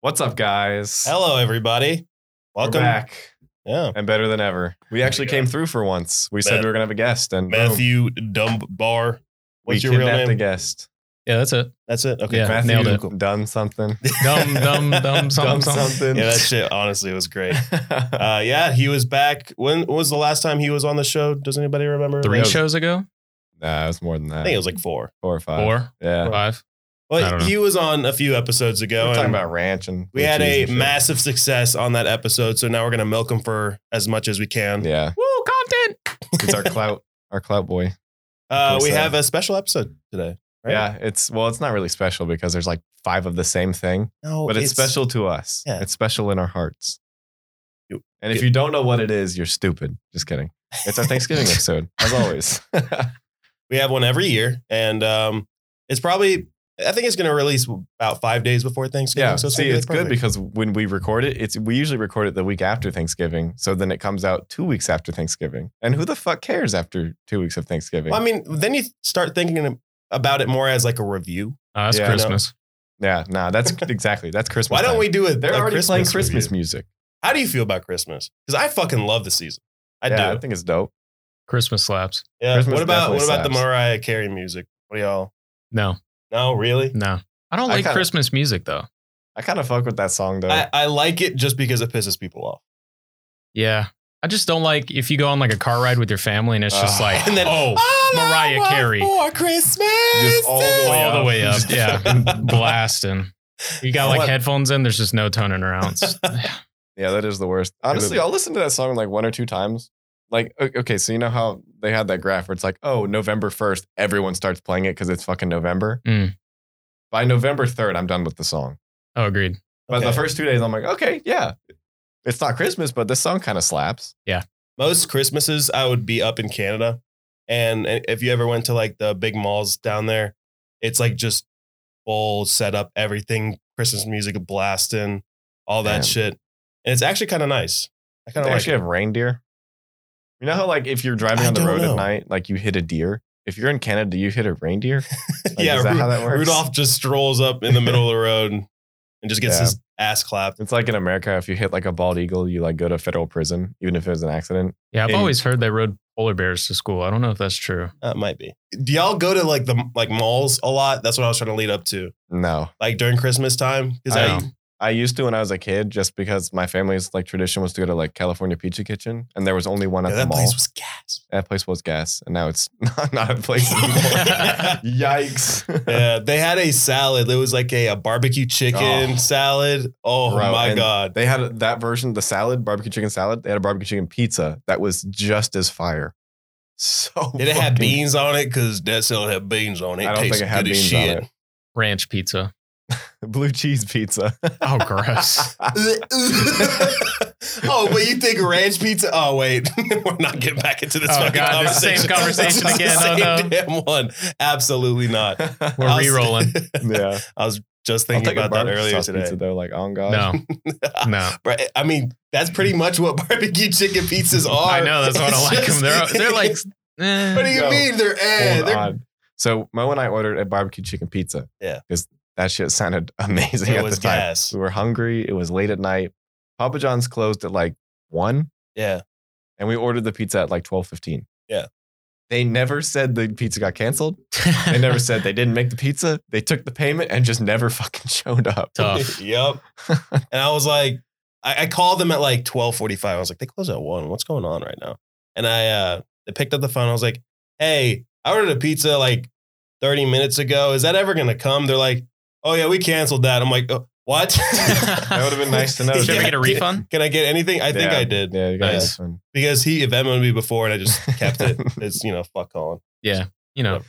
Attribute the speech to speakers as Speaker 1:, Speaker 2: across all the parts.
Speaker 1: What's up, guys?
Speaker 2: Hello, everybody.
Speaker 1: We're
Speaker 2: Welcome.
Speaker 1: back
Speaker 2: Yeah.
Speaker 1: and better than ever. We actually
Speaker 2: we go.
Speaker 1: came through for once. We said
Speaker 2: Matt-
Speaker 1: we were gonna have a guest, and boom,
Speaker 2: Matthew Dunbar. What's
Speaker 1: we
Speaker 2: your real
Speaker 1: kidnapped
Speaker 2: name?
Speaker 1: the guest.
Speaker 3: Yeah, that's it.
Speaker 2: That's it. Okay.
Speaker 3: Yeah,
Speaker 2: cool.
Speaker 1: Matthew
Speaker 3: nailed it.
Speaker 1: done something.
Speaker 3: Dumb, dumb, dumb,
Speaker 1: Done
Speaker 3: something, something.
Speaker 1: something.
Speaker 2: Yeah, that shit honestly was great. Uh, yeah, he was back. When, when was the last time he was on the show? Does anybody remember?
Speaker 3: Three
Speaker 2: Like,
Speaker 3: shows ago,
Speaker 1: nah, it was more than that.
Speaker 2: I think it was like four.
Speaker 1: four or five.
Speaker 3: four,
Speaker 1: Yeah,
Speaker 3: five. I
Speaker 2: Well,
Speaker 3: don't know.
Speaker 2: he was on a few episodes ago.
Speaker 1: we're talking
Speaker 2: and
Speaker 1: about ranch and
Speaker 2: we
Speaker 1: blue
Speaker 2: had
Speaker 1: cheese
Speaker 2: a
Speaker 1: and shit.
Speaker 2: massive success on that episode, so now we're gonna milk him for as much as we can.
Speaker 1: Yeah,
Speaker 3: Woo, content. Oh,
Speaker 1: he's our clout, our clout boy.
Speaker 2: Uh,
Speaker 1: Cool
Speaker 2: we
Speaker 1: stuff.
Speaker 2: have a special episode today. Right?
Speaker 1: Yeah, it's well, it's not really special because there's like five of the same thing,
Speaker 2: no,
Speaker 1: but it's, special to us.
Speaker 2: Oh, Yeah.
Speaker 1: It's special in our hearts.
Speaker 2: You-
Speaker 1: And if
Speaker 2: you-
Speaker 1: you don't know what it is, you're stupid. Just kidding. It's our Thanksgiving episode, as always.
Speaker 2: We have one every year, and um, it's probably I think it's going to release about five days before Thanksgiving.
Speaker 1: yeah,
Speaker 2: so it's
Speaker 1: see,
Speaker 2: gonna be
Speaker 1: it's good
Speaker 2: perfect.
Speaker 1: because when we record it, it's we usually record it the week after Thanksgiving, so then it comes out two weeks after Thanksgiving. And who the fuck cares after two weeks of Thanksgiving?
Speaker 2: Well, I mean, then you start thinking about it more as like a review.
Speaker 3: Oh, that's
Speaker 1: Yeah, I know.
Speaker 3: Christmas.
Speaker 1: yeah, nah, that's exactly that's Christmas.
Speaker 2: Why don't
Speaker 1: time.
Speaker 2: we do it?
Speaker 1: They're already playing Christmas
Speaker 2: review?
Speaker 1: music.
Speaker 2: How do you feel about Christmas? Because I fucking love the season. I
Speaker 1: yeah, I
Speaker 2: do.
Speaker 1: think it's dope.
Speaker 3: Christmas slaps.
Speaker 2: Yeah.
Speaker 1: Christmas
Speaker 2: what about what
Speaker 1: definitely
Speaker 2: about the
Speaker 1: slaps.
Speaker 2: Mariah Carey music? What do y'all?
Speaker 3: No,
Speaker 2: No, really.
Speaker 3: no. I don't
Speaker 1: I
Speaker 3: like
Speaker 1: kinda-
Speaker 3: Christmas music though.
Speaker 1: I kind of fuck with that song though.
Speaker 2: I, I like it just because it pisses people off.
Speaker 3: Yeah, I just don't like if you go on like a car ride with your family and it's just
Speaker 1: Ah.
Speaker 3: like,
Speaker 2: And then-
Speaker 3: oh,
Speaker 2: All I
Speaker 3: Mariah
Speaker 2: want
Speaker 3: Carey.
Speaker 2: for Christmas.
Speaker 1: Just all the way
Speaker 3: all the
Speaker 1: up.
Speaker 3: way up. Yeah, blasting. You got like
Speaker 1: What?
Speaker 3: headphones in. There's just no toning around. It's-
Speaker 1: Yeah, that is the worst. Honestly, I'll listen to that song like one or two times. Like, o- okay, so you know how they had that graph where it's like, oh, November 1st, everyone starts playing it because it's fucking November.
Speaker 3: Mm.
Speaker 1: By November 3rd, I'm done with the song.
Speaker 3: oh, agreed.
Speaker 1: But the
Speaker 2: Okay.
Speaker 1: first two days, I'm like, okay, yeah, it's not Christmas, but this song kind of slaps.
Speaker 2: most Christmases I would be up in Canada, and if you ever went to like the big malls down there, it's like just full setup, everything, Christmas music blasting, all that
Speaker 1: Damn.
Speaker 2: shit, and it's actually kind of nice. I
Speaker 1: They
Speaker 2: kind of like
Speaker 1: actually
Speaker 2: it.
Speaker 1: have reindeer. You know how, like, if you're driving
Speaker 2: I
Speaker 1: on the
Speaker 2: don't
Speaker 1: road
Speaker 2: know.
Speaker 1: at night, like you hit a deer? If you're in Canada, you hit a reindeer? Like,
Speaker 2: yeah.
Speaker 1: is that
Speaker 2: Ru-
Speaker 1: how that works?
Speaker 2: Rudolph just strolls up in the middle of the road and just gets
Speaker 1: Yeah.
Speaker 2: his ass clapped.
Speaker 1: It's like in America, if you hit like a bald eagle, you like go to federal prison, even if it was an accident.
Speaker 3: Yeah, I've
Speaker 1: And-
Speaker 3: always heard they rode polar bears to school. I don't know if that's true.
Speaker 2: That might be. Do y'all go to like the like malls a lot? That's what I was trying to lead up to,
Speaker 1: No,
Speaker 2: like during Christmas time, because
Speaker 1: I
Speaker 2: I,
Speaker 3: know.
Speaker 1: I used to when I was a kid, just because my family's like tradition was to go to like California Pizza Kitchen, and there was only one at
Speaker 2: Yeah,
Speaker 1: the
Speaker 2: that
Speaker 1: mall.
Speaker 2: place was gas.
Speaker 1: that place was gas, and now it's not, not a place anymore. Yikes!
Speaker 2: Yeah, they had a salad. It was like a, a barbecue chicken
Speaker 1: Oh.
Speaker 2: salad. Oh
Speaker 1: Bro,
Speaker 2: my
Speaker 1: and
Speaker 2: god.
Speaker 1: They had that version, the salad, barbecue chicken salad. They had a barbecue chicken pizza that was just as fire. So
Speaker 2: Did it have
Speaker 1: fucking-
Speaker 2: beans on it? Because that salad had beans on it.
Speaker 1: I don't think
Speaker 2: tastes
Speaker 1: it had
Speaker 2: good as
Speaker 1: beans
Speaker 2: shit.
Speaker 1: on it.
Speaker 3: Ranch pizza.
Speaker 1: Blue cheese pizza.
Speaker 3: Oh, gross.
Speaker 2: oh, but you think ranch pizza? Oh wait, we're not getting back into this
Speaker 3: Oh,
Speaker 2: fucking
Speaker 3: God, this
Speaker 2: conversation.
Speaker 3: same conversation
Speaker 2: This is
Speaker 3: again.
Speaker 2: the
Speaker 3: Oh,
Speaker 2: same
Speaker 3: no.
Speaker 2: damn one. Absolutely not.
Speaker 3: We're
Speaker 2: I was-
Speaker 3: re-rolling.
Speaker 1: yeah,
Speaker 2: I was just
Speaker 1: I'll
Speaker 2: thinking
Speaker 1: take a
Speaker 2: about that
Speaker 1: barbecue
Speaker 2: earlier
Speaker 1: sauce
Speaker 2: today.
Speaker 1: pizza though. Like, oh god,
Speaker 3: No, no.
Speaker 2: Right, I mean, that's pretty much what barbecue chicken pizzas are.
Speaker 3: I know that's why I don't
Speaker 2: It's
Speaker 3: like them.
Speaker 2: just-
Speaker 3: They're they're like.
Speaker 2: What do
Speaker 3: Eh.
Speaker 2: you
Speaker 1: Yo,
Speaker 2: mean? They're eh,
Speaker 1: Hold
Speaker 2: they're
Speaker 1: on. So Mo and I ordered a barbecue chicken pizza.
Speaker 2: Yeah.
Speaker 1: Because that shit sounded amazing
Speaker 2: it
Speaker 1: at
Speaker 2: was
Speaker 1: the time.
Speaker 2: gas.
Speaker 1: We were hungry. It was late at night. Papa John's closed at like one,
Speaker 2: Yeah.
Speaker 1: and we ordered the pizza at like twelve fifteen.
Speaker 2: Yeah.
Speaker 1: They never said the pizza got canceled.
Speaker 3: eh.
Speaker 1: They never said they didn't make the pizza. They took the payment and just never fucking showed up.
Speaker 3: Tough.
Speaker 2: yep. And I was like, I, I called them at like twelve forty five. I was like, they close at one. What's going on right now? And I uh they picked up the phone. I was like, hey, I ordered a pizza like thirty minutes ago. Is that ever gonna come? They're like, oh yeah, we canceled that. I'm like, oh, what?
Speaker 1: That would have been nice to know.
Speaker 3: Did you ever
Speaker 2: Yeah.
Speaker 3: get a refund?
Speaker 2: Can I get anything? I think
Speaker 1: Yeah.
Speaker 2: I did
Speaker 1: Yeah, you got
Speaker 2: Nice.
Speaker 1: this one.
Speaker 2: because he Venmoed me before and I just kept it. It's you know fuck Colin.
Speaker 3: Yeah, you know.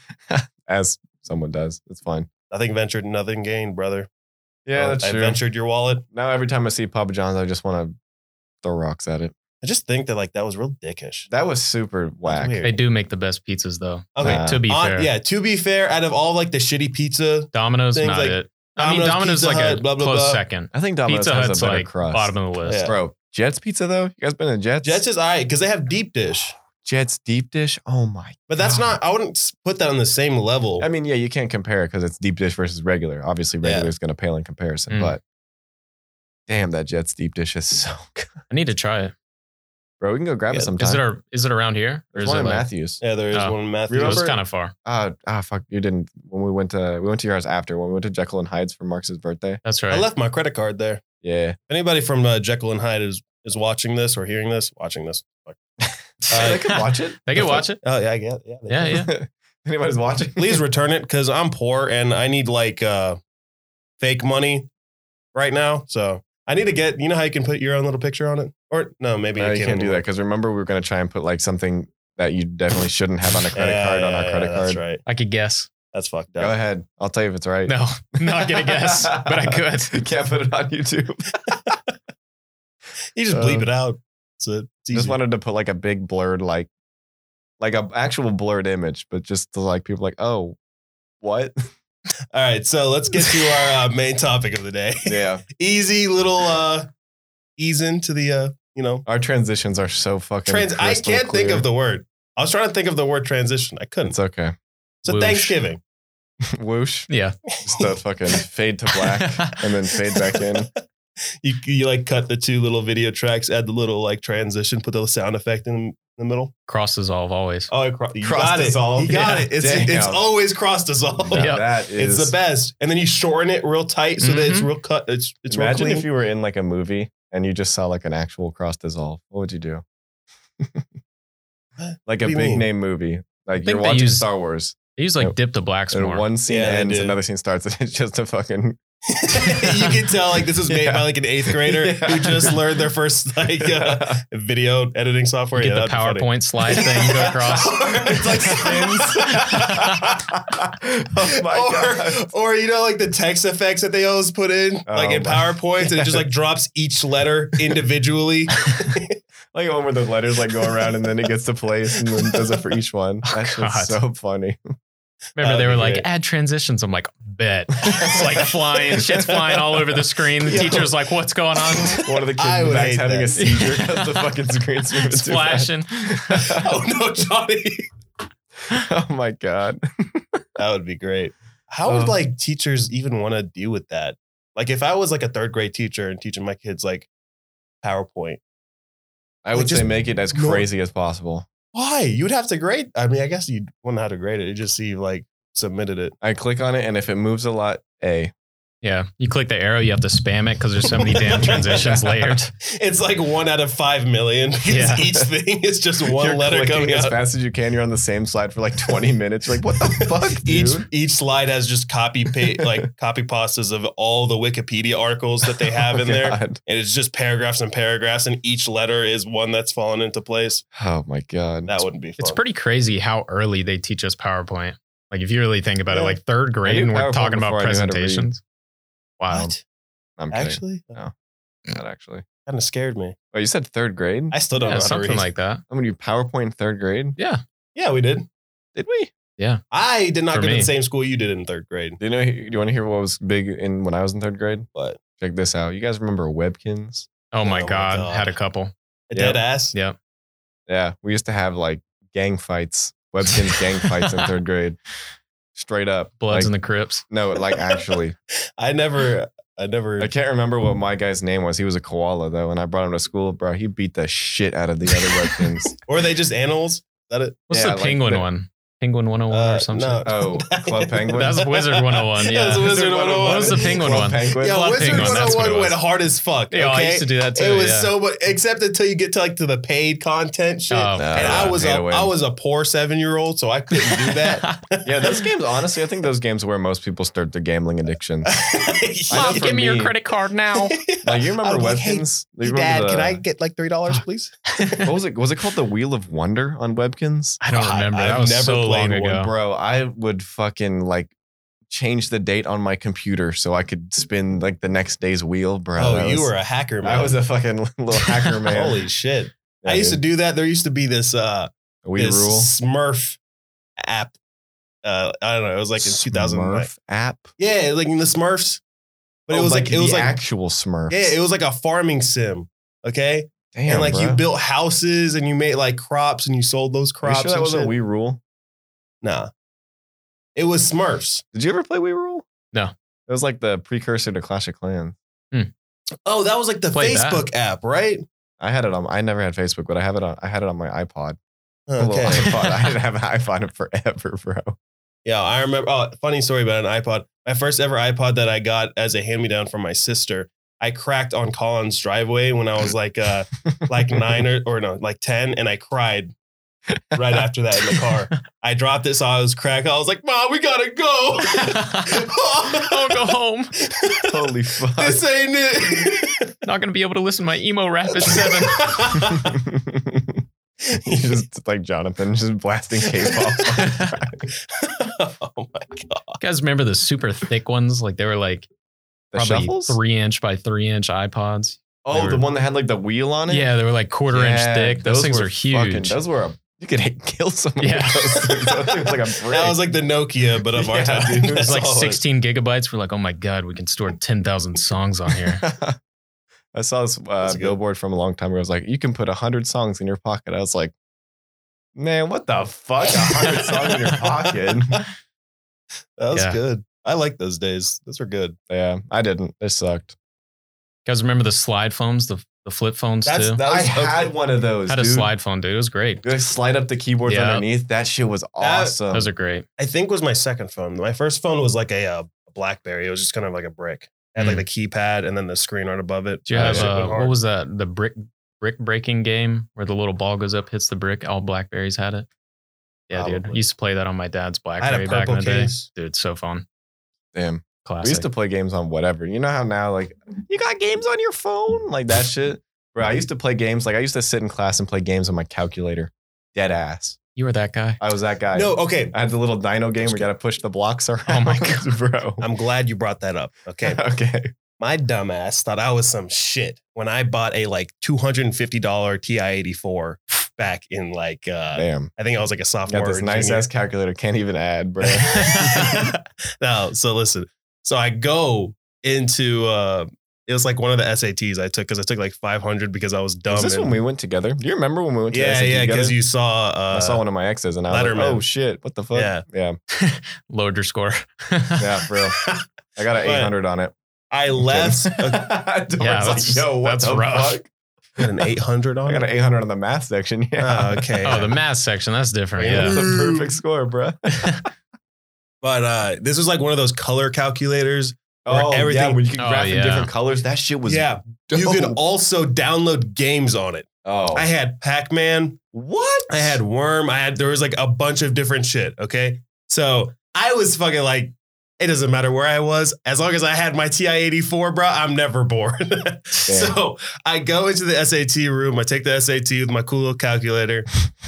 Speaker 1: As someone does. It's fine.
Speaker 2: Nothing ventured, nothing gained, brother.
Speaker 1: Yeah,
Speaker 2: Uh,
Speaker 1: that's
Speaker 2: I
Speaker 1: true.
Speaker 2: ventured your wallet.
Speaker 1: Now every time I see Papa John's, I just want to throw rocks at it.
Speaker 2: I just think that like that was real dickish.
Speaker 1: That was super whack.
Speaker 2: weird.
Speaker 3: They do make the best pizzas though.
Speaker 2: Okay.
Speaker 1: Nah.
Speaker 3: to be
Speaker 2: On-
Speaker 3: fair,
Speaker 2: yeah, to be fair, out of all like the shitty pizza,
Speaker 3: Domino's
Speaker 2: Things
Speaker 3: not
Speaker 2: like
Speaker 3: it. I mean,
Speaker 2: Domino's,
Speaker 3: Domino's
Speaker 2: Pizza
Speaker 3: like
Speaker 2: Hut,
Speaker 3: a
Speaker 2: blah, blah,
Speaker 3: close
Speaker 2: blah.
Speaker 3: second.
Speaker 1: I think Domino's
Speaker 3: Pizza
Speaker 1: has
Speaker 3: Hut's
Speaker 1: a better
Speaker 3: like
Speaker 1: crust.
Speaker 3: bottom of the list.
Speaker 2: Yeah.
Speaker 1: Bro, Jets pizza though? You guys been to Jets?
Speaker 2: Jets is all right because they have deep dish,
Speaker 1: Jets deep dish? Oh my.
Speaker 2: but that's
Speaker 3: Ah.
Speaker 1: God.
Speaker 2: not. I wouldn't s- put that on the same level.
Speaker 1: I mean, yeah, you can't compare it because it's deep dish versus regular. Obviously, regular is going to pale in comparison,
Speaker 3: Mm.
Speaker 1: but Damn, that Jets deep dish is so good.
Speaker 3: I need to try it.
Speaker 1: Bro, we can go grab
Speaker 2: Yeah,
Speaker 1: it
Speaker 2: is
Speaker 1: sometime.
Speaker 3: Is it our, is it around here? Or
Speaker 1: There's
Speaker 3: is
Speaker 1: one
Speaker 3: it
Speaker 1: in
Speaker 3: like,
Speaker 1: Matthews.
Speaker 2: Yeah, there is
Speaker 3: Oh.
Speaker 2: one in Matthews.
Speaker 3: it was
Speaker 1: Remember-
Speaker 3: kind of far.
Speaker 1: Ah, ah, fuck. You didn't. When we went to, we went to your house after. When we went to Jekyll and Hyde's for Marx's birthday.
Speaker 3: That's
Speaker 2: I
Speaker 3: right.
Speaker 2: left my credit card there.
Speaker 1: Yeah.
Speaker 2: If anybody from uh, Jekyll and Hyde is is watching this or hearing this, watching this. Fuck.
Speaker 1: I could watch it.
Speaker 3: Uh, they can watch it.
Speaker 2: Oh yeah, I get. Yeah, they
Speaker 3: Yeah,
Speaker 2: can.
Speaker 3: yeah.
Speaker 1: Anybody's watching?
Speaker 2: Please return it because I'm poor and I need like uh, fake money right now. So I need to get. You know how you can put your own little picture on it? Or no, maybe
Speaker 1: No,
Speaker 2: I
Speaker 1: Uh, you can't do that because remember we were going to try and put like something that you definitely shouldn't have on a credit
Speaker 2: Yeah,
Speaker 1: card on
Speaker 2: yeah,
Speaker 1: our
Speaker 2: yeah,
Speaker 1: credit
Speaker 2: That's
Speaker 1: card.
Speaker 2: right.
Speaker 3: I could guess.
Speaker 2: That's fucked
Speaker 1: Go
Speaker 2: up.
Speaker 1: ahead. I'll tell you if it's right.
Speaker 3: No, not gonna guess, but I could.
Speaker 1: Can't put it on YouTube.
Speaker 2: You just bleep
Speaker 1: Uh,
Speaker 2: it out. So it's
Speaker 1: Just
Speaker 2: easy.
Speaker 1: wanted to put like a big blurred, like, like a actual blurred image, but just to like people like, oh, what?
Speaker 2: All right, so let's get to our uh, main topic of the day.
Speaker 1: Yeah.
Speaker 2: easy little uh ease into the uh you know
Speaker 1: Our transitions are so fucking.
Speaker 2: trans i
Speaker 1: crystal
Speaker 2: can't think
Speaker 1: clear.
Speaker 2: of the word i was trying to think of the word transition i couldn't
Speaker 1: It's okay.
Speaker 2: so
Speaker 3: whoosh.
Speaker 2: thanksgiving
Speaker 1: Whoosh.
Speaker 3: Yeah.
Speaker 1: Just that fucking fade to black and then fade back in.
Speaker 2: you, you like cut the two little video tracks add the little like transition put the sound effect in the middle
Speaker 3: Cross dissolve always.
Speaker 2: oh it cro- you
Speaker 1: Cross
Speaker 2: got it
Speaker 1: dissolve.
Speaker 2: you got
Speaker 1: Yeah.
Speaker 2: it it's, it's
Speaker 1: Damn.
Speaker 2: always cross dissolve
Speaker 1: Now
Speaker 3: Yeah.
Speaker 1: That is Mm-hmm.
Speaker 2: it's the best and then you shorten it real tight so that it's
Speaker 3: Mhm.
Speaker 2: real cut it's it's
Speaker 1: Imagine
Speaker 2: real
Speaker 1: if
Speaker 2: clean.
Speaker 1: you were in like a movie and you just saw like an actual cross dissolve. What would you do? like
Speaker 2: What
Speaker 1: a
Speaker 2: do you
Speaker 1: big
Speaker 2: mean?
Speaker 1: name movie. Like
Speaker 3: think
Speaker 1: you're
Speaker 3: they
Speaker 1: watching
Speaker 3: use-
Speaker 1: Star Wars,
Speaker 3: They use like
Speaker 1: Yep.
Speaker 3: dip to blacks
Speaker 1: Oh. and
Speaker 3: more.
Speaker 1: one scene
Speaker 2: Yeah, they
Speaker 1: ends,
Speaker 2: do.
Speaker 1: another scene starts, and it's just a fucking
Speaker 2: you can tell like this was made
Speaker 1: Yeah.
Speaker 2: by like an eighth grader
Speaker 1: Yeah.
Speaker 2: who just learned their first like uh, video editing software.
Speaker 3: You get
Speaker 2: Yeah,
Speaker 3: the
Speaker 2: that'd be funny.
Speaker 3: PowerPoint slide thing you go across.
Speaker 2: it's like spins.
Speaker 1: oh my
Speaker 2: or,
Speaker 1: god!
Speaker 2: or you know, like the text effects that they always put in,
Speaker 1: Oh
Speaker 2: like in
Speaker 1: my-
Speaker 2: PowerPoint, and it just like drops each letter individually.
Speaker 1: Like one where the letters like go around, and then it gets to place, and then does it for each one. That's just
Speaker 3: God.
Speaker 1: so funny.
Speaker 3: Remember, they
Speaker 1: Uh,
Speaker 2: That'd
Speaker 3: were
Speaker 2: be
Speaker 3: like,
Speaker 2: great.
Speaker 3: add transitions. I'm like, bet. It's like flying. Shit's flying all over the screen. The
Speaker 2: Yo.
Speaker 3: teacher's like, what's going on?
Speaker 1: One of the kids
Speaker 2: I
Speaker 1: in the
Speaker 2: would
Speaker 1: back's
Speaker 2: hate
Speaker 1: having
Speaker 2: that.
Speaker 1: a seizure because the fucking screen's moving too fast.
Speaker 3: Splashing.
Speaker 2: oh no, Johnny,
Speaker 1: oh my god!
Speaker 2: that would be great. How would
Speaker 1: Oh.
Speaker 2: like teachers even want to deal with that? Like, if I was like a third grade teacher and teaching my kids like PowerPoint,
Speaker 1: I
Speaker 2: Like,
Speaker 1: would
Speaker 2: just
Speaker 1: say make it as
Speaker 2: nor-
Speaker 1: crazy as possible.
Speaker 2: why you would have to grade? I mean, I guess you wouldn't know how to grade it. You just see like submitted it.
Speaker 1: I click on it, and if it moves a lot, A.
Speaker 3: yeah. You click the arrow, you have to spam it because there's so many damn transitions layered.
Speaker 2: It's like one out of five million because
Speaker 3: Yeah.
Speaker 2: each thing is just one letter
Speaker 1: clicking
Speaker 2: coming
Speaker 1: as
Speaker 2: out.
Speaker 1: fast as you can. You're on the same slide for like 20 minutes. You're like, what the fuck,
Speaker 2: Each
Speaker 1: dude?
Speaker 2: each slide has just copy pa- like copy pastas of all the Wikipedia articles that they have
Speaker 1: Oh,
Speaker 2: in there,
Speaker 1: God.
Speaker 2: and it's just paragraphs and paragraphs, and each letter is one that's fallen into place.
Speaker 1: Oh my god.
Speaker 2: That wouldn't be fun.
Speaker 3: It's pretty crazy how early they teach us PowerPoint. Like, if you really think about
Speaker 2: Yeah.
Speaker 3: it, like third grade,
Speaker 1: knew
Speaker 3: and we're
Speaker 1: PowerPoint
Speaker 3: talking
Speaker 1: before
Speaker 3: about
Speaker 1: I knew how to read.
Speaker 3: presentations. Wow.
Speaker 2: What?
Speaker 1: I'm kidding.
Speaker 2: Actually,
Speaker 1: Not actually.
Speaker 2: kind of scared me.
Speaker 1: Wait, you said third grade?
Speaker 2: I still don't know
Speaker 3: Yeah,
Speaker 2: how to
Speaker 3: something
Speaker 2: read.
Speaker 3: like that.
Speaker 1: I'm gonna do PowerPoint in third grade.
Speaker 3: Yeah.
Speaker 2: yeah, we did.
Speaker 1: Did we?
Speaker 2: I did not
Speaker 3: For
Speaker 2: go to
Speaker 3: me.
Speaker 2: the same school you did in third grade,
Speaker 1: Do you know? Do you want to hear what was big in when I was in third grade?
Speaker 2: but
Speaker 1: Check this out. You guys remember Webkins?
Speaker 3: Oh my,
Speaker 2: Oh my
Speaker 3: God.
Speaker 2: God.
Speaker 3: Had a couple.
Speaker 2: a
Speaker 1: Yeah.
Speaker 2: dead ass.
Speaker 3: Yep.
Speaker 1: Yeah, we used to have like gang fights, Webkins gang fights in third grade. Straight up, like,
Speaker 3: Bloods and the Crips.
Speaker 1: no, like actually,
Speaker 2: I never, I never.
Speaker 1: I can't remember what my guy's name was. He was a koala though, and I brought him to school, bro. He beat the shit out of the other Webkins.
Speaker 2: Or are they just animals? Is that it?
Speaker 3: What's
Speaker 1: Yeah,
Speaker 3: the
Speaker 1: like
Speaker 3: penguin
Speaker 1: the-
Speaker 3: one? Penguin 101
Speaker 2: Uh,
Speaker 3: or something?
Speaker 2: no.
Speaker 1: Oh, Club Penguin. oh
Speaker 3: That was Wizard 101, yeah.
Speaker 2: That was Wizard 101.
Speaker 3: What was the penguin
Speaker 1: Club
Speaker 3: one?
Speaker 1: Penguin.
Speaker 2: Yeah,
Speaker 3: Club
Speaker 2: Wizard
Speaker 3: Penguin, that's what it
Speaker 2: 101 went
Speaker 3: was.
Speaker 2: hard as fuck.
Speaker 3: Yeah, I
Speaker 2: okay?
Speaker 3: used to do that too.
Speaker 2: it was
Speaker 3: yeah.
Speaker 2: so much, except until you get to like to the paid content shit.
Speaker 3: Oh,
Speaker 1: Nah,
Speaker 2: and I was a,
Speaker 1: pay to win.
Speaker 2: I was a poor seven year old, so I couldn't do that.
Speaker 1: yeah, those games. Honestly, I think those games were where most people start their gambling addiction. I know
Speaker 3: Mom,
Speaker 1: for
Speaker 3: give me, your
Speaker 1: me-
Speaker 3: credit card now.
Speaker 1: Like you
Speaker 2: I
Speaker 1: remember
Speaker 2: was like, hey,
Speaker 1: Webkins? You remember
Speaker 2: Dad,
Speaker 1: the-
Speaker 2: can I get like three dollars, please?
Speaker 1: What was it? Was it called the Wheel of Wonder on Webkins?
Speaker 3: I don't
Speaker 2: I-
Speaker 3: remember. that
Speaker 2: I've
Speaker 3: was
Speaker 2: never
Speaker 3: so long
Speaker 2: played one,
Speaker 3: ago.
Speaker 1: Bro, I would fucking like change the date on my computer so I could spin like the next day's wheel, bro.
Speaker 2: oh,
Speaker 1: That
Speaker 2: you
Speaker 1: was,
Speaker 2: were a hacker, man.
Speaker 1: I was a fucking little hacker man.
Speaker 2: Holy shit! I used to do that. There used to be this uh
Speaker 1: to we
Speaker 2: this
Speaker 1: rule
Speaker 2: Smurf app. Uh, I don't know. It was like in two thousand.
Speaker 1: Smurf app,
Speaker 2: Yeah, like in the Smurfs. But
Speaker 1: Oh,
Speaker 2: it was like, it was
Speaker 1: the
Speaker 2: like
Speaker 1: actual Smurf.
Speaker 2: yeah, it was like a farming sim. Okay,
Speaker 1: Damn,
Speaker 2: and like
Speaker 1: bro.
Speaker 2: you built houses and you made like crops and you sold those
Speaker 1: Are you
Speaker 2: crops.
Speaker 1: sure that
Speaker 2: and
Speaker 1: wasn't
Speaker 2: shit.
Speaker 1: We Rule?
Speaker 2: Nah, it was Smurfs.
Speaker 1: Did you ever play We Rule?
Speaker 3: No.
Speaker 1: It was like the precursor to Clash of Clans.
Speaker 2: Oh, that was like the
Speaker 3: Play that.
Speaker 2: Facebook app, right?
Speaker 1: I had it on. I never had Facebook, but I have it on. I had it on my iPod. A little
Speaker 2: Okay.
Speaker 1: iPod. I didn't have an iPod in forever, bro.
Speaker 2: Yeah, I remember. Oh, funny story about an iPod. My first ever iPod that I got as a hand me down from my sister. I cracked on Colin's driveway when I was like, uh, like nine or, or no, like ten, and I cried right after that in the car. I dropped it, saw it was cracked. I was like, "Mom, we gotta go.
Speaker 3: I'll go home.
Speaker 1: Holy fuck.
Speaker 2: this ain't it."
Speaker 3: Not gonna be able to listen to my emo rap at seven.
Speaker 1: you just like Jonathan, just blasting K-pop.
Speaker 2: oh my god!
Speaker 3: You guys remember the super thick ones? Like they were like
Speaker 1: the
Speaker 3: probably
Speaker 1: shuffles.
Speaker 3: three inch by three inch iPods.
Speaker 1: oh,
Speaker 3: were-
Speaker 1: the one that had like the wheel on it.
Speaker 3: Yeah, they were like quarter
Speaker 1: Yeah,
Speaker 3: inch thick. Those, things
Speaker 1: were
Speaker 3: are huge.
Speaker 1: fucking- those were a, you could like, kill someone.
Speaker 3: Yeah.
Speaker 1: With those things. Those things was like a brick.
Speaker 2: That was like the Nokia, but of our
Speaker 1: Yeah,
Speaker 2: time.
Speaker 1: dude. It was
Speaker 3: it's like
Speaker 2: That's all
Speaker 3: 16 gigabytes. We're like, oh my god, we can store 10,000 songs on here.
Speaker 1: I saw this uh,
Speaker 2: That's good.
Speaker 1: billboard from a long time ago. It was like, you can put 100 songs in your pocket. I was like, man, what the fuck? 100 songs in your pocket?
Speaker 2: That was
Speaker 3: Yeah.
Speaker 2: good. I like those days. Those were good.
Speaker 1: Yeah, I didn't. It sucked.
Speaker 3: guys remember the slide phones, the, the flip phones too?
Speaker 2: that
Speaker 1: I had one of those.
Speaker 3: Had a
Speaker 1: dude.
Speaker 3: slide phone, dude. It was great.
Speaker 1: They slide up the keyboards
Speaker 3: Yeah.
Speaker 1: underneath. That shit was awesome.
Speaker 3: Those are great.
Speaker 2: I think was my second phone. My first phone was like a uh, BlackBerry. It was just kind of like a brick. It had
Speaker 1: Hmm.
Speaker 2: like the keypad and then the screen right above it.
Speaker 3: Do you
Speaker 1: Yeah,
Speaker 3: have
Speaker 1: shit
Speaker 3: uh, what was that? The brick brick breaking game where the little ball goes up, hits the brick. All Blackberries had it. Yeah, dude.
Speaker 1: Probably.
Speaker 3: I used to play that on my dad's
Speaker 2: I had
Speaker 3: Blackberry
Speaker 2: a
Speaker 3: back in
Speaker 2: purple
Speaker 3: the day.
Speaker 2: case.
Speaker 3: Dude, so fun.
Speaker 1: Damn.
Speaker 3: Classic.
Speaker 1: We used to play games on whatever. You know how now, like, you got games on your phone? Like that shit. Bro, I used to play games. Like, I used to sit in class and play games on my calculator. Dead ass.
Speaker 3: you were that guy.
Speaker 1: I was that guy.
Speaker 2: No, okay.
Speaker 1: I had the little dino game. We got to push the blocks around.
Speaker 3: Oh my God.
Speaker 1: bro.
Speaker 2: I'm glad you brought that up. Okay.
Speaker 1: okay.
Speaker 2: my dumbass thought I was some shit when I bought a like $250 TI 84 back in like, uh,
Speaker 1: Damn.
Speaker 2: I think I was like a sophomore.
Speaker 1: Got this
Speaker 2: or
Speaker 1: nice
Speaker 2: junior.
Speaker 1: ass calculator. Can't even add, bro.
Speaker 2: no, so listen. So I go into uh it was like one of the SATs I took because I took like 500 because I was dumb.
Speaker 1: Is this
Speaker 2: and-
Speaker 1: when we went together? Do you remember when we went to
Speaker 2: yeah,
Speaker 1: SAT
Speaker 2: yeah,
Speaker 1: together?
Speaker 2: because you saw. Uh,
Speaker 1: I saw one of my exes and I was like,
Speaker 2: Letterman.
Speaker 1: oh shit, what the fuck?
Speaker 2: Yeah.
Speaker 1: Yeah.
Speaker 3: Lowered your score.
Speaker 1: Yeah, for real. I got an
Speaker 2: But-
Speaker 1: 800 on it.
Speaker 2: I
Speaker 1: I'm
Speaker 2: left
Speaker 1: kidding.
Speaker 2: a,
Speaker 1: Doran's
Speaker 3: Yeah,
Speaker 1: like,
Speaker 3: that's-
Speaker 1: yo, what
Speaker 3: that's
Speaker 1: the
Speaker 3: rough.
Speaker 1: Oh, fuck?
Speaker 2: got an 800 on.
Speaker 1: I got an
Speaker 2: it?
Speaker 1: 800 on the math section. Yeah.
Speaker 2: Oh, okay.
Speaker 3: Oh, the math section. That's different.
Speaker 1: That's
Speaker 3: Yeah.
Speaker 1: a perfect score, bro.
Speaker 2: But uh, this was like one of those color calculators.
Speaker 1: Oh, everything.
Speaker 2: everything-
Speaker 1: when you can
Speaker 3: Oh,
Speaker 1: graph in
Speaker 3: yeah.
Speaker 1: different colors, that shit was.
Speaker 2: yeah, you
Speaker 1: dope.
Speaker 2: could also download games on it.
Speaker 1: Oh.
Speaker 2: I had Pac Man.
Speaker 1: what?
Speaker 2: I had worm. I had there was like a bunch of different shit. Okay, so I was fucking like, it doesn't matter where I was, as long as I had my TI eighty four, bro. I'm never bored. so I go into the SAT room. I take the SAT with my cool little calculator.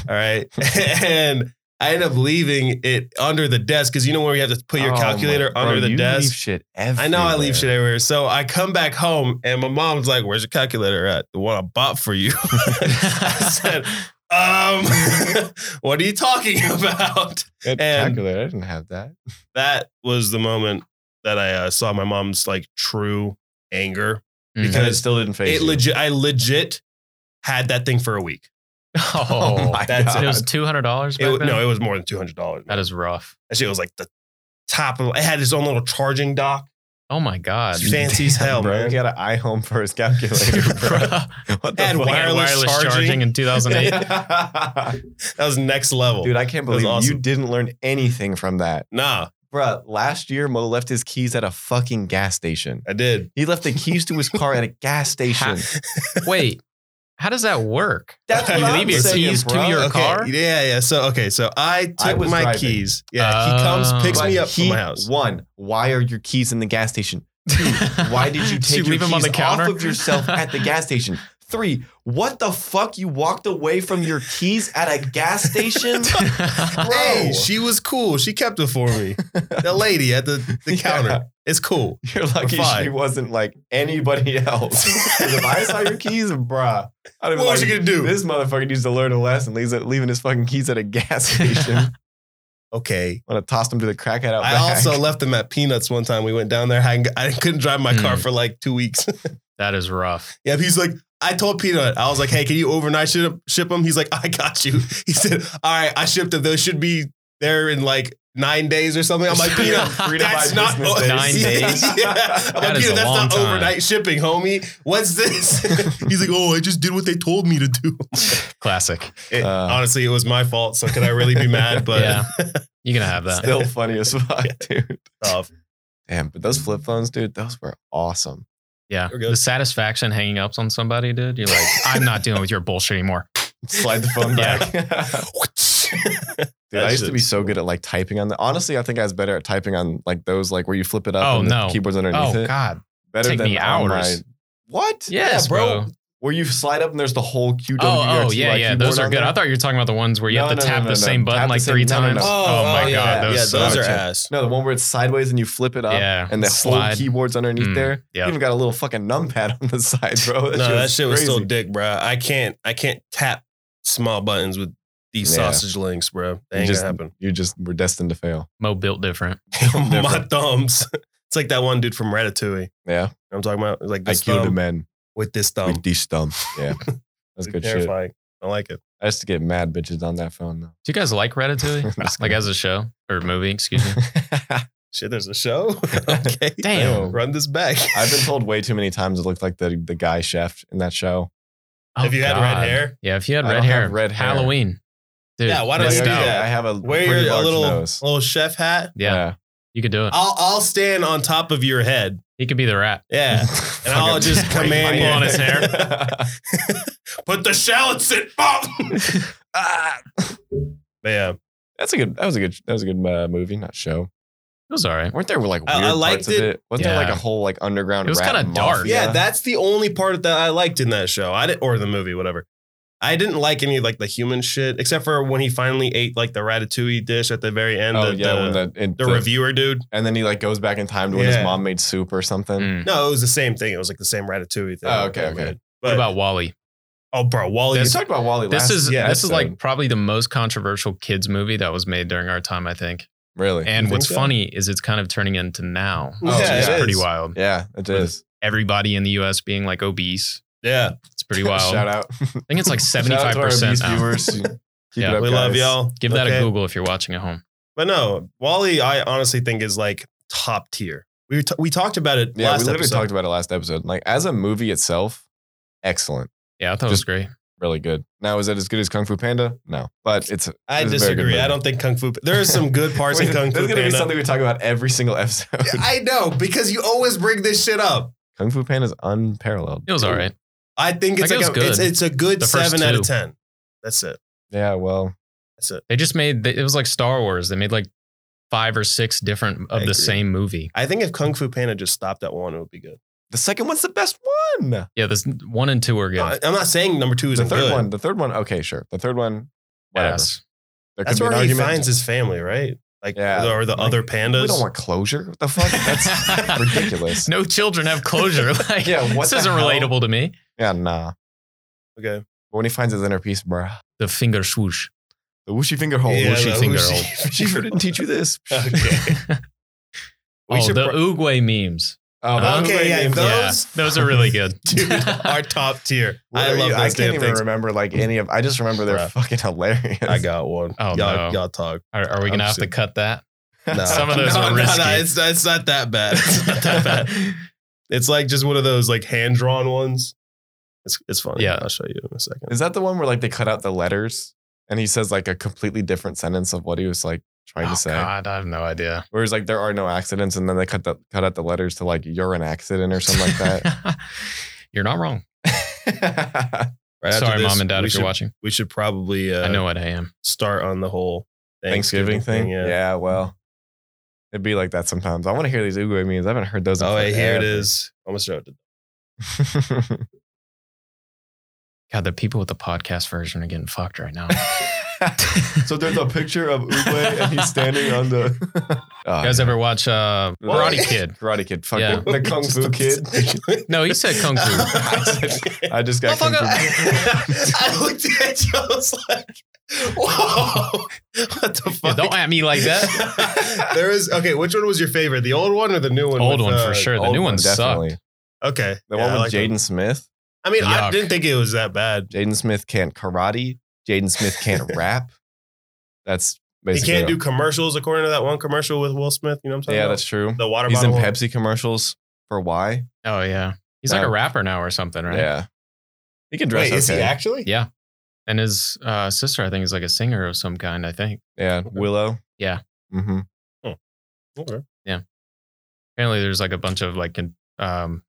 Speaker 2: All right, and I end up leaving it under the desk because you know where you have to put your
Speaker 1: Oh, my-
Speaker 2: calculator
Speaker 1: bro,
Speaker 2: under the
Speaker 1: you
Speaker 2: desk.
Speaker 1: Leave shit everywhere.
Speaker 2: I know I leave shit everywhere. So I come back home and my mom's like, Where's your calculator at? The one I bought for you. I said, Um, what are you talking about?
Speaker 1: It
Speaker 2: And- Mm.
Speaker 1: calculator. I didn't have that.
Speaker 2: That was the moment that I uh, saw my mom's like true anger
Speaker 3: Mm.
Speaker 1: And it
Speaker 2: because
Speaker 1: still didn't phase
Speaker 2: it
Speaker 1: you.
Speaker 2: legit, I legit had that thing for a week.
Speaker 3: Oh,
Speaker 1: Oh my
Speaker 2: that's
Speaker 1: God.
Speaker 3: it was two hundred dollars.
Speaker 2: It, wa- no, it was more than $200.
Speaker 3: that is rough.
Speaker 2: That shit was like the top of it had its own little charging dock.
Speaker 3: Oh my god.
Speaker 2: Fancy as hell,
Speaker 1: bro.
Speaker 2: man.
Speaker 1: He got an iHome for his calculator. bro. what the
Speaker 2: Had
Speaker 1: fuck?
Speaker 3: They had
Speaker 2: Wireless charging.
Speaker 3: in 2008.
Speaker 2: That was next level.
Speaker 1: Dude, I can't
Speaker 2: was
Speaker 1: believe you
Speaker 2: awesome.
Speaker 1: didn't learn anything from that.
Speaker 2: nah,
Speaker 1: Bruh, last year Mo left his keys at a fucking gas station.
Speaker 2: I did.
Speaker 1: He left the keys to his car at a gas station.
Speaker 3: Wait, how does that work?
Speaker 1: That's
Speaker 2: You
Speaker 1: what I'm
Speaker 2: leave your
Speaker 1: saying,
Speaker 3: keys to
Speaker 1: bro.
Speaker 3: your-
Speaker 2: okay.
Speaker 3: car?
Speaker 2: Yeah, yeah. So okay, so I took
Speaker 1: I was
Speaker 2: my
Speaker 1: driving.
Speaker 2: keys. Yeah, he
Speaker 3: Oh.
Speaker 2: comes, picks
Speaker 1: Like,
Speaker 2: me up
Speaker 1: he-
Speaker 2: from my house.
Speaker 1: One, why are your keys in the gas station? Why did you take
Speaker 3: you
Speaker 1: your
Speaker 3: leave
Speaker 1: keys
Speaker 3: them on the counter?
Speaker 1: off of yourself at the gas station? Three, what the fuck? You walked away from your keys at a gas station? Bro.
Speaker 2: Hey, she was cool. She kept it for me. the lady at the, the
Speaker 1: Yeah.
Speaker 2: counter. It's cool.
Speaker 1: You're lucky she
Speaker 2: fine.
Speaker 1: wasn't like anybody else. 'Cause if I saw your keys, bruh, I'd have
Speaker 2: What
Speaker 1: been
Speaker 2: was
Speaker 1: like,
Speaker 2: she gonna do?
Speaker 1: this motherfucker needs to learn a lesson. Leaves it, leaving his fucking keys at a gas station. I'm
Speaker 2: okay.
Speaker 1: gonna toss them to the crackhead out
Speaker 2: I
Speaker 1: back.
Speaker 2: also left them at Peanuts one time. We went down there. I, I couldn't drive my car
Speaker 3: Mm.
Speaker 2: for like two weeks.
Speaker 3: that is rough.
Speaker 2: yeah, he's like, I told Peanut, I was like, hey, can you overnight ship, ship them? He's like, I got you. He said, all right, I shipped them. Those should be there in like nine days or something. I'm like,
Speaker 1: Three
Speaker 2: Peter,
Speaker 1: to five
Speaker 2: that's not
Speaker 1: business days.
Speaker 3: Nine days?
Speaker 2: yeah. I'm
Speaker 3: That
Speaker 2: like,
Speaker 3: is
Speaker 2: Peter,
Speaker 3: a
Speaker 2: that's
Speaker 3: long
Speaker 2: not
Speaker 3: time.
Speaker 2: overnight shipping, homie. What's this? He's like, oh, I just did what they told me to do.
Speaker 3: Classic.
Speaker 2: It-
Speaker 1: Uh.
Speaker 2: honestly, it was my fault. So could I really be mad? But
Speaker 3: yeah, you're gonna have that.
Speaker 1: Still funny as fuck, dude.
Speaker 2: uh,
Speaker 1: Damn, but those flip phones, dude, those were awesome.
Speaker 3: Yeah,
Speaker 2: We're good.
Speaker 3: the satisfaction hanging up on somebody, dude. You're like, I'm not dealing with your bullshit anymore.
Speaker 1: Slide the phone
Speaker 3: Yeah.
Speaker 1: back.
Speaker 2: Oh,
Speaker 1: Dude, I
Speaker 2: That
Speaker 1: used to be
Speaker 2: shit's
Speaker 1: so good at like typing on the. Honestly, I think I was better at typing on like those like where you flip it up
Speaker 3: Oh,
Speaker 1: and
Speaker 3: no.
Speaker 1: the keyboard's underneath
Speaker 3: Oh
Speaker 1: it.
Speaker 3: God.
Speaker 1: Better
Speaker 3: Take
Speaker 1: than
Speaker 3: me
Speaker 1: on
Speaker 3: hours.
Speaker 1: my- what?
Speaker 3: Yes,
Speaker 1: Yeah,
Speaker 3: bro.
Speaker 1: Where you slide up and there's the whole QWERTY.
Speaker 3: Oh, oh yeah,
Speaker 1: like,
Speaker 3: yeah.
Speaker 1: keyboard
Speaker 3: Those are
Speaker 1: on
Speaker 3: good.
Speaker 1: there.
Speaker 3: I thought you were talking about the ones where you
Speaker 1: No,
Speaker 3: have to
Speaker 1: no, no,
Speaker 3: tap
Speaker 1: no,
Speaker 3: the
Speaker 1: no.
Speaker 3: same button
Speaker 1: Tap the
Speaker 3: like
Speaker 1: same-
Speaker 3: three
Speaker 1: no, no, no.
Speaker 3: times.
Speaker 1: Oh,
Speaker 3: my
Speaker 2: yeah,
Speaker 3: God, those
Speaker 2: yeah, those
Speaker 3: suck. Mm.
Speaker 2: are
Speaker 1: suck.
Speaker 2: ass.
Speaker 1: No, the one where it's sideways and you flip it up
Speaker 3: Yeah,
Speaker 1: and the whole
Speaker 3: slide.
Speaker 1: keyboard's underneath
Speaker 3: Mm,
Speaker 1: there.
Speaker 3: yeah.
Speaker 1: You even got a little fucking numpad on the side, bro.
Speaker 2: no, that shit was still
Speaker 1: crazy.
Speaker 2: dick, bro. I can't, I can't tap small buttons with these
Speaker 1: Yeah.
Speaker 2: sausage links, bro. That ain't
Speaker 1: just-
Speaker 2: gonna happen.
Speaker 1: You just were destined to fail.
Speaker 3: Mo built different.
Speaker 2: My
Speaker 1: Different.
Speaker 2: thumbs. It's like that one dude from Ratatouille.
Speaker 1: Yeah.
Speaker 2: I'm talking about like
Speaker 1: I
Speaker 2: this
Speaker 1: killed a
Speaker 2: thumb
Speaker 1: man
Speaker 2: with this thumb.
Speaker 1: with these thumb. Yeah. That's
Speaker 2: It's
Speaker 1: good shit.
Speaker 2: terrifying. I like it.
Speaker 1: I used to get mad bitches on that phone though.
Speaker 3: Do you guys like Ratatouille?
Speaker 1: Just
Speaker 3: like
Speaker 1: kidding.
Speaker 3: as a show or movie? Excuse me.
Speaker 2: Shit, there's a show. okay,
Speaker 3: Damn.
Speaker 2: run this back.
Speaker 1: I've been told way too many times it looked like the, the guy chef in that show.
Speaker 3: Oh,
Speaker 2: If you had red
Speaker 3: God.
Speaker 2: hair?
Speaker 3: yeah. If you had
Speaker 1: I
Speaker 3: red
Speaker 1: don't have
Speaker 3: hair,
Speaker 1: red hair.
Speaker 3: Halloween. Dude,
Speaker 2: Yeah, why don't
Speaker 3: missed
Speaker 2: you do
Speaker 3: out.
Speaker 2: that?
Speaker 1: I have a
Speaker 2: Wear
Speaker 1: pretty
Speaker 2: your a
Speaker 1: large
Speaker 2: little
Speaker 1: nose.
Speaker 2: little chef hat.
Speaker 3: Yeah, you could do it.
Speaker 2: I'll I'll stand on top of your head.
Speaker 3: He could be the rat.
Speaker 2: Yeah, and I'll
Speaker 1: Fucking
Speaker 2: just
Speaker 1: break
Speaker 2: command
Speaker 1: my
Speaker 2: you on
Speaker 1: neck.
Speaker 2: his put the shallots in.
Speaker 1: ah,
Speaker 2: But yeah,
Speaker 1: that's a good. That was a good. That was a good uh, movie, not show.
Speaker 3: It was all right.
Speaker 1: Weren't there like weird
Speaker 2: I- I liked
Speaker 1: parts of
Speaker 2: it.
Speaker 1: it? Wasn't there like
Speaker 3: Yeah.
Speaker 1: a whole like underground?
Speaker 3: It was
Speaker 1: rat
Speaker 3: kinda dark.
Speaker 1: mafia?
Speaker 2: yeah, that's the only part that I liked in that show. I didn't or the movie, whatever. I didn't like any of like the human shit, except for when he finally ate like the ratatouille dish at the very end.
Speaker 1: Oh
Speaker 2: the,
Speaker 1: yeah,
Speaker 2: the,
Speaker 1: when the, it-
Speaker 2: the reviewer dude.
Speaker 1: and then he like goes back in time to when
Speaker 2: Yeah.
Speaker 1: his mom made soup or something.
Speaker 3: Mm.
Speaker 2: No, it was the same thing. It was like the same ratatouille thing.
Speaker 1: Oh, okay, okay.
Speaker 2: But
Speaker 3: What about Wally?
Speaker 2: oh, bro, Wally,
Speaker 1: You
Speaker 2: is-
Speaker 1: talked about Wally.
Speaker 3: This
Speaker 1: last
Speaker 3: is
Speaker 2: yeah,
Speaker 3: this is like
Speaker 1: episode.
Speaker 3: probably the most controversial kids movie that was made during our time, I think.
Speaker 1: really.
Speaker 3: And
Speaker 2: think
Speaker 3: what's
Speaker 2: so?
Speaker 3: funny is it's kind of turning into now,
Speaker 2: Oh,
Speaker 3: which
Speaker 1: yeah,
Speaker 3: is
Speaker 1: it
Speaker 3: pretty
Speaker 2: is.
Speaker 3: wild.
Speaker 1: yeah, it is.
Speaker 3: Everybody in the U.S. being like obese,
Speaker 2: yeah,
Speaker 3: it's pretty wild.
Speaker 1: Shout out.
Speaker 3: I think it's like seventy-five percent now.
Speaker 1: viewers. Keep
Speaker 3: Yeah.
Speaker 1: it up,
Speaker 2: we love
Speaker 1: guys.
Speaker 2: y'all.
Speaker 3: Give that
Speaker 2: Okay.
Speaker 3: a Google if you're watching at home.
Speaker 2: But no, Wally, I honestly think is like top tier. We were t- we talked about it
Speaker 1: Yeah,
Speaker 2: last
Speaker 1: we literally
Speaker 2: episode.
Speaker 1: talked about it last episode. Like as a movie itself, excellent,
Speaker 3: Yeah, I thought it was
Speaker 1: Just-
Speaker 3: great.
Speaker 1: really good. Now is it as good as Kung Fu Panda? No, but it's.
Speaker 2: I
Speaker 1: it was a very good
Speaker 2: disagree.
Speaker 1: movie.
Speaker 2: I don't think Kung Fu. There are some good parts in Kung Fu
Speaker 1: There's gonna be
Speaker 2: Panda.
Speaker 1: something we talk about every single episode.
Speaker 2: I know because you always bring this shit up.
Speaker 1: Kung Fu Panda is unparalleled.
Speaker 3: It was all right.
Speaker 2: I think it's
Speaker 3: Like, it
Speaker 2: like
Speaker 3: was
Speaker 2: a, it's,
Speaker 3: good.
Speaker 2: it's a good
Speaker 3: The first
Speaker 2: seven out of
Speaker 3: two.
Speaker 2: ten. That's it.
Speaker 1: Yeah, well,
Speaker 2: That's it.
Speaker 3: They just made it was like Star Wars. They made like five or six different
Speaker 2: I
Speaker 3: of
Speaker 2: agree.
Speaker 3: the same movie.
Speaker 2: I think if Kung Fu Panda just stopped at one, it would be good.
Speaker 1: the second one's the best one.
Speaker 3: Yeah, this one and two are good.
Speaker 1: Uh,
Speaker 2: I, am not saying number two is
Speaker 1: The
Speaker 2: the
Speaker 1: third
Speaker 2: good.
Speaker 1: one, the third one. Okay, sure. The third one. Whatever.
Speaker 3: Ass.
Speaker 1: There
Speaker 2: That's
Speaker 1: could
Speaker 2: where
Speaker 1: be an
Speaker 2: he
Speaker 1: argument.
Speaker 2: finds his family, right? Like
Speaker 1: Yeah.
Speaker 2: or the
Speaker 1: Like,
Speaker 2: other pandas.
Speaker 1: We don't want closure. What the fuck? That's ridiculous.
Speaker 3: No children have closure. Like,
Speaker 1: Yeah, what
Speaker 3: this
Speaker 1: the
Speaker 3: isn't
Speaker 1: hell?
Speaker 3: relatable to me.
Speaker 1: Yeah, nah.
Speaker 2: okay.
Speaker 1: But when he finds his inner peace, bruh,
Speaker 3: The finger swoosh.
Speaker 1: the whooshy finger hole.
Speaker 2: Yeah,
Speaker 3: Whooshy
Speaker 2: the
Speaker 3: finger
Speaker 2: whooshy
Speaker 1: She
Speaker 2: finger
Speaker 1: didn't teach you this.
Speaker 2: hole. Okay. We
Speaker 3: oh,
Speaker 2: should
Speaker 3: the
Speaker 2: pro-
Speaker 3: Uguay memes.
Speaker 1: Oh,
Speaker 2: Okay,
Speaker 1: those were
Speaker 2: yeah,
Speaker 1: names.
Speaker 2: those-
Speaker 3: those are really good.
Speaker 2: Dude, our top tier.
Speaker 1: What
Speaker 2: I
Speaker 1: are
Speaker 2: love
Speaker 1: you-
Speaker 2: those
Speaker 1: I can't
Speaker 2: damn
Speaker 1: even
Speaker 2: things.
Speaker 1: remember like any of. I just remember they're
Speaker 2: Bruh.
Speaker 1: fucking hilarious.
Speaker 2: I got one.
Speaker 3: Oh,
Speaker 2: y'all,
Speaker 3: no.
Speaker 2: y'all talk.
Speaker 3: Are, are we gonna have to
Speaker 2: Absolutely.
Speaker 3: cut that?
Speaker 2: No.
Speaker 3: Some of those
Speaker 2: no,
Speaker 3: are
Speaker 2: no,
Speaker 3: risky.
Speaker 2: No, it's, it's not that bad. It's not that bad. It's like just one of those like hand drawn ones. It's it's funny.
Speaker 3: Yeah.
Speaker 2: I'll show you in a second.
Speaker 1: Is that the one where like they cut out the letters and he says like a completely different sentence of what he was like trying
Speaker 3: oh
Speaker 1: to say?
Speaker 3: God, I have no idea.
Speaker 1: Whereas like there are no accidents and then they cut the cut out the letters to like you're an accident or something like that.
Speaker 3: you're not wrong.
Speaker 2: Right after
Speaker 3: Sorry,
Speaker 2: this,
Speaker 3: mom and dad,
Speaker 2: we
Speaker 3: if
Speaker 2: should,
Speaker 3: you're watching.
Speaker 2: We should probably uh,
Speaker 3: I know what I am.
Speaker 2: start on the whole
Speaker 1: Thanksgiving, thing. Yeah. well. It'd be like that sometimes. I want to hear these Uguay memes. I haven't heard those. in
Speaker 2: Oh, wait, here it
Speaker 1: forever.
Speaker 2: is. Almost wrote it.
Speaker 3: God, the people with the podcast version are getting fucked right now.
Speaker 1: so there's a picture of Uguay and he's standing on the. Oh,
Speaker 3: You guys ever watch uh,
Speaker 1: What?
Speaker 3: Karate Kid?
Speaker 1: Karate Kid? Fuck
Speaker 3: Yeah.
Speaker 1: the Kung Fu Kid.
Speaker 3: No, he said Kung Fu.
Speaker 1: I just got Kung Fu.
Speaker 2: I looked at you. I was like, "Whoa, what the
Speaker 3: Yeah,
Speaker 2: fuck?"
Speaker 3: don't at me like that.
Speaker 2: there is okay. Which one was your favorite? The old one or the new one?
Speaker 3: Old
Speaker 2: with,
Speaker 3: one
Speaker 2: uh,
Speaker 3: for sure. The
Speaker 1: Old
Speaker 3: new one
Speaker 1: definitely.
Speaker 3: sucked.
Speaker 2: Okay,
Speaker 1: The
Speaker 2: Yeah,
Speaker 1: one
Speaker 2: I
Speaker 1: with
Speaker 2: like that
Speaker 1: Jaden Smith.
Speaker 2: I mean, I
Speaker 3: Yuck.
Speaker 2: didn't think it was that bad.
Speaker 1: Jaden Smith can't karate. Jaden Smith can't rap. That's
Speaker 2: He
Speaker 1: Basically,
Speaker 2: can't do commercials according to that one commercial with Will Smith. You know what I'm talking
Speaker 1: yeah,
Speaker 2: about?
Speaker 1: that's true.
Speaker 2: the water
Speaker 1: He's in
Speaker 2: bottle. one.
Speaker 1: Pepsi commercials for why?
Speaker 3: Oh yeah, he's like
Speaker 1: Yeah.
Speaker 3: a rapper now or something, right?
Speaker 1: Yeah, he can dress
Speaker 2: Wait,
Speaker 1: okay.
Speaker 2: is he actually?
Speaker 3: Yeah. And his uh, sister, I think, is like a singer of some kind. I think.
Speaker 1: yeah, Willow.
Speaker 3: Yeah.
Speaker 1: Mm-hmm.
Speaker 2: Okay.
Speaker 3: Apparently, there's like a bunch of like, con- um,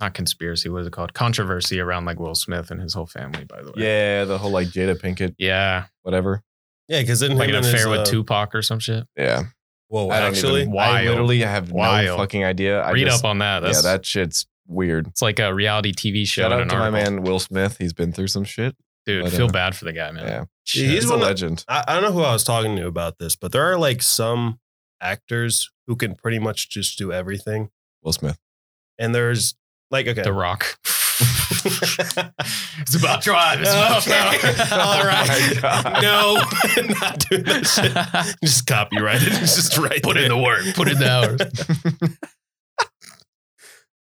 Speaker 3: not conspiracy. What is it called? Controversy around like Will Smith and his whole family. By the way.
Speaker 1: Yeah, the whole like Jada Pinkett,
Speaker 3: Yeah.
Speaker 1: whatever.
Speaker 2: Yeah, because didn't
Speaker 3: Like
Speaker 2: him
Speaker 3: an
Speaker 2: and
Speaker 3: affair
Speaker 2: his,
Speaker 3: with
Speaker 2: uh,
Speaker 3: Tupac or some shit.
Speaker 1: Yeah,
Speaker 2: Whoa,
Speaker 1: I don't
Speaker 2: actually,
Speaker 1: even, I
Speaker 3: Wild.
Speaker 1: literally have no
Speaker 3: Wild.
Speaker 1: fucking idea. I
Speaker 3: Read
Speaker 1: just,
Speaker 3: up on that. That's,
Speaker 1: yeah, that shit's weird.
Speaker 3: It's like a reality TV show.
Speaker 1: Shout
Speaker 3: and
Speaker 1: out
Speaker 3: an
Speaker 1: to my
Speaker 3: article.
Speaker 1: man Will Smith. He's been through some shit.
Speaker 3: dude.
Speaker 1: but,
Speaker 3: feel
Speaker 1: uh,
Speaker 3: bad for the guy, man.
Speaker 1: Yeah,
Speaker 3: Shit.
Speaker 2: He's
Speaker 1: he's a
Speaker 2: one of-
Speaker 1: legend.
Speaker 2: I, I don't know who I was talking to about this, but there are like some actors who can pretty much just do everything.
Speaker 1: Will Smith.
Speaker 2: And there's like, okay.
Speaker 3: The Rock. it's about drive. It's about drive. All right.
Speaker 1: Oh my God.
Speaker 2: no, not doing that shit. Just copyright it. It's just right.
Speaker 3: Put in the work. Put in the hours.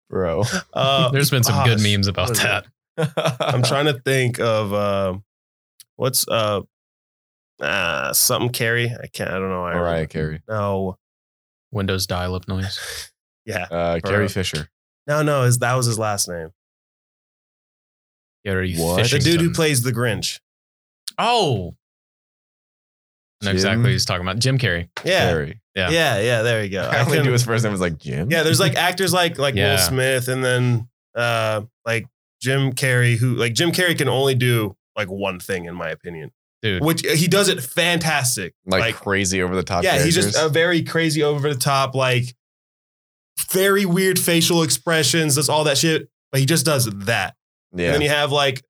Speaker 1: Bro. Oh,
Speaker 2: Uh,
Speaker 3: There's been some good
Speaker 2: gosh,
Speaker 3: memes about
Speaker 2: what is
Speaker 3: that.
Speaker 2: I'm trying to think of uh, what's uh, uh, something Carrie. I can't. I don't know. I
Speaker 1: All right, Carrie.
Speaker 2: No.
Speaker 3: Windows dial-up noise.
Speaker 2: Yeah.
Speaker 1: Uh,
Speaker 2: Bro.
Speaker 1: Carrie Fisher.
Speaker 2: No. No. Is that was his last name?
Speaker 3: Gary
Speaker 1: What? The
Speaker 2: The dude who
Speaker 3: Fishington.
Speaker 2: plays the Grinch.
Speaker 3: Oh. I know exactly
Speaker 1: Jim
Speaker 3: what he's talking about. Jim Carrey.
Speaker 2: Yeah.
Speaker 1: Carrie.
Speaker 3: Yeah.
Speaker 2: Yeah. Yeah. There you go.
Speaker 1: I only knew his first name was like Jim.
Speaker 2: yeah. There's like actors like like Will
Speaker 3: Yeah.
Speaker 2: Smith and then uh like Jim Carrey who like Jim Carrey can only do like one thing in my opinion,
Speaker 3: Dude.
Speaker 2: which uh, he does it fantastic.
Speaker 1: like, crazy over the top.
Speaker 2: yeah, he's just a
Speaker 1: characters.
Speaker 2: very crazy over the top, like very weird facial expressions, does all that shit. But he just does that.
Speaker 1: yeah.
Speaker 2: And then you have like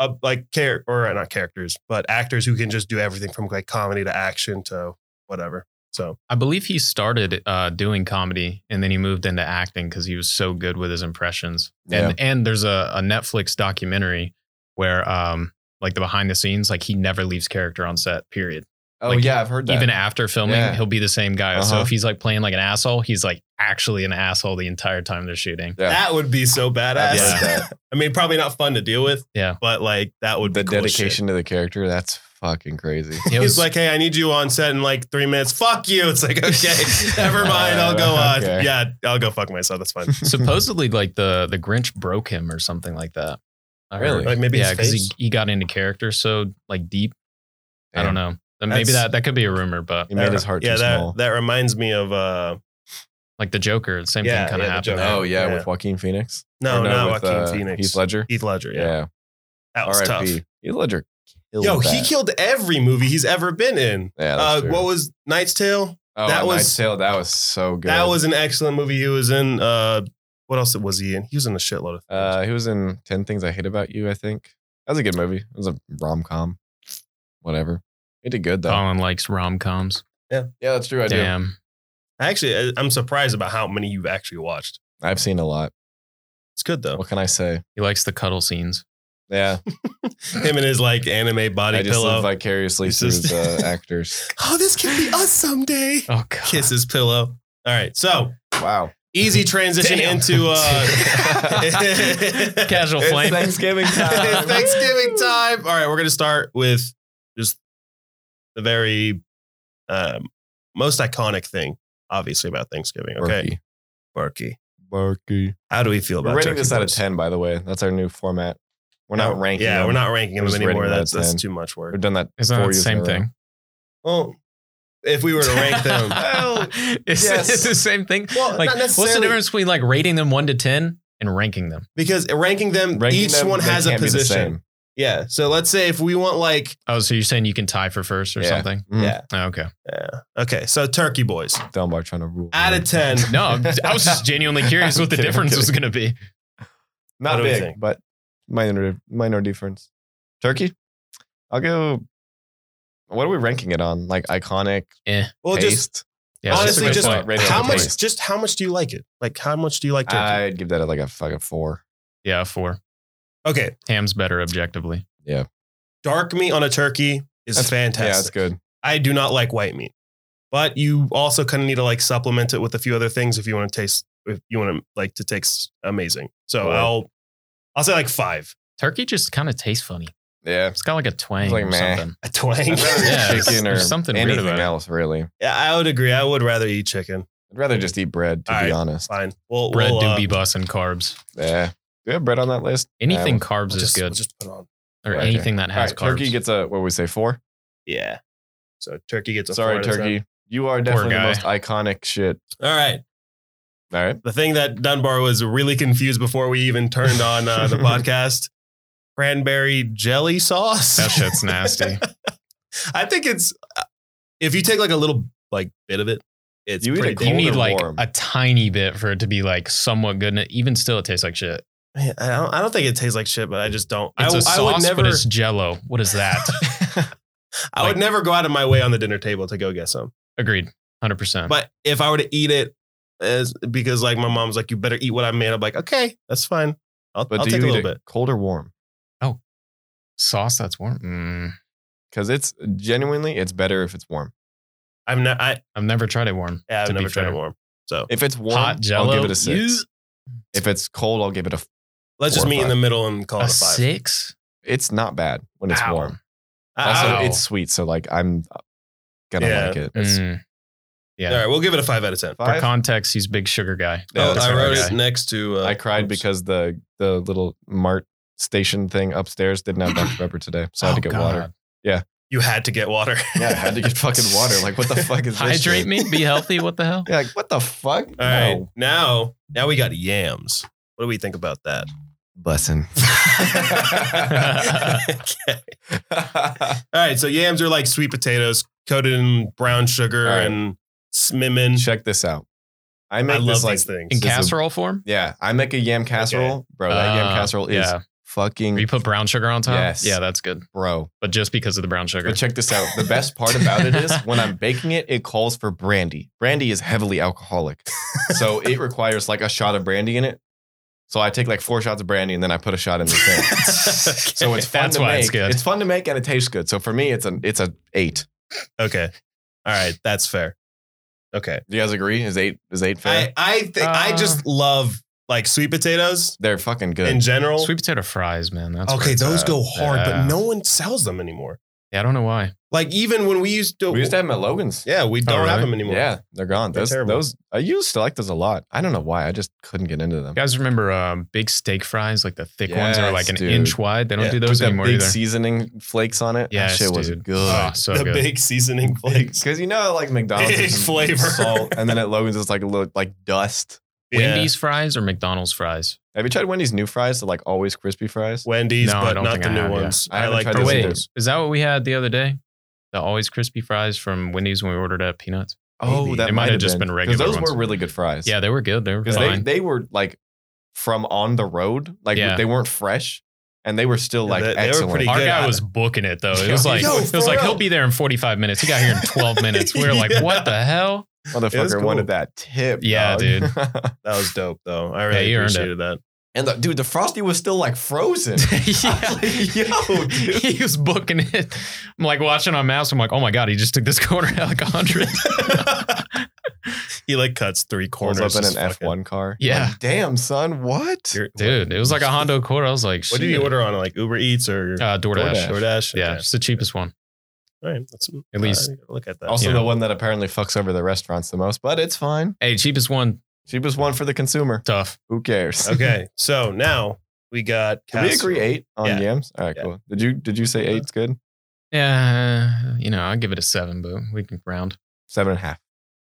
Speaker 2: a like care or uh, not characters, but actors who can just do everything from like comedy to action to whatever. So
Speaker 3: I believe he started uh, doing comedy and then he moved into acting because he was so good with his impressions. And and there's a, a Netflix documentary where um like the behind the scenes, like he never leaves character on set, period.
Speaker 1: oh
Speaker 3: like,
Speaker 1: yeah, I've heard that.
Speaker 3: Even after filming,
Speaker 1: Yeah.
Speaker 3: he'll be the same guy. So
Speaker 1: Uh-huh.
Speaker 3: if he's like playing like an asshole, he's like actually an asshole the entire time they're shooting.
Speaker 1: Yeah.
Speaker 2: that would be so badass.
Speaker 1: I've heard that.
Speaker 2: I mean, probably not fun to deal with.
Speaker 3: Yeah.
Speaker 2: But like that would
Speaker 1: the
Speaker 2: be cool shit.
Speaker 1: dedication to the character. That's fucking crazy.
Speaker 3: It
Speaker 2: He's like, hey, I need you on set in like three minutes. Fuck you. It's like, okay, never mind. I'll go on.
Speaker 1: Okay.
Speaker 2: Yeah, I'll go fuck myself. That's fine.
Speaker 3: supposedly like the the Grinch broke him or something like that. I
Speaker 1: Really?
Speaker 3: heard.
Speaker 2: Like maybe
Speaker 3: yeah,
Speaker 2: his
Speaker 3: because he,
Speaker 2: face?
Speaker 3: he got into character so like deep. I
Speaker 1: Damn.
Speaker 3: don't know. Then Maybe
Speaker 2: That's-
Speaker 3: that that could be a rumor, but
Speaker 1: He made his heart
Speaker 2: yeah,
Speaker 1: too
Speaker 2: that,
Speaker 1: small.
Speaker 2: that reminds me of uh
Speaker 3: like the Joker, the same
Speaker 2: Yeah,
Speaker 3: thing kind of
Speaker 2: yeah, the
Speaker 3: happened.
Speaker 2: Joker.
Speaker 3: there.
Speaker 1: oh yeah,
Speaker 2: Yeah.
Speaker 1: with Joaquin Phoenix.
Speaker 2: no,
Speaker 1: Or
Speaker 2: not
Speaker 1: with,
Speaker 2: Joaquin
Speaker 1: uh,
Speaker 2: Phoenix.
Speaker 1: Heath Ledger.
Speaker 2: Heath Ledger, yeah.
Speaker 1: Yeah.
Speaker 2: That was tough.
Speaker 1: R.I.P. Heath Ledger. Killed
Speaker 2: Yo, he
Speaker 1: that.
Speaker 2: killed every movie he's ever been in.
Speaker 1: Yeah, that's
Speaker 2: Uh,
Speaker 1: true.
Speaker 2: what was Knight's Tale?
Speaker 1: oh,
Speaker 2: that
Speaker 1: and
Speaker 2: was-
Speaker 1: Night's Tale, that was so good.
Speaker 2: That was an excellent movie he was in. Uh what else was he in? He was in a shitload of things.
Speaker 1: Uh, he was in Ten Things I Hate About You. I think that was a good movie. It was a rom com, whatever. He did good though.
Speaker 3: Colin likes rom coms.
Speaker 2: Oh.
Speaker 1: yeah, that's true. I do.
Speaker 3: Damn.
Speaker 2: actually, I- I'm surprised about how many you've actually watched.
Speaker 1: I've seen a lot.
Speaker 2: It's good though.
Speaker 1: What can I say?
Speaker 3: He likes the cuddle scenes.
Speaker 1: Yeah,
Speaker 2: Him and his like anime body
Speaker 1: I just
Speaker 2: pillow.
Speaker 1: live vicariously
Speaker 2: He's
Speaker 1: through
Speaker 2: just-
Speaker 1: the actors.
Speaker 2: oh, this can be us someday.
Speaker 3: Oh god.
Speaker 2: Kiss his pillow. All right. So
Speaker 1: Wow.
Speaker 2: easy transition
Speaker 3: Damn.
Speaker 2: into uh
Speaker 3: Casual flame.
Speaker 1: Thanksgiving
Speaker 2: It's Thanksgiving time. All right, we're gonna start with just the very um, most iconic thing, obviously about Thanksgiving. Okay,
Speaker 1: Berkey.
Speaker 2: Berkey.
Speaker 1: Berkey.
Speaker 2: How do we feel about
Speaker 1: We're rating
Speaker 2: turkey
Speaker 1: this out of
Speaker 2: breast?
Speaker 1: ten, by the way. That's our new format. We're not
Speaker 2: No,
Speaker 1: ranking.
Speaker 2: Oh, Yeah,
Speaker 1: them.
Speaker 2: we're not ranking
Speaker 1: We're
Speaker 2: them
Speaker 1: just rating
Speaker 2: anymore.
Speaker 1: them out
Speaker 2: That's
Speaker 1: of
Speaker 2: that's
Speaker 1: 10.
Speaker 2: too much work.
Speaker 1: We've done that.
Speaker 3: Isn't that
Speaker 1: four
Speaker 3: the
Speaker 1: years in
Speaker 3: same
Speaker 1: a row.
Speaker 3: thing?
Speaker 2: Well, if we were to rank them,
Speaker 1: Well,
Speaker 3: it's,
Speaker 1: yes.
Speaker 3: it's the same thing.
Speaker 2: well,
Speaker 3: Like,
Speaker 2: not
Speaker 3: what's the
Speaker 2: necessarily
Speaker 3: difference between like rating them one to ten and ranking them?
Speaker 2: because ranking them,
Speaker 1: Ranking
Speaker 2: each
Speaker 1: them,
Speaker 2: one
Speaker 1: they
Speaker 2: has a
Speaker 1: can't be the
Speaker 2: position.
Speaker 1: same.
Speaker 2: Yeah. So let's say if we want like
Speaker 3: Oh, so you're saying you can tie for first or
Speaker 1: Yeah.
Speaker 3: something?
Speaker 1: Mm,
Speaker 2: yeah,
Speaker 3: Oh, okay.
Speaker 2: yeah. Okay, so turkey boys
Speaker 1: Dunbar trying to rule.
Speaker 2: out of ten.
Speaker 3: No, I'm- I was just genuinely curious what the
Speaker 1: I'm kidding,
Speaker 3: difference
Speaker 1: I'm
Speaker 3: was going to be.
Speaker 2: What
Speaker 1: Not
Speaker 2: do we
Speaker 1: big,
Speaker 2: think?
Speaker 1: but minor minor difference. Turkey. I'll go. What are we ranking it on? Like iconic
Speaker 2: Well, just
Speaker 1: taste.
Speaker 3: Eh. Yeah, that's a
Speaker 2: honestly,
Speaker 3: good
Speaker 2: just
Speaker 3: point.
Speaker 1: Right
Speaker 2: how
Speaker 1: now,
Speaker 2: much?
Speaker 1: please.
Speaker 2: Just how much do you like it? Like how much do you like turkey?
Speaker 1: I'd give that like a fucking four.
Speaker 3: Yeah, four.
Speaker 2: okay,
Speaker 3: Ham's better objectively.
Speaker 2: dark meat on a turkey is
Speaker 1: That's-
Speaker 2: fantastic.
Speaker 1: Yeah, that's good.
Speaker 2: I do not like white meat, but you also kind of need to like supplement it with a few other things if you want to taste. If you want to like to taste amazing, so
Speaker 1: Cool.
Speaker 2: I'll I'll say like five.
Speaker 3: Turkey just kind of tastes funny.
Speaker 1: Yeah.
Speaker 3: It's got like a twang
Speaker 1: It's like,
Speaker 3: or
Speaker 1: meh.
Speaker 3: something.
Speaker 2: A twang.
Speaker 1: I'd rather eat
Speaker 3: Yeah, there's-
Speaker 1: chicken or
Speaker 3: there's something weird
Speaker 1: anything
Speaker 3: about it.
Speaker 1: else, really.
Speaker 2: yeah, I would agree. I would rather eat chicken.
Speaker 1: I'd rather just eat bread, to
Speaker 2: All
Speaker 1: be
Speaker 2: right.
Speaker 1: honest.
Speaker 2: Fine. Well,
Speaker 3: Bread
Speaker 2: we'll,
Speaker 3: do
Speaker 2: uh,
Speaker 3: be bussing carbs.
Speaker 1: Yeah. Do you have bread on that list? we'll-
Speaker 3: Anything carbs
Speaker 2: we'll
Speaker 3: is
Speaker 2: just,
Speaker 3: good,
Speaker 2: we'll just put on.
Speaker 3: or
Speaker 1: Okay.
Speaker 3: anything that
Speaker 1: All
Speaker 3: has
Speaker 1: right,
Speaker 3: carbs.
Speaker 1: turkey gets a, what would we say, four?
Speaker 2: Yeah. So turkey gets a
Speaker 1: Sorry,
Speaker 2: four out of
Speaker 1: turkey. You are definitely the
Speaker 3: guy.
Speaker 1: most iconic shit.
Speaker 2: 10. All right.
Speaker 1: All right.
Speaker 2: The thing that Dunbar was really confused before we even turned on uh, the podcast cranberry jelly sauce.
Speaker 3: that shit's nasty.
Speaker 2: I think it's, uh, if you take like a little like bit of it, it's
Speaker 1: You eat
Speaker 2: pretty
Speaker 1: it
Speaker 2: damn-
Speaker 1: Cold
Speaker 3: you need
Speaker 1: or
Speaker 3: like
Speaker 1: warm?
Speaker 3: a tiny bit for it to be like somewhat good. And even still, it tastes like shit.
Speaker 2: Man, I don't, I don't think it tastes like shit, but I just don't. I
Speaker 3: It's a
Speaker 2: w- I
Speaker 3: sauce,
Speaker 2: would never,
Speaker 3: but it's Jello. What is that?
Speaker 2: I
Speaker 3: like-
Speaker 2: would never go out of my way on the dinner table to go get some.
Speaker 3: Agreed, hundred percent.
Speaker 2: But if I were to eat it, as because like my mom's like, you better eat what I made. I'm like, okay, that's fine. I'll,
Speaker 1: But
Speaker 2: I'll
Speaker 1: do
Speaker 2: take a
Speaker 1: you eat
Speaker 2: little
Speaker 1: it
Speaker 2: bit.
Speaker 1: cold or warm?
Speaker 3: sauce that's warm. Mm,
Speaker 1: Because it's genuinely, it's better if it's warm.
Speaker 2: I'm not. I
Speaker 3: I've never tried it warm.
Speaker 2: yeah, I've
Speaker 3: To be
Speaker 2: never tried
Speaker 3: fair.
Speaker 2: it warm. So
Speaker 1: If it's warm,
Speaker 3: Hot Jello.
Speaker 1: I'll give it a six.
Speaker 3: You-
Speaker 1: If it's cold, I'll give it a. F-
Speaker 2: let's just
Speaker 1: Four or
Speaker 2: meet in
Speaker 1: five.
Speaker 2: the middle and call
Speaker 3: a
Speaker 2: it a five.
Speaker 3: six.
Speaker 1: it's not bad when it's
Speaker 3: Ow.
Speaker 1: warm.
Speaker 2: I-
Speaker 1: Also,
Speaker 2: I-
Speaker 3: Ow.
Speaker 1: it's sweet, so like I'm gonna
Speaker 2: Yeah.
Speaker 1: like it. It's-
Speaker 3: Mm. Yeah.
Speaker 2: All right, we'll give it a five out of ten.
Speaker 3: For
Speaker 1: Five?
Speaker 3: context, he's big sugar guy.
Speaker 1: Yeah,
Speaker 2: Oh,
Speaker 1: that's
Speaker 2: I
Speaker 1: right.
Speaker 2: wrote
Speaker 1: Yeah.
Speaker 2: it next to. Uh,
Speaker 1: I cried
Speaker 2: oops.
Speaker 1: because the the little Mart station thing upstairs didn't have Dr Pepper today, so I had to
Speaker 3: Oh,
Speaker 1: get
Speaker 3: God.
Speaker 1: water.
Speaker 2: you had to get water.
Speaker 1: Yeah, I had to get fucking water. Like, what the fuck is this?
Speaker 3: Hydrate
Speaker 1: shit?
Speaker 3: me. Be healthy. What the hell?
Speaker 1: Yeah, like what the fuck?
Speaker 2: All right, now now we got yams. What do we think about that?
Speaker 1: bussin.
Speaker 2: okay. All right, so yams are like sweet potatoes coated in brown sugar
Speaker 1: All right.
Speaker 2: and smimin.
Speaker 1: Check this out. I
Speaker 2: I
Speaker 1: make
Speaker 2: love
Speaker 1: this like
Speaker 2: these things.
Speaker 1: This
Speaker 3: In
Speaker 1: is a-
Speaker 3: casserole form.
Speaker 1: yeah, I make a yam casserole, bro. That
Speaker 3: Uh,
Speaker 1: yam casserole is
Speaker 3: yeah.
Speaker 1: fucking
Speaker 3: You put brown sugar on top.
Speaker 1: Yes.
Speaker 3: Yeah, that's good.
Speaker 1: bro.
Speaker 3: But just because of the brown sugar.
Speaker 1: But check this out. The best part about it is when I'm baking it, it calls for brandy. Brandy is heavily alcoholic. So it requires like a shot of brandy in it. So I take like four shots of brandy and then I put a shot in the thing. So it's fun
Speaker 3: That's
Speaker 1: to
Speaker 3: why
Speaker 1: make.
Speaker 3: it's good.
Speaker 1: fun to make and it tastes good. So for me, it's an it's a eight.
Speaker 2: Okay. All right. That's fair. Okay.
Speaker 1: Do you guys agree? Is eight is eight fair?
Speaker 2: I, I think I
Speaker 3: Uh.
Speaker 2: just love like sweet potatoes
Speaker 1: They're fucking good.
Speaker 2: in general.
Speaker 3: Sweet potato fries, man. That's where
Speaker 2: okay,
Speaker 3: it's
Speaker 2: those
Speaker 3: at.
Speaker 2: go hard,
Speaker 3: Yeah.
Speaker 2: but no one sells them anymore.
Speaker 3: Yeah, I don't know why.
Speaker 2: Like even when we used to,
Speaker 1: we used to have them at Logan's.
Speaker 2: yeah, we don't have
Speaker 3: Oh, really?
Speaker 2: them anymore.
Speaker 1: Yeah, they're gone.
Speaker 2: They're
Speaker 1: those
Speaker 2: terrible.
Speaker 1: those I used to like those a lot. I don't know why. I just couldn't get into them.
Speaker 3: You guys remember um, big steak fries, like the thick ones that are like
Speaker 1: Yes,
Speaker 3: an
Speaker 1: dude.
Speaker 3: inch wide? They don't
Speaker 2: Yeah.
Speaker 3: do
Speaker 1: Put
Speaker 3: those
Speaker 1: that
Speaker 3: anymore
Speaker 1: big
Speaker 3: either.
Speaker 1: seasoning flakes on it.
Speaker 3: Yes,
Speaker 1: that shit was
Speaker 3: dude.
Speaker 1: good.
Speaker 3: Oh, so
Speaker 2: the
Speaker 3: good.
Speaker 2: big seasoning flakes.
Speaker 1: Because you know, like McDonald's
Speaker 2: Big
Speaker 1: is
Speaker 2: flavor.
Speaker 1: salt, and then at Logan's it's like a little like dust.
Speaker 2: Wendy's,
Speaker 3: Wendy's fries or McDonald's fries?
Speaker 1: Have you tried Wendy's new fries? The like always crispy fries.
Speaker 2: Wendy's,
Speaker 3: No, I
Speaker 2: but
Speaker 3: don't
Speaker 2: not
Speaker 3: think
Speaker 2: the
Speaker 3: I
Speaker 2: new
Speaker 3: have, yeah.
Speaker 2: ones.
Speaker 1: I
Speaker 2: I,
Speaker 1: haven't
Speaker 2: like
Speaker 1: tried
Speaker 2: the
Speaker 1: those
Speaker 2: old
Speaker 1: either.
Speaker 2: ones.
Speaker 3: Wait, is that what we had the other day? The always crispy fries from Wendy's when we ordered at Peanuts?
Speaker 1: Oh,
Speaker 3: Maybe.
Speaker 1: that
Speaker 3: They might
Speaker 1: might
Speaker 3: have
Speaker 1: have
Speaker 3: just been
Speaker 1: 'Cause
Speaker 3: regular
Speaker 1: Those
Speaker 3: ones.
Speaker 1: were really good fries.
Speaker 3: Yeah, they were good. They were
Speaker 1: because they
Speaker 3: fine.
Speaker 1: they were like from on the road. Like
Speaker 3: Yeah.
Speaker 1: they weren't fresh, and they were still
Speaker 2: Yeah,
Speaker 1: like
Speaker 2: they- they were
Speaker 1: excellent.
Speaker 2: pretty
Speaker 3: Our
Speaker 2: good.
Speaker 3: guy was booking it though. It was
Speaker 1: Yo,
Speaker 3: like
Speaker 1: yo,
Speaker 3: it was like
Speaker 2: for
Speaker 3: he'll
Speaker 2: real.
Speaker 3: be there in 45 minutes. He got here in 12 minutes. We were like,
Speaker 2: Yeah.
Speaker 3: what the hell?
Speaker 1: Motherfucker
Speaker 2: cool.
Speaker 1: wanted that tip.
Speaker 3: Yeah,
Speaker 1: dog.
Speaker 3: dude.
Speaker 2: That was dope though. I
Speaker 3: Yeah,
Speaker 2: really
Speaker 3: you earned it.
Speaker 2: appreciated that.
Speaker 1: and the, dude, the frosty was still like frozen. Yo, dude.
Speaker 3: He was booking it. I'm like watching on maps. I'm like, oh my god, he just took this corner out like a hundred.
Speaker 2: He like cuts three corners.
Speaker 1: Pulls up in
Speaker 2: It's
Speaker 1: an F
Speaker 2: fucking-
Speaker 1: one car.
Speaker 3: Yeah.
Speaker 1: Like, Damn, son, what?
Speaker 2: You're-
Speaker 3: Dude, it was like a Hondo Accord. I was like,
Speaker 2: What did you
Speaker 3: shit.
Speaker 2: order on like Uber Eats or
Speaker 3: Uh, DoorDash.
Speaker 1: DoorDash.
Speaker 2: DoorDash?
Speaker 3: Yeah,
Speaker 2: Okay.
Speaker 3: it's the cheapest one.
Speaker 2: All right. That's,
Speaker 3: At least.
Speaker 2: uh, look at that.
Speaker 1: Also,
Speaker 3: Yeah.
Speaker 1: the one that apparently fucks over the restaurants the most, but it's fine.
Speaker 3: Hey, cheapest one,
Speaker 1: Cheapest one for the consumer.
Speaker 3: tough.
Speaker 1: Who cares?
Speaker 2: okay. So now we got.
Speaker 1: Can we
Speaker 2: casserole.
Speaker 1: agree eight on
Speaker 2: Yeah.
Speaker 1: yams? All right,
Speaker 2: Yeah.
Speaker 1: cool. Did you did you say eight's good?
Speaker 3: Yeah, you know, I'll give it a seven, but we can round.
Speaker 1: Seven and a half.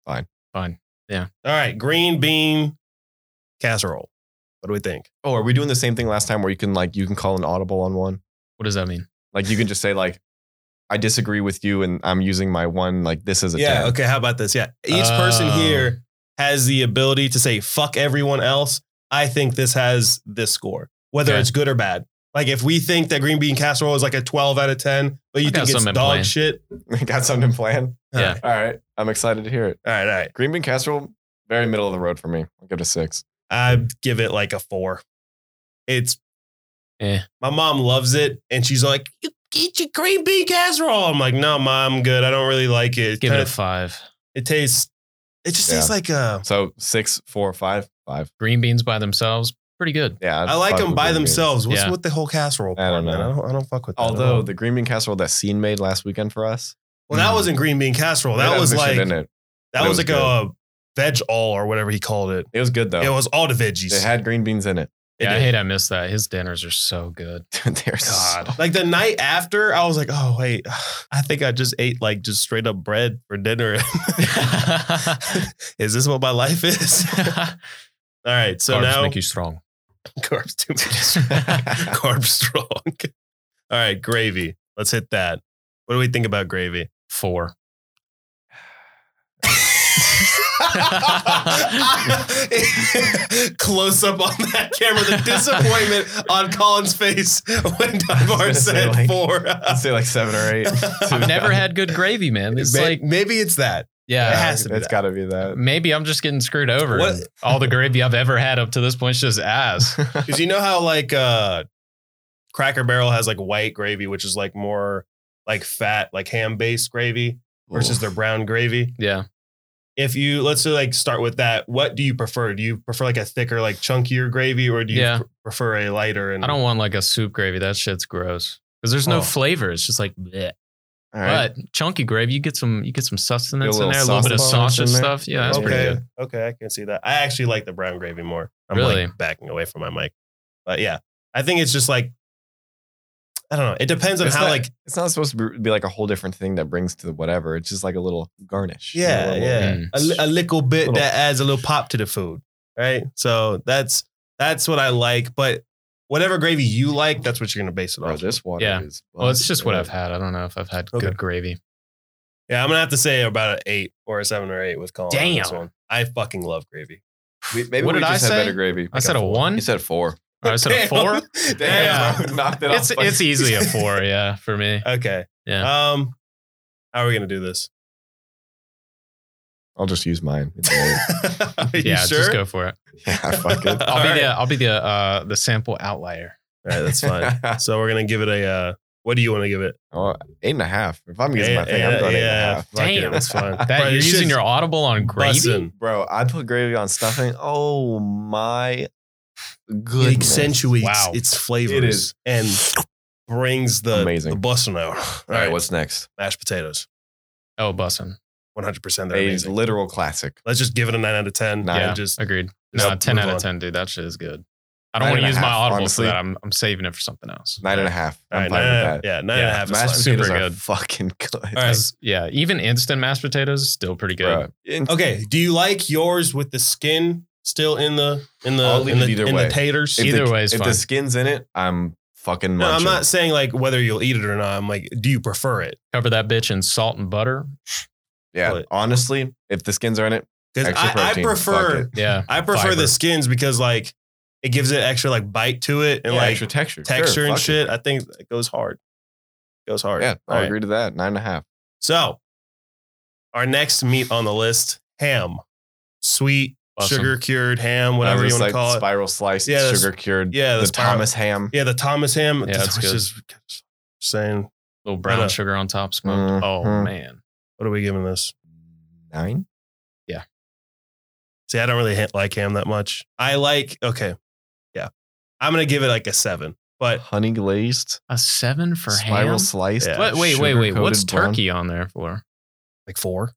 Speaker 3: Fine.
Speaker 2: All right. Green bean casserole. What do we think?
Speaker 1: Oh, are we doing the same thing last time where you can like you can call an audible on one?
Speaker 3: What does that mean?
Speaker 1: Like you can just say like I disagree with you and I'm using my one like this is a
Speaker 2: yeah.
Speaker 1: 10.
Speaker 2: Okay. How about this? Yeah. Each person
Speaker 3: Oh.
Speaker 2: here has the ability to say fuck everyone else. I think this has this score, whether
Speaker 3: Okay.
Speaker 2: it's good or bad. Like if we think that green bean casserole is like a twelve out of ten, but you
Speaker 3: I got
Speaker 2: think it's
Speaker 3: something
Speaker 2: dog
Speaker 3: planned.
Speaker 2: shit.
Speaker 1: Got something planned?
Speaker 3: Yeah.
Speaker 1: All right. I'm excited to hear it.
Speaker 2: All right. All right.
Speaker 1: Green bean casserole, very middle of the road for me. I'll give it a six.
Speaker 2: I'd give it like a four. It's
Speaker 3: Eh.
Speaker 2: my mom loves it, and she's like, "You eat your green bean casserole." I'm like, "No, mom, I'm good. I don't really like it. It,
Speaker 3: Give it a
Speaker 2: kinda-
Speaker 3: five.
Speaker 2: it tastes. It just
Speaker 1: Yeah.
Speaker 2: tastes like uh, a
Speaker 1: So six, four, five, five.
Speaker 3: Green beans by themselves, pretty good.
Speaker 1: Yeah,
Speaker 2: I like
Speaker 1: fuck
Speaker 2: them
Speaker 1: with
Speaker 2: by
Speaker 1: green beans.
Speaker 2: themselves. Uh-huh. What's
Speaker 3: Yeah.
Speaker 2: with the whole casserole
Speaker 1: I
Speaker 2: part,
Speaker 1: don't
Speaker 2: man?
Speaker 1: know.
Speaker 2: I don't, I don't fuck with that. at
Speaker 1: Although
Speaker 2: all.
Speaker 1: the green bean casserole that Scene made last weekend for us,
Speaker 2: well, that wasn't green bean casserole.
Speaker 1: it
Speaker 2: That
Speaker 1: had
Speaker 2: was
Speaker 1: other shit
Speaker 2: like
Speaker 1: in it.
Speaker 2: that
Speaker 1: It
Speaker 2: was,
Speaker 1: was
Speaker 2: like a veg all or whatever he called it.
Speaker 1: It was good though.
Speaker 2: It
Speaker 1: It,
Speaker 2: was all the veggies.
Speaker 1: had green beans in it.
Speaker 2: It
Speaker 3: yeah, I
Speaker 2: did.
Speaker 3: hate I missed that. His dinners are so good.
Speaker 1: They're so-
Speaker 3: God.
Speaker 2: like the night after, I was like, oh wait, I think I just ate like just straight up bread for dinner. is this what my life is? All right, so
Speaker 3: Carbs
Speaker 2: now
Speaker 3: make you strong.
Speaker 2: carbs too much. carbs strong. All right, gravy. Let's hit that. What do we think about gravy?
Speaker 3: Four.
Speaker 2: Close up on that camera, the disappointment on Colin's face when Dunbar
Speaker 1: gonna say,
Speaker 2: said
Speaker 1: like-
Speaker 2: four.
Speaker 1: I'd say like seven or eight.
Speaker 3: I've never had good gravy, man. It's
Speaker 2: May-
Speaker 3: like,
Speaker 2: maybe it's that.
Speaker 3: yeah.
Speaker 2: it has to be
Speaker 1: It's
Speaker 2: that.
Speaker 1: got to be that.
Speaker 3: Maybe I'm just getting screwed over.
Speaker 2: What-
Speaker 3: and All the gravy I've ever had up to this point is just ass.
Speaker 2: Because you know how like uh Cracker Barrel has like white gravy, which is like more like fat, like ham based gravy versus their brown gravy.
Speaker 3: Yeah.
Speaker 2: If you let's say like start with that, what do you prefer? Do you prefer like a thicker, like chunkier gravy, or do you
Speaker 3: Yeah.
Speaker 2: pr- prefer a lighter? And
Speaker 3: I don't want like a soup gravy. That shit's gross. Because there's no
Speaker 2: Oh.
Speaker 3: flavor. It's just like bleh.
Speaker 1: All right.
Speaker 3: But chunky gravy, you get some you get some sustenance
Speaker 1: Get a
Speaker 3: in there, a
Speaker 1: little
Speaker 3: little bit of
Speaker 1: sauce balls
Speaker 3: sausage
Speaker 1: in there.
Speaker 3: stuff. Yeah, that's
Speaker 2: okay,
Speaker 3: pretty good.
Speaker 2: okay, I can see that. I actually like the brown gravy more. I'm
Speaker 3: Really?
Speaker 2: like backing away from my mic, but yeah, I think it's just like I don't know. It depends on
Speaker 1: It's
Speaker 2: how
Speaker 1: not-
Speaker 2: like
Speaker 1: It's not supposed to be- be like a whole different thing that brings to the whatever. It's just like a little garnish. you know, a
Speaker 2: Yeah,
Speaker 1: little-
Speaker 2: yeah.
Speaker 3: Mm.
Speaker 2: A, li- a little bit
Speaker 1: Little-
Speaker 2: that adds a little pop to the food, right? So that's that's what I like. But whatever gravy you like, that's what you're gonna base it
Speaker 1: Bro,
Speaker 2: off.
Speaker 1: this water
Speaker 3: Yeah.
Speaker 1: is.
Speaker 3: Well, it's just what I've
Speaker 1: busted.
Speaker 3: had. I don't know if I've had
Speaker 2: Okay.
Speaker 3: good gravy.
Speaker 2: Yeah, I'm gonna have to say about an eight or a seven or eight with Colin. on this
Speaker 3: Damn.
Speaker 2: one. I fucking love gravy.
Speaker 1: We, maybe
Speaker 3: What
Speaker 1: we
Speaker 3: did I
Speaker 1: just had
Speaker 3: say?
Speaker 1: better gravy.
Speaker 3: I said a one.
Speaker 1: You said four.
Speaker 3: I said a
Speaker 2: Damn.
Speaker 3: four.
Speaker 1: Damn, bro, knocked it off.
Speaker 3: It's it's easily a four, yeah, for me.
Speaker 2: Okay.
Speaker 3: Yeah.
Speaker 2: Um, how are we gonna do this?
Speaker 1: I'll just use mine. It's an eight.
Speaker 2: are you
Speaker 3: yeah,
Speaker 2: sure?
Speaker 3: just go for it.
Speaker 1: yeah, fuck it.
Speaker 3: I'll
Speaker 2: All
Speaker 3: be
Speaker 2: right.
Speaker 3: the I'll be the uh the sample outlier.
Speaker 2: All right, that's fine. so we're gonna give it a. Uh, what do you want to give it?
Speaker 1: Oh, eight and a half. If I'm using my thing,
Speaker 2: Yeah,
Speaker 1: I'm going eight and
Speaker 2: yeah,
Speaker 1: a half.
Speaker 2: fuck it,
Speaker 3: Damn.
Speaker 2: that's fine.
Speaker 3: That
Speaker 2: Bro,
Speaker 3: you're
Speaker 2: this
Speaker 3: using
Speaker 2: shit's
Speaker 3: your audible on gravy.
Speaker 2: bussin'.
Speaker 1: Bro, I put gravy on stuffing. Oh my
Speaker 2: it
Speaker 1: goodness.
Speaker 2: accentuates
Speaker 3: Wow.
Speaker 2: its
Speaker 1: It
Speaker 2: flavors
Speaker 1: is.
Speaker 2: and brings the
Speaker 1: Amazing.
Speaker 2: the bussin' out.
Speaker 1: All right, what's next?
Speaker 2: mashed potatoes?
Speaker 3: Oh, bussin.
Speaker 2: 100. percent They're
Speaker 1: A
Speaker 2: amazing.
Speaker 1: literal classic.
Speaker 2: Let's just give it a nine out of ten.
Speaker 1: Nine.
Speaker 2: Yeah,
Speaker 3: Yeah.
Speaker 2: just
Speaker 3: Agreed.
Speaker 2: just
Speaker 3: No, ten
Speaker 2: move
Speaker 3: out
Speaker 2: on.
Speaker 3: of ten, dude. That shit is good. I don't
Speaker 1: Nine and
Speaker 3: want to
Speaker 1: a
Speaker 3: use my
Speaker 1: half,
Speaker 3: audible
Speaker 1: honestly.
Speaker 3: for that. I'm I'm saving it for something else.
Speaker 1: Nine and a half.
Speaker 2: All
Speaker 1: I'm
Speaker 2: right,
Speaker 1: fine
Speaker 2: nine and a-
Speaker 1: with that.
Speaker 2: yeah, nine and a
Speaker 3: Yeah,
Speaker 2: half. is
Speaker 1: Mashed
Speaker 2: fine.
Speaker 3: Super
Speaker 1: potatoes are
Speaker 3: good.
Speaker 1: fucking good.
Speaker 2: All right.
Speaker 3: That's- yeah, even instant mashed potatoes is still pretty good.
Speaker 1: Bro, in-
Speaker 2: Okay, do you like yours with the skin still in the in the
Speaker 1: I'll leave
Speaker 2: in,
Speaker 1: it
Speaker 2: the,
Speaker 1: either
Speaker 2: in
Speaker 1: way.
Speaker 2: the taters?
Speaker 1: if
Speaker 3: Either
Speaker 1: the,
Speaker 3: way is
Speaker 1: If
Speaker 3: fine.
Speaker 1: the skin's in it, I'm fucking
Speaker 2: no, I'm
Speaker 1: munching.
Speaker 2: not saying like whether you'll eat it or not. I'm like, do you prefer it?
Speaker 3: Cover that bitch in salt and butter.
Speaker 1: Yeah,
Speaker 2: But-
Speaker 1: honestly, if the skins are in it,
Speaker 2: Because
Speaker 1: Extra
Speaker 2: I, I
Speaker 1: protein,
Speaker 2: prefer
Speaker 1: fuck
Speaker 3: Yeah.
Speaker 2: I prefer
Speaker 3: Fiber.
Speaker 2: the skins because like it gives it extra like bite to it and
Speaker 1: yeah,
Speaker 2: like
Speaker 1: extra texture,
Speaker 2: texture
Speaker 1: Sure,
Speaker 2: and
Speaker 1: fuck it.
Speaker 2: shit. I think it goes hard. Goes hard.
Speaker 1: Yeah,
Speaker 2: All
Speaker 1: I'll
Speaker 2: right.
Speaker 1: agree to that. Nine and a half.
Speaker 2: So, our next meat on the list: ham, sweet,
Speaker 3: Awesome.
Speaker 2: sugar cured ham, whatever
Speaker 1: Uh,
Speaker 2: you
Speaker 1: just
Speaker 2: want to
Speaker 1: like
Speaker 2: call it.
Speaker 1: Spiral sliced,
Speaker 2: Yeah, that's-
Speaker 1: sugar cured.
Speaker 2: yeah,
Speaker 1: the,
Speaker 2: the spiral-
Speaker 1: Thomas ham.
Speaker 2: Yeah, the Thomas ham.
Speaker 3: Yeah, that's
Speaker 2: which
Speaker 3: good.
Speaker 2: is saying,
Speaker 3: Little brown
Speaker 2: Right up.
Speaker 3: sugar on top,
Speaker 1: Mhm.
Speaker 3: smoked. Oh man.
Speaker 2: what are we giving this?
Speaker 1: Nine.
Speaker 2: See, I don't really ha- like ham that much. I like okay, yeah, I'm gonna give it like a seven, but
Speaker 1: Honey glazed,
Speaker 3: A seven for
Speaker 1: spiral
Speaker 3: ham.
Speaker 1: sliced.
Speaker 2: Yeah.
Speaker 3: What- wait, wait, wait.
Speaker 1: sugar-coated
Speaker 3: What's
Speaker 1: bun.
Speaker 3: turkey on there for?
Speaker 2: like four.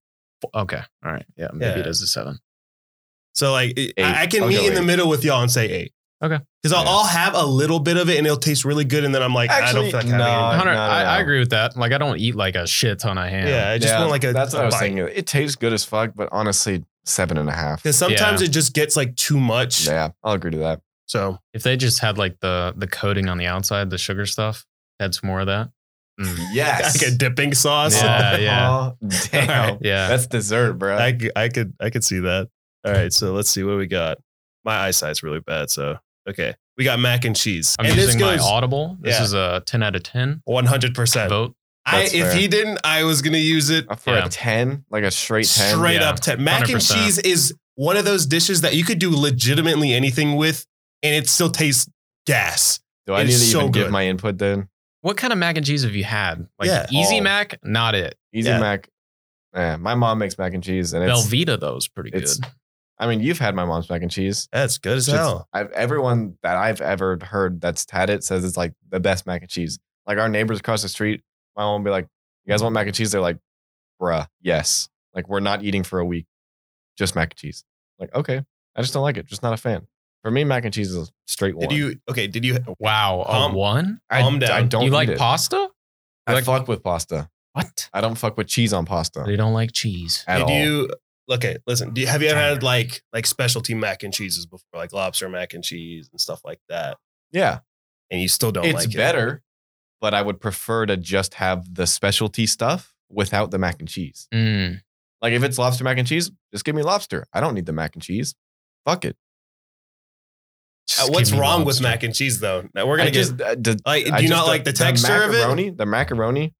Speaker 3: Okay. All right. Yeah. Maybe
Speaker 2: Yeah.
Speaker 3: it is a seven.
Speaker 2: So like, it-
Speaker 1: Eight.
Speaker 2: I, I can
Speaker 1: I'll
Speaker 2: meet
Speaker 1: go
Speaker 2: in the
Speaker 1: eight.
Speaker 2: middle with y'all and say eight.
Speaker 3: Okay.
Speaker 2: Because I'll,
Speaker 1: Yeah.
Speaker 2: I'll have a little bit of it and it'll taste really good, and then I'm like, I don't
Speaker 1: Actually,
Speaker 2: feel like having
Speaker 1: no,
Speaker 2: it.
Speaker 1: Uh,
Speaker 3: Hunter,
Speaker 1: no, no,
Speaker 3: I, I
Speaker 1: no.
Speaker 3: agree with that. Like I don't eat like a shit ton of ham.
Speaker 2: Yeah, I just
Speaker 1: Yeah,
Speaker 2: want like a.
Speaker 1: That's what I was
Speaker 2: bite.
Speaker 1: saying. It tastes good as fuck, but honestly, seven and a half.
Speaker 2: Because sometimes it just gets like too much.
Speaker 1: Yeah, I'll agree to that.
Speaker 2: So
Speaker 3: If they just had like the the coating on the outside, the sugar stuff, had some more of that.
Speaker 1: Yes.
Speaker 2: like a dipping sauce.
Speaker 3: Yeah, yeah.
Speaker 1: Aw, damn.
Speaker 2: All right.
Speaker 3: Yeah.
Speaker 1: That's dessert, bro.
Speaker 2: I, c- I could I could see that. All right, so let's see what we got. My eyesight's really bad, so okay, we got mac and cheese.
Speaker 3: I'm
Speaker 2: and this
Speaker 3: using my
Speaker 2: goes
Speaker 3: audible. This
Speaker 2: Yeah. Uh,
Speaker 3: is a ten out of ten.
Speaker 2: one hundred percent.
Speaker 3: Vote.
Speaker 2: I
Speaker 1: That's
Speaker 2: if
Speaker 1: fair.
Speaker 2: he didn't, I was gonna use it
Speaker 1: Uh, for
Speaker 3: Yeah.
Speaker 1: a 10, like a straight 10.
Speaker 2: straight
Speaker 3: yeah.
Speaker 2: up. Ten. Mac and
Speaker 3: 100%.
Speaker 2: cheese is one of those dishes that you could do legitimately anything with, and it still tastes gas.
Speaker 1: Do I
Speaker 2: It
Speaker 1: need to
Speaker 2: is so
Speaker 1: even
Speaker 2: good.
Speaker 1: give my input then?
Speaker 3: What kind of mac and cheese have you had? Like
Speaker 2: Yeah.
Speaker 3: Easy
Speaker 1: Oh.
Speaker 3: Mac, not it.
Speaker 1: Easy
Speaker 2: Yeah.
Speaker 1: Mac. Yeah, my mom makes mac and cheese and it's
Speaker 3: Velveeta though is pretty
Speaker 1: it's-
Speaker 3: good.
Speaker 1: I mean, you've had my mom's mac and cheese.
Speaker 2: That's good as
Speaker 1: It's-
Speaker 2: hell.
Speaker 1: I've, everyone that I've ever heard that's had it says it's like the best mac and cheese. Like our neighbors across the street, my mom will be like, "You guys want mac and cheese?" They're like, "Bruh, yes." Like we're not eating for a week, just mac and cheese. Like okay, I just don't like it. Just not a fan. For me, mac and cheese is a straight one.
Speaker 2: Did you okay? Did you
Speaker 3: Wow, a
Speaker 2: Calm-
Speaker 3: one.
Speaker 1: I,
Speaker 2: calm
Speaker 1: I
Speaker 2: down.
Speaker 1: don't
Speaker 3: you
Speaker 1: eat
Speaker 3: like
Speaker 1: it.
Speaker 3: pasta?
Speaker 1: I
Speaker 3: like-
Speaker 1: fuck with pasta.
Speaker 3: What?
Speaker 1: I don't fuck with cheese on pasta
Speaker 3: They don't like cheese.
Speaker 1: at
Speaker 2: did
Speaker 1: all.
Speaker 2: you okay? Listen, do you, have you ever had
Speaker 3: Damn.
Speaker 2: like like specialty mac and cheeses before, like lobster mac and cheese and stuff like that?
Speaker 1: yeah,
Speaker 2: And you still don't
Speaker 1: it's
Speaker 2: like it. Uh,
Speaker 1: better, but I would prefer to just have the specialty stuff without the mac and cheese.
Speaker 3: Mm.
Speaker 1: Like if it's lobster mac and cheese, just give me lobster. I don't need the mac and cheese. Fuck it.
Speaker 2: Uh,
Speaker 3: Just
Speaker 2: what's
Speaker 3: give me
Speaker 2: wrong with
Speaker 3: lobster.
Speaker 2: mac and cheese though? Now, we're
Speaker 1: I
Speaker 2: gonna get
Speaker 1: just uh, d-
Speaker 2: like. Do
Speaker 1: I
Speaker 2: you
Speaker 1: just
Speaker 2: not
Speaker 1: don't-
Speaker 2: like the texture of it?
Speaker 1: macaroni, The macaroni,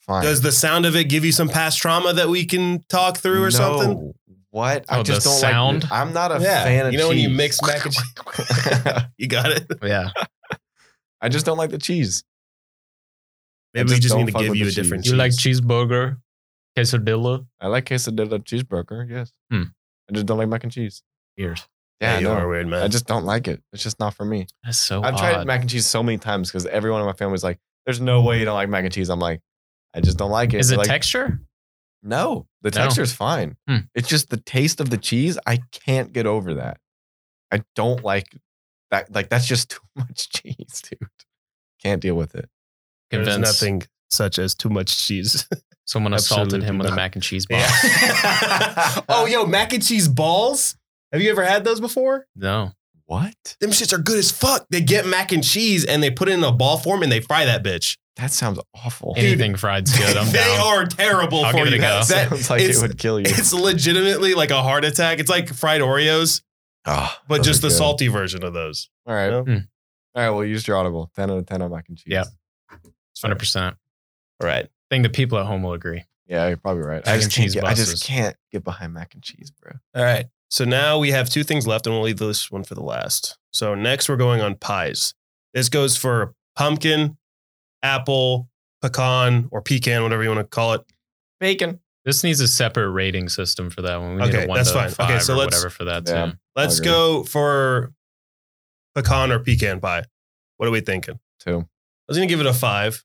Speaker 1: fine.
Speaker 2: Does the sound of it give you some past trauma that we can talk through or
Speaker 1: No.
Speaker 2: something?
Speaker 1: What? I
Speaker 3: Oh,
Speaker 1: just
Speaker 3: the
Speaker 1: don't
Speaker 3: sound?
Speaker 1: like. I'm not a
Speaker 2: Yeah.
Speaker 1: fan of
Speaker 2: You know when you
Speaker 1: cheese.
Speaker 2: mix mac and You got it.
Speaker 3: Yeah,
Speaker 1: I just don't like the cheese.
Speaker 2: Maybe we
Speaker 1: just
Speaker 2: just
Speaker 1: don't
Speaker 2: need to
Speaker 1: fuck
Speaker 2: give
Speaker 1: with
Speaker 2: you a
Speaker 1: the
Speaker 2: different.
Speaker 1: cheese.
Speaker 3: you like cheeseburger, quesadilla.
Speaker 1: I like quesadilla cheeseburger. Yes.
Speaker 3: Hmm.
Speaker 1: I just don't like mac and cheese.
Speaker 3: Weird.
Speaker 1: Yeah,
Speaker 2: Yeah,
Speaker 1: I
Speaker 2: you
Speaker 1: know.
Speaker 2: are a weird man.
Speaker 1: I just don't like it. It's just not for me.
Speaker 3: That's so.
Speaker 1: I've
Speaker 3: odd.
Speaker 1: tried mac and cheese so many times because everyone in my family's like, "There's no way you don't like mac and cheese." I'm like, I just don't like it.
Speaker 3: Is
Speaker 1: They're
Speaker 3: it
Speaker 1: like,
Speaker 3: texture?
Speaker 1: No, the
Speaker 3: No.
Speaker 1: texture's fine.
Speaker 3: Hmm.
Speaker 1: It's just the taste of the cheese. I can't get over that. I don't like that. Like that's just too much cheese, dude. Can't deal with it.
Speaker 2: There's
Speaker 3: Convince
Speaker 2: nothing such as too much cheese.
Speaker 3: someone assaulted
Speaker 2: Absolutely
Speaker 3: him with a
Speaker 2: not.
Speaker 3: mac and cheese box.
Speaker 2: Yeah. oh, yo, mac and cheese balls. Have you ever had those before?
Speaker 3: No.
Speaker 1: What?
Speaker 2: Them shits are good as fuck. They get mac and cheese and they put it in a ball form and they fry that bitch.
Speaker 1: That sounds awful.
Speaker 2: Dude,
Speaker 3: Anything fried's good. I'm
Speaker 2: they
Speaker 3: down.
Speaker 2: are terrible
Speaker 3: I'll
Speaker 2: for
Speaker 3: give it
Speaker 2: you.
Speaker 3: a go.
Speaker 1: that
Speaker 2: guys. That-
Speaker 1: sounds like it
Speaker 2: it's-
Speaker 1: would kill you.
Speaker 2: it's legitimately like a heart attack. It's like fried Oreos,
Speaker 1: Ah,
Speaker 2: but
Speaker 1: those
Speaker 2: just
Speaker 1: are
Speaker 2: the
Speaker 1: good.
Speaker 2: salty version of those.
Speaker 1: All right.
Speaker 2: No?
Speaker 3: Hmm.
Speaker 1: All right. Well, use your audible. Ten out of ten on mac and cheese.
Speaker 3: Yeah. Hundred percent.
Speaker 2: All right.
Speaker 3: Think the people at home will agree.
Speaker 1: Yeah, you're probably right.
Speaker 3: Mac
Speaker 1: I just
Speaker 3: and
Speaker 1: can't
Speaker 3: cheese
Speaker 1: get, I
Speaker 3: buses.
Speaker 1: just can't get behind mac and cheese, bro.
Speaker 2: All right. So now we have two things left, and we'll leave this one for the last. So next, we're going on pies. This goes for pumpkin, apple, pecan, or pecan, whatever you want to call it.
Speaker 1: Bacon.
Speaker 3: This needs a separate rating system for that one. We need
Speaker 2: Okay,
Speaker 3: a one
Speaker 2: that's
Speaker 3: to
Speaker 2: fine. Okay,
Speaker 3: five
Speaker 2: so
Speaker 3: or
Speaker 2: let's-
Speaker 3: whatever for that
Speaker 1: Yeah.
Speaker 3: too.
Speaker 2: Let's
Speaker 1: agree.
Speaker 2: go for pecan or pecan pie. What are we thinking? I
Speaker 1: Too.
Speaker 2: was gonna give it a five.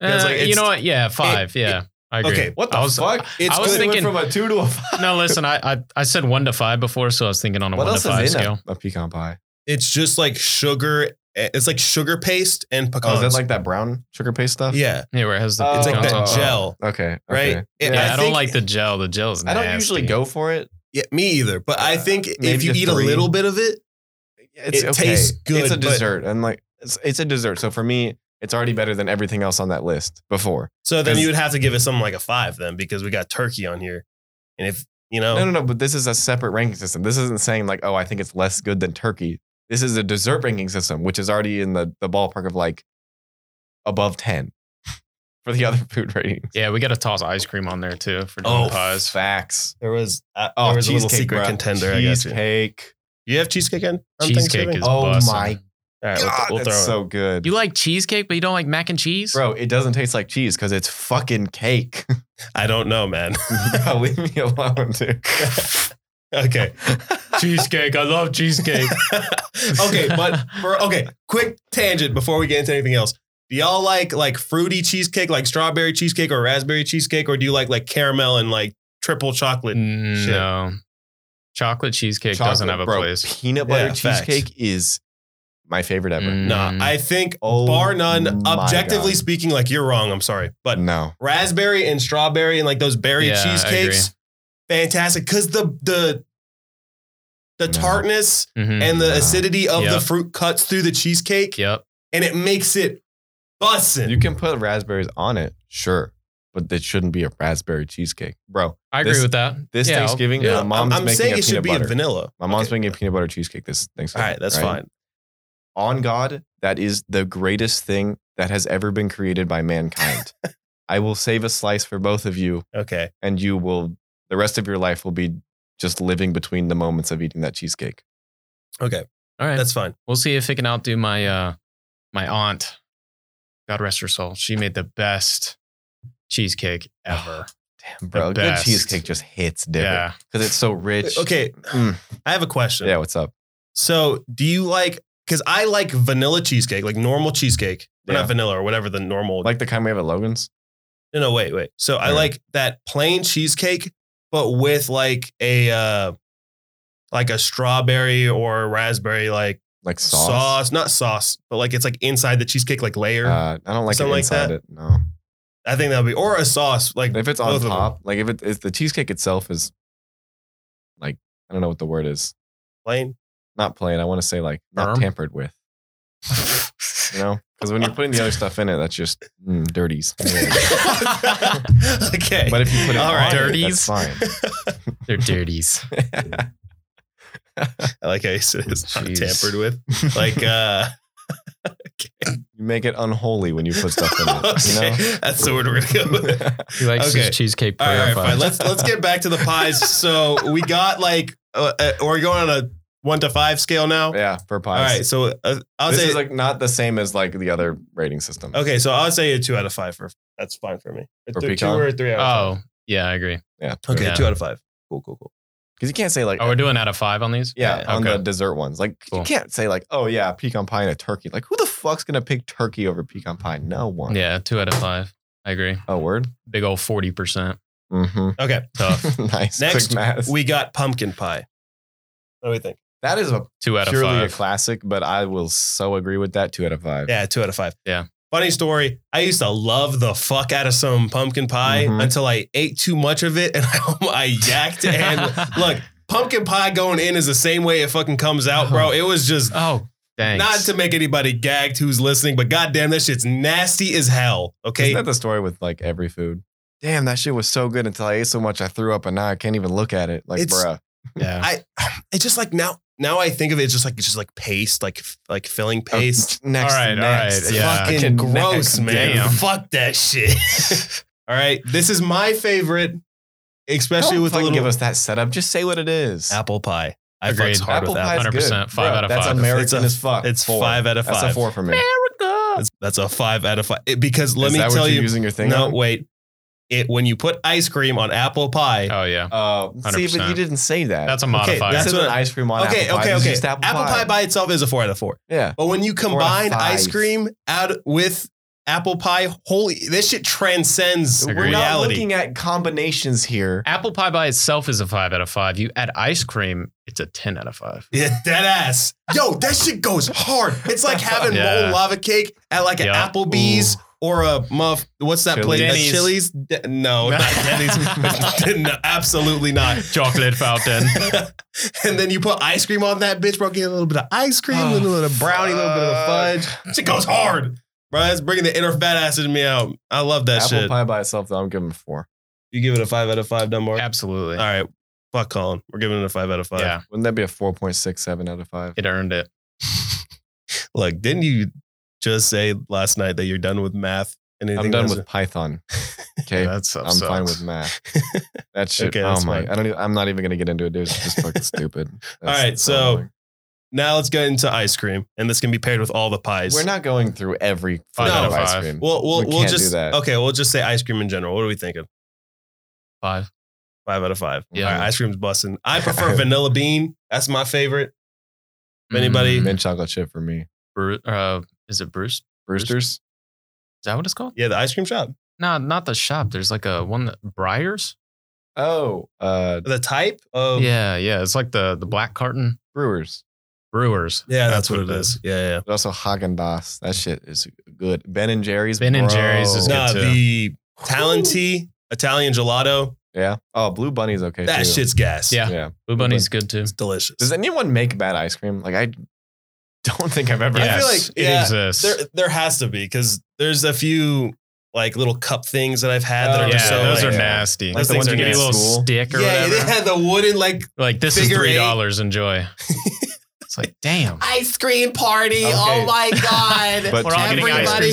Speaker 2: Yeah, it's
Speaker 3: Uh,
Speaker 2: like-
Speaker 3: you
Speaker 2: it's-
Speaker 3: know what? Yeah, five. yeah, I agree.
Speaker 2: okay,
Speaker 1: What the
Speaker 3: I was-
Speaker 1: fuck?
Speaker 2: It's
Speaker 3: I was
Speaker 2: good.
Speaker 1: It went
Speaker 3: thinking-
Speaker 1: from a two to a five.
Speaker 3: No, listen. I, I I said one to five before, so I was thinking on a
Speaker 1: what
Speaker 3: one to
Speaker 1: else
Speaker 3: five
Speaker 1: is in
Speaker 3: scale.
Speaker 1: a, a pecan pie?
Speaker 2: It's just like sugar. eh, It's like sugar paste and
Speaker 1: Oh,
Speaker 2: pecans.
Speaker 1: is that like that brown sugar paste stuff?
Speaker 2: yeah,
Speaker 3: Yeah, where it has the
Speaker 1: Oh.
Speaker 2: it's like
Speaker 3: pecans
Speaker 2: that
Speaker 3: on top.
Speaker 2: gel,
Speaker 1: Okay.
Speaker 2: right?
Speaker 1: okay.
Speaker 2: And
Speaker 3: Yeah, I, don't
Speaker 2: think-
Speaker 3: like the gel. The gel is
Speaker 1: I
Speaker 3: nasty.
Speaker 1: don't usually go for it.
Speaker 2: Yeah, me either. But I
Speaker 1: Uh,
Speaker 2: think if
Speaker 1: maybe
Speaker 2: you
Speaker 1: just
Speaker 2: eat a
Speaker 1: three.
Speaker 2: little bit of it,
Speaker 1: It's
Speaker 2: It
Speaker 1: okay.
Speaker 2: tastes good,
Speaker 1: It's a
Speaker 2: but-
Speaker 1: dessert. And like it's, it's a dessert. So for me, it's already better than everything else on that list before.
Speaker 2: so then
Speaker 1: Cause-
Speaker 2: you would have to give it something like a five then because we got turkey on here, and if you know,
Speaker 1: No, no, no. But this is a separate ranking system. This isn't saying like, oh, I think it's less good than turkey. This is a dessert ranking system, which is already in the, the ballpark of like above 10 for the other food ratings.
Speaker 3: Yeah, we got to toss ice cream on there too for doing
Speaker 2: Oh,
Speaker 3: pies.
Speaker 1: Facts.
Speaker 2: there was uh, there was a little secret
Speaker 1: bruh.
Speaker 2: contender. I got you.
Speaker 1: Cheesecake.
Speaker 2: You have cheesecake in on
Speaker 3: Cheesecake
Speaker 2: Thanksgiving?
Speaker 3: is
Speaker 1: Oh
Speaker 3: bussin'.
Speaker 1: my
Speaker 2: All right, we'll-
Speaker 1: god,
Speaker 2: we'll
Speaker 1: that's
Speaker 2: throw it.
Speaker 1: so good.
Speaker 3: You like cheesecake, but you don't like mac and cheese,
Speaker 1: Bro, it doesn't taste like cheese because it's fucking cake.
Speaker 2: I don't know, man.
Speaker 1: Bro, leave me alone, dude.
Speaker 2: okay.
Speaker 3: Cheesecake. I love cheesecake.
Speaker 2: okay, but for okay, quick tangent before we get into anything else. Do y'all like like fruity cheesecake, like strawberry cheesecake or raspberry cheesecake, or do you like like caramel and like triple chocolate? Shit.
Speaker 3: Mm, no, chocolate cheesecake doesn't
Speaker 1: Chocolate,
Speaker 3: have a
Speaker 1: bro,
Speaker 3: place.
Speaker 1: Peanut butter
Speaker 2: Yeah, facts.
Speaker 1: cheesecake is my favorite ever.
Speaker 3: Mm.
Speaker 2: Nah, I think
Speaker 1: Oh
Speaker 2: bar none.
Speaker 1: my
Speaker 2: Objectively
Speaker 1: God.
Speaker 2: speaking, like you're wrong. I'm sorry, but
Speaker 1: No.
Speaker 2: raspberry and strawberry and like those berry
Speaker 3: Yeah, I
Speaker 2: cheesecakes, fantastic. Because the the the
Speaker 1: No.
Speaker 2: tartness
Speaker 3: Mhm.
Speaker 2: and the
Speaker 1: no.
Speaker 2: acidity of the
Speaker 3: Mm-hmm. Yep.
Speaker 2: fruit cuts through the cheesecake,
Speaker 3: Yep.
Speaker 2: and it makes it bussin'.
Speaker 1: You can put raspberries on it, sure, but it shouldn't be a raspberry cheesecake. Bro,
Speaker 3: I agree
Speaker 1: This-
Speaker 3: with that.
Speaker 1: this
Speaker 3: Yeah, I'll-
Speaker 1: Thanksgiving,
Speaker 3: yeah.
Speaker 1: my mom's
Speaker 2: I'm, I'm
Speaker 1: making
Speaker 2: saying
Speaker 1: a
Speaker 2: it should
Speaker 1: peanut butter.
Speaker 2: be a vanilla.
Speaker 1: my mom's
Speaker 2: Okay.
Speaker 1: making a peanut butter cheesecake this
Speaker 2: All
Speaker 1: Thanksgiving.
Speaker 2: right, that's
Speaker 1: right?
Speaker 2: fine.
Speaker 1: on God, that is the greatest thing that has ever been created by mankind. I will save a slice for both of you,
Speaker 2: Okay.
Speaker 1: and you will, the rest of your life will be just living between the moments of eating that cheesecake.
Speaker 2: Okay.
Speaker 3: All right.
Speaker 2: That's fine.
Speaker 3: we'll see if it can outdo my uh my
Speaker 2: Oh,
Speaker 3: aunt. God rest her soul. She made the best cheesecake ever.
Speaker 1: Bro,
Speaker 3: The
Speaker 1: good
Speaker 3: best.
Speaker 1: cheesecake just hits different
Speaker 3: Yeah.
Speaker 1: because it's so rich.
Speaker 2: Okay,
Speaker 1: Mm.
Speaker 2: I have a question.
Speaker 1: Yeah, what's up?
Speaker 2: So, do you like? Because I like vanilla cheesecake, like normal cheesecake, Or
Speaker 1: Yeah.
Speaker 2: not vanilla or whatever the normal.
Speaker 1: Like the kind we have at Logan's?
Speaker 2: no, no, wait, wait. So I
Speaker 1: Yeah.
Speaker 2: like that plain cheesecake, but with like a uh like a strawberry or raspberry like
Speaker 1: Like
Speaker 2: sauce,
Speaker 1: sauce?
Speaker 2: not sauce, but like it's like inside the cheesecake like layer.
Speaker 1: Uh, I don't like it
Speaker 2: Something like
Speaker 1: inside
Speaker 2: that?
Speaker 1: it. No.
Speaker 2: I think that would be or a sauce like
Speaker 1: If it's on
Speaker 2: Both of them.
Speaker 1: top, like if it is the cheesecake itself is like, I don't know what the word is.
Speaker 2: plain.
Speaker 1: Not plain. I want to say like not
Speaker 3: Firm?
Speaker 1: tampered with, you know? Because when you're putting the other stuff in it, that's just mm, dirties.
Speaker 2: okay,
Speaker 1: But if you put it
Speaker 2: All
Speaker 1: on
Speaker 2: right.
Speaker 1: it, that's
Speaker 3: Dirties?
Speaker 1: fine.
Speaker 3: They're dirties.
Speaker 2: I like how you said it's
Speaker 1: oh,
Speaker 2: not
Speaker 3: Jeez.
Speaker 2: tampered with. Like uh
Speaker 1: you make it unholy when you put stuff in it. You know?
Speaker 2: okay, that's the word we're gonna go with.
Speaker 3: He likes
Speaker 2: Okay.
Speaker 3: his cheesecake
Speaker 2: All right, all right, fine.
Speaker 3: purified.
Speaker 2: Let's let's get back to the pies. So we got like uh, uh, we're going on a one to five scale now.
Speaker 1: yeah, for pies.
Speaker 2: All right, so uh, I'll
Speaker 1: this
Speaker 2: say
Speaker 1: is like not the same as like the other rating system.
Speaker 2: okay. So I'll say a two out of five for that's fine for me. A
Speaker 1: For
Speaker 2: th- two
Speaker 1: pecan?
Speaker 2: or a three out. Of
Speaker 3: Oh, yeah, I agree.
Speaker 1: Yeah.
Speaker 2: five. Okay,
Speaker 3: Oh, Yeah.
Speaker 2: two out of five. Cool, cool, cool.
Speaker 1: Because you can't say like
Speaker 3: Oh, we're doing out of five on these?
Speaker 1: yeah,
Speaker 2: yeah,
Speaker 1: on
Speaker 3: okay.
Speaker 1: the dessert ones. Like
Speaker 3: Cool.
Speaker 1: you can't say like oh yeah, pecan pie and a turkey. Like who the fuck's gonna pick turkey over pecan pie? No one.
Speaker 3: Yeah, two out of five. I agree.
Speaker 1: Oh word.
Speaker 3: Big old 40%.
Speaker 1: Mm-hmm.
Speaker 2: Okay,
Speaker 3: Tough.
Speaker 1: nice.
Speaker 2: Next,
Speaker 1: Quick math.
Speaker 2: we got pumpkin pie. What do we think?
Speaker 1: that is a
Speaker 3: Two out of
Speaker 1: purely a
Speaker 3: five.
Speaker 1: classic, but I will so agree with that. Two out of five.
Speaker 2: Yeah, two out of five.
Speaker 3: Yeah.
Speaker 2: Funny story. I used to love the fuck out of some pumpkin pie
Speaker 1: Mhm.
Speaker 2: until I ate too much of it and I, I yacked. And look, pumpkin pie going in is the same way it fucking comes out, bro. It was just
Speaker 3: Oh, dang.
Speaker 2: Not to make anybody gagged who's listening, but goddamn, that shit's nasty as hell. Okay.
Speaker 1: Isn't that the story with like every food? Damn, that shit was so good until I ate so much I threw up and now I can't even look at it. Like,
Speaker 2: It's-
Speaker 1: bruh.
Speaker 3: yeah.
Speaker 2: I it's just like now now I think of it it's just like it's just like paste, like like filling
Speaker 1: Oh,
Speaker 2: paste.
Speaker 1: Next,
Speaker 3: All right, all
Speaker 1: next.
Speaker 3: right, yeah.
Speaker 2: Fucking
Speaker 1: next,
Speaker 2: gross, man.
Speaker 3: damn.
Speaker 2: Fuck that shit. All right. This is my favorite, especially
Speaker 1: Don't
Speaker 2: with a
Speaker 1: fucking
Speaker 2: little
Speaker 1: give us that setup. Just say what it is.
Speaker 2: apple pie. I
Speaker 3: Agreed.
Speaker 2: fucks hard
Speaker 1: Apple
Speaker 2: with apple.
Speaker 1: pie's
Speaker 3: 100%,
Speaker 1: good.
Speaker 3: five out of
Speaker 1: that's
Speaker 3: five.
Speaker 1: American
Speaker 2: It's a-
Speaker 1: as fuck.
Speaker 2: it's
Speaker 1: Four.
Speaker 2: five out of
Speaker 1: That's a
Speaker 2: five.
Speaker 1: four for me.
Speaker 3: America.
Speaker 2: That's, that's a five out of five. It- because let
Speaker 1: Is
Speaker 2: me
Speaker 1: that
Speaker 2: tell
Speaker 1: what you're
Speaker 2: you.
Speaker 1: using your thing.
Speaker 2: No,
Speaker 1: on?
Speaker 2: wait. It when you put ice cream on apple pie,
Speaker 3: Oh, yeah.
Speaker 1: Uh, see, but you
Speaker 3: 100%.
Speaker 1: didn't say that.
Speaker 3: That's a modifier.
Speaker 1: This
Speaker 2: that's
Speaker 1: isn't
Speaker 2: what-
Speaker 1: ice cream Oh, on
Speaker 2: okay,
Speaker 1: apple pie.
Speaker 2: okay,
Speaker 1: This is
Speaker 2: okay.
Speaker 1: just
Speaker 2: Apple, pie. by itself is a four out of four.
Speaker 1: Yeah.
Speaker 2: But when you
Speaker 1: out of
Speaker 2: combine ice
Speaker 1: five.
Speaker 2: cream out with apple pie, holy this shit transcends
Speaker 3: Agreed.
Speaker 1: We're not
Speaker 2: reality.
Speaker 1: looking at combinations here.
Speaker 3: Apple pie by itself is a five out of five. You add ice cream, it's a 10 out of five.
Speaker 2: yeah, dead ass. Yo, that shit goes hard. It's like having
Speaker 3: Yeah.
Speaker 2: rolled lava cake at like an
Speaker 3: Yeah.
Speaker 2: Applebee's or a muff. What's that place?
Speaker 3: Denny's.
Speaker 2: A Chili's? De- no, not Denny's. No, absolutely not.
Speaker 3: Chocolate fountain.
Speaker 2: and then you put ice cream on that bitch, bro. Get a little bit of ice cream, a
Speaker 3: Oh,
Speaker 2: little bit of brownie, a little bit of fudge.
Speaker 1: fuck.
Speaker 2: Shit goes hard. Bro, that's bringing the inner fat acid in me out. I love that
Speaker 1: Apple
Speaker 2: shit.
Speaker 1: pie by itself, though, I'm giving a four.
Speaker 2: You give it a five out of five, Dunbar.
Speaker 3: Absolutely.
Speaker 2: All right. Fuck Colin. We're giving it a five out of five.
Speaker 3: Yeah.
Speaker 1: Wouldn't that be a 4.67 out of five?
Speaker 3: It earned it.
Speaker 2: Look, didn't you just say last night that you're done with math? And
Speaker 1: I'm done with Python. Okay.
Speaker 3: That stuff
Speaker 1: I'm
Speaker 3: sucks.
Speaker 1: fine with math. That shit.
Speaker 2: Okay,
Speaker 1: oh
Speaker 2: that's
Speaker 1: my!
Speaker 2: fine.
Speaker 1: I don't. Even, I'm not even gonna get into it, dude. It's just fucking stupid.
Speaker 2: All right, so- Now let's get into ice cream. And this can be paired with all the pies.
Speaker 1: We're not going through every
Speaker 3: Five
Speaker 1: five
Speaker 2: out
Speaker 1: of
Speaker 2: of
Speaker 1: ice
Speaker 3: five.
Speaker 1: cream.
Speaker 2: We'll, we'll,
Speaker 1: We
Speaker 2: we will
Speaker 1: can't do
Speaker 2: just,
Speaker 1: that.
Speaker 2: okay, we'll just say ice cream in general. What are we thinking?
Speaker 3: Five.
Speaker 2: Five out of five.
Speaker 3: Yeah.
Speaker 2: All right, ice cream's busting. I prefer vanilla bean. That's my favorite.
Speaker 3: Mm,
Speaker 2: If anybody-
Speaker 1: Mm-hmm. mint chocolate chip for me.
Speaker 3: Bru- uh, is it Bruce? Is
Speaker 1: Brewsters.
Speaker 3: that what it's called?
Speaker 2: Yeah, the ice cream shop.
Speaker 3: No, not the shop. There's like a one that Briars.
Speaker 1: Oh, uh,
Speaker 2: The type of.
Speaker 3: Yeah, yeah. It's like the the black carton
Speaker 1: Brewers.
Speaker 3: Brewers.
Speaker 2: Yeah, that's, what, it is. Yeah, yeah.
Speaker 1: But also Haagen Dazs. That shit is good. Ben and Jerry's.
Speaker 3: Ben and
Speaker 1: bro.
Speaker 3: Jerry's is good.
Speaker 2: Nah,
Speaker 3: too.
Speaker 2: the Talenti Italian gelato.
Speaker 1: Yeah. Oh, Blue Bunny's okay.
Speaker 2: That
Speaker 1: too.
Speaker 2: shit's gas.
Speaker 3: Yeah.
Speaker 1: Yeah.
Speaker 3: Blue Bunny's good too.
Speaker 2: It's delicious.
Speaker 1: Does anyone make bad ice cream? Like I don't think I've ever.
Speaker 2: I
Speaker 1: had
Speaker 2: feel like-
Speaker 3: it
Speaker 2: yeah,
Speaker 3: exists.
Speaker 2: There, there has to be because there's a few like little cup things that I've had that
Speaker 1: Oh,
Speaker 2: are
Speaker 3: yeah,
Speaker 2: just so.
Speaker 3: those
Speaker 2: like,
Speaker 3: are
Speaker 1: yeah.
Speaker 3: nasty.
Speaker 2: Those
Speaker 3: Like the
Speaker 2: things
Speaker 3: ones
Speaker 2: are
Speaker 3: you give you a
Speaker 2: nasty.
Speaker 3: little
Speaker 1: School.
Speaker 3: stick or
Speaker 2: Yeah, they
Speaker 3: whatever.
Speaker 2: had the wooden like
Speaker 3: like this is
Speaker 2: figure
Speaker 3: three
Speaker 2: eight.
Speaker 3: dollars. Enjoy. It's like damn.
Speaker 2: ice cream party.
Speaker 1: Okay. oh
Speaker 2: my god!
Speaker 1: But
Speaker 3: We're all getting ice
Speaker 1: Everybody-
Speaker 3: cream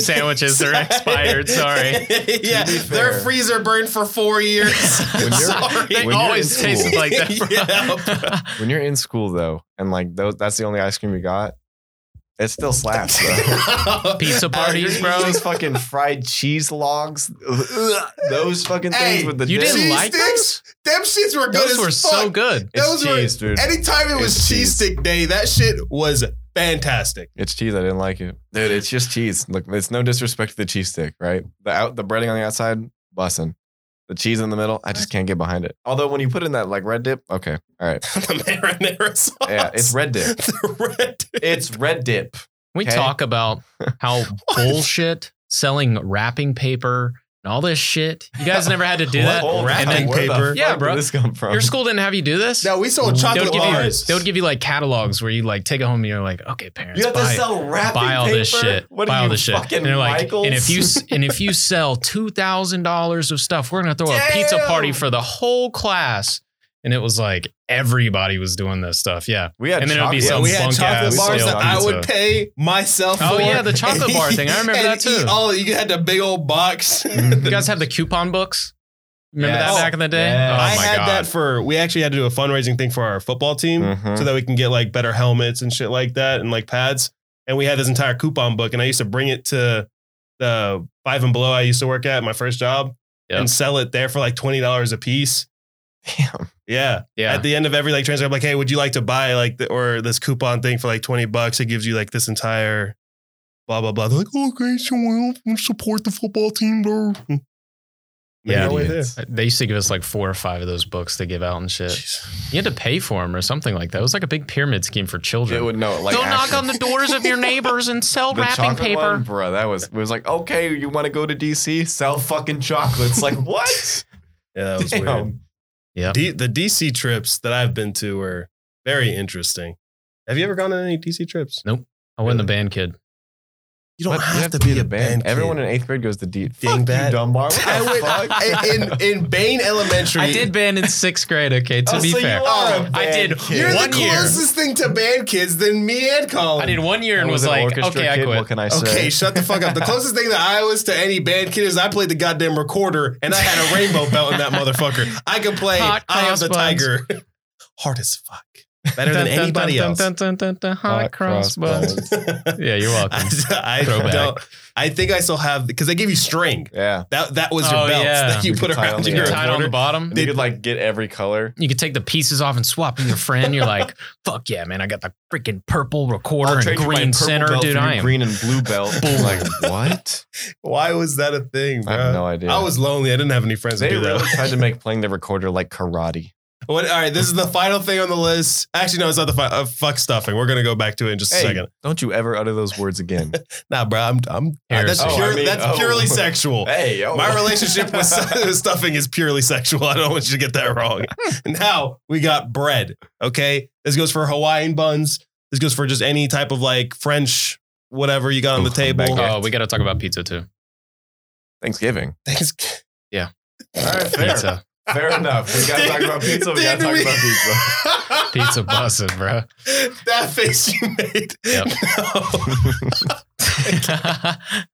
Speaker 3: sandwiches. They're expired. Sorry.
Speaker 2: yeah,
Speaker 1: To be
Speaker 2: their
Speaker 1: fair.
Speaker 2: freezer burned for four years.
Speaker 1: When you're-
Speaker 2: Sorry.
Speaker 3: They
Speaker 1: When you're
Speaker 3: always
Speaker 1: in
Speaker 3: taste
Speaker 1: school.
Speaker 3: like that.
Speaker 2: Yeah,
Speaker 3: bro.
Speaker 1: When you're in school though, and like those, that's the only ice cream you got. It still slaps. Though.
Speaker 3: Pizza parties,
Speaker 1: Bro,
Speaker 3: bro.
Speaker 1: those fucking fried cheese logs, ugh, those fucking
Speaker 4: Hey,
Speaker 1: things with the
Speaker 3: You
Speaker 1: dip.
Speaker 3: didn't
Speaker 4: Cheese
Speaker 3: like
Speaker 4: sticks?
Speaker 3: those?
Speaker 4: Them shits were good
Speaker 3: Those
Speaker 4: as
Speaker 3: were
Speaker 4: fuck.
Speaker 3: so good.
Speaker 1: It's
Speaker 4: those were-
Speaker 1: cheese, dude.
Speaker 4: Anytime it was
Speaker 1: It's
Speaker 4: cheese
Speaker 1: cheese.
Speaker 4: stick day, that shit.
Speaker 2: was fantastic.
Speaker 1: It's cheese. I didn't like it, dude. It's just cheese. Look, it's no disrespect to the cheese stick, right? The out, the breading on the outside, bussin'. The cheese in the middle, I just can't get behind it. Although when you put in that like red dip, okay, all right,
Speaker 2: the marinara sauce.
Speaker 1: yeah, it's red dip.
Speaker 2: the red.
Speaker 1: It's red dip.
Speaker 3: We
Speaker 1: Okay.
Speaker 3: talk about how bullshit selling wrapping paper and all this shit. You guys never had to do that.
Speaker 1: What?
Speaker 2: wrapping
Speaker 1: Where the
Speaker 2: paper.
Speaker 1: fuck
Speaker 3: Yeah,
Speaker 1: did
Speaker 3: bro.
Speaker 1: This come from
Speaker 3: Your school didn't have you do this.
Speaker 4: No, we sold
Speaker 2: They
Speaker 3: they
Speaker 4: chocolate
Speaker 3: would, give you,
Speaker 4: bars.
Speaker 2: bars.
Speaker 3: they would give you like catalogs where you like take it home and you're like, okay, parents,
Speaker 1: You have to
Speaker 3: buy,
Speaker 1: sell wrapping
Speaker 3: buy all
Speaker 1: paper.
Speaker 3: this shit.
Speaker 1: What
Speaker 3: buy
Speaker 1: are
Speaker 3: all
Speaker 1: you
Speaker 3: this shit.
Speaker 1: fucking
Speaker 3: And they're like,
Speaker 1: Michaels?
Speaker 3: and if you s- and if you sell two thousand dollars of stuff, we're gonna throw a pizza party
Speaker 1: Damn.
Speaker 3: for the whole class. And it was like everybody was doing this stuff. Yeah.
Speaker 1: we had
Speaker 3: and then it'll be
Speaker 1: chocolate.
Speaker 3: some
Speaker 2: we had
Speaker 3: bunk
Speaker 2: chocolate
Speaker 3: ass
Speaker 2: bars
Speaker 3: stale
Speaker 2: that I
Speaker 3: pizza.
Speaker 2: would pay myself
Speaker 3: Oh,
Speaker 2: for.
Speaker 3: yeah, the chocolate bar thing. I remember
Speaker 2: and
Speaker 3: that, too.
Speaker 2: eat All, you had the big old box.
Speaker 3: You guys have the coupon books? Remember
Speaker 2: Yes.
Speaker 3: that back in the day?
Speaker 1: Yes.
Speaker 3: Oh
Speaker 2: I
Speaker 3: my
Speaker 2: had
Speaker 3: god.
Speaker 2: that for, we actually had to do a fundraising thing for our football team
Speaker 1: Mhm.
Speaker 2: so that we can get like better helmets and shit like that and like pads. And we had this entire coupon book and I used to bring it to the five and below I used to work at my first job
Speaker 3: Yep.
Speaker 2: and sell it there for like $20 a piece.
Speaker 1: Damn.
Speaker 2: Yeah.
Speaker 3: yeah.
Speaker 2: At the end of every like transaction, I'm like, hey, would you like to buy like the, or this coupon thing for like 20 bucks? It gives you like this entire blah blah blah. They're like, "Oh, okay, so we'll we'll support the football team, Hmm. bro.
Speaker 3: Yeah.
Speaker 2: No way there.
Speaker 1: Idiots.
Speaker 3: They used to give us like four or five of those books to give out and shit. You had to pay for them or something like that. It was like a big pyramid scheme for
Speaker 1: It
Speaker 3: children.
Speaker 1: would know. Like
Speaker 3: Go knock
Speaker 1: ashes.
Speaker 3: on the doors of your neighbors and sell
Speaker 1: The
Speaker 3: wrapping
Speaker 1: chocolate
Speaker 3: paper.
Speaker 1: one, bro. That was it was like, okay, you want to go to DC? Sell fucking chocolates. Like what?
Speaker 2: Yeah, that was weird.
Speaker 1: Damn.
Speaker 3: Yeah.
Speaker 2: D- the DC trips that I've been to were very interesting. Have you ever gone on any DC trips?
Speaker 3: I wasn't a band kid.
Speaker 2: You
Speaker 1: What? You
Speaker 2: kid.
Speaker 1: Everyone in eighth grade goes to D. Fuck you,
Speaker 2: Dingbat.
Speaker 1: Dunbar. What the
Speaker 4: I
Speaker 1: fuck?
Speaker 4: would in, in in Bain Elementary.
Speaker 3: I did band in sixth grade, okay, to
Speaker 1: Oh,
Speaker 3: be
Speaker 1: so
Speaker 3: fair.
Speaker 1: you are a
Speaker 4: Oh,
Speaker 1: bad
Speaker 3: I did
Speaker 1: kid.
Speaker 4: You're
Speaker 3: One
Speaker 4: the
Speaker 3: year.
Speaker 4: closest thing to band kids than me and Colin.
Speaker 3: I did one year and
Speaker 1: I
Speaker 3: Oh, was,
Speaker 1: an
Speaker 3: like,
Speaker 1: orchestra
Speaker 3: okay, I
Speaker 1: kid,
Speaker 3: quit.
Speaker 1: What can I
Speaker 4: Okay,
Speaker 1: say?
Speaker 4: shut the fuck up. The closest thing that I was to any band kid is I played the goddamn recorder and I had a rainbow belt in that motherfucker. I could play
Speaker 3: Hot
Speaker 4: I Am the
Speaker 3: cross buns.
Speaker 4: Tiger. Hard as fuck. Better
Speaker 3: Dun,
Speaker 4: than
Speaker 3: dun,
Speaker 2: anybody
Speaker 3: dun,
Speaker 2: else.
Speaker 3: dun, dun, dun, dun, Hot cross buns. Yeah, you're welcome.
Speaker 2: I, I
Speaker 3: Throwback.
Speaker 2: don't. I think I still have because they gave you string.
Speaker 1: Yeah.
Speaker 2: That that was your
Speaker 3: Oh,
Speaker 2: belt
Speaker 3: yeah.
Speaker 2: that you
Speaker 1: You
Speaker 2: put
Speaker 1: could tie on
Speaker 2: around
Speaker 1: the
Speaker 2: your
Speaker 1: end.
Speaker 3: Tied on the
Speaker 2: recorder.
Speaker 3: bottom.
Speaker 1: They could like get every color.
Speaker 3: You could take the pieces off and swap with your friend. You're like, fuck yeah, man. I got the freaking purple recorder and
Speaker 1: you my purple
Speaker 3: green center.
Speaker 1: belt
Speaker 3: Dude,
Speaker 1: for your
Speaker 3: I am.
Speaker 1: green and blue belt.
Speaker 3: Boom.
Speaker 1: like what?
Speaker 2: Why was that a thing,
Speaker 1: I
Speaker 2: bro?
Speaker 1: have no idea.
Speaker 2: I was lonely. I didn't have any friends to
Speaker 1: They
Speaker 2: do
Speaker 1: really
Speaker 2: that.
Speaker 1: tried to make playing the recorder like karate.
Speaker 2: What, all right, this is the final thing on the list. Actually, no, it's not the fi- uh, fuck stuffing. We're gonna go back to it in just a second.
Speaker 1: don't you ever utter those words again.
Speaker 2: Nah, bro, I'm I'm uh, that's,
Speaker 3: Heresy.
Speaker 2: pure,
Speaker 1: Oh, I mean,
Speaker 2: that's
Speaker 1: oh.
Speaker 2: purely sexual.
Speaker 1: hey, yo.
Speaker 2: My relationship with stu- stuffing is purely sexual. I don't want you to get that wrong. now we got bread. Okay, this goes for Hawaiian buns. This goes for just any type of like French whatever you got on the
Speaker 1: Oof,
Speaker 2: table.
Speaker 1: baguette.
Speaker 3: Oh, we got to talk about pizza too.
Speaker 1: Thanksgiving.
Speaker 2: Thanks.
Speaker 1: All right, fair.
Speaker 3: Pizza.
Speaker 1: Fair enough. We gotta talk about pizza. We gotta
Speaker 4: Didn't
Speaker 1: talk
Speaker 4: we-
Speaker 1: about pizza.
Speaker 3: Pizza busted, bro.
Speaker 4: that face you made.
Speaker 3: Yep.
Speaker 2: He's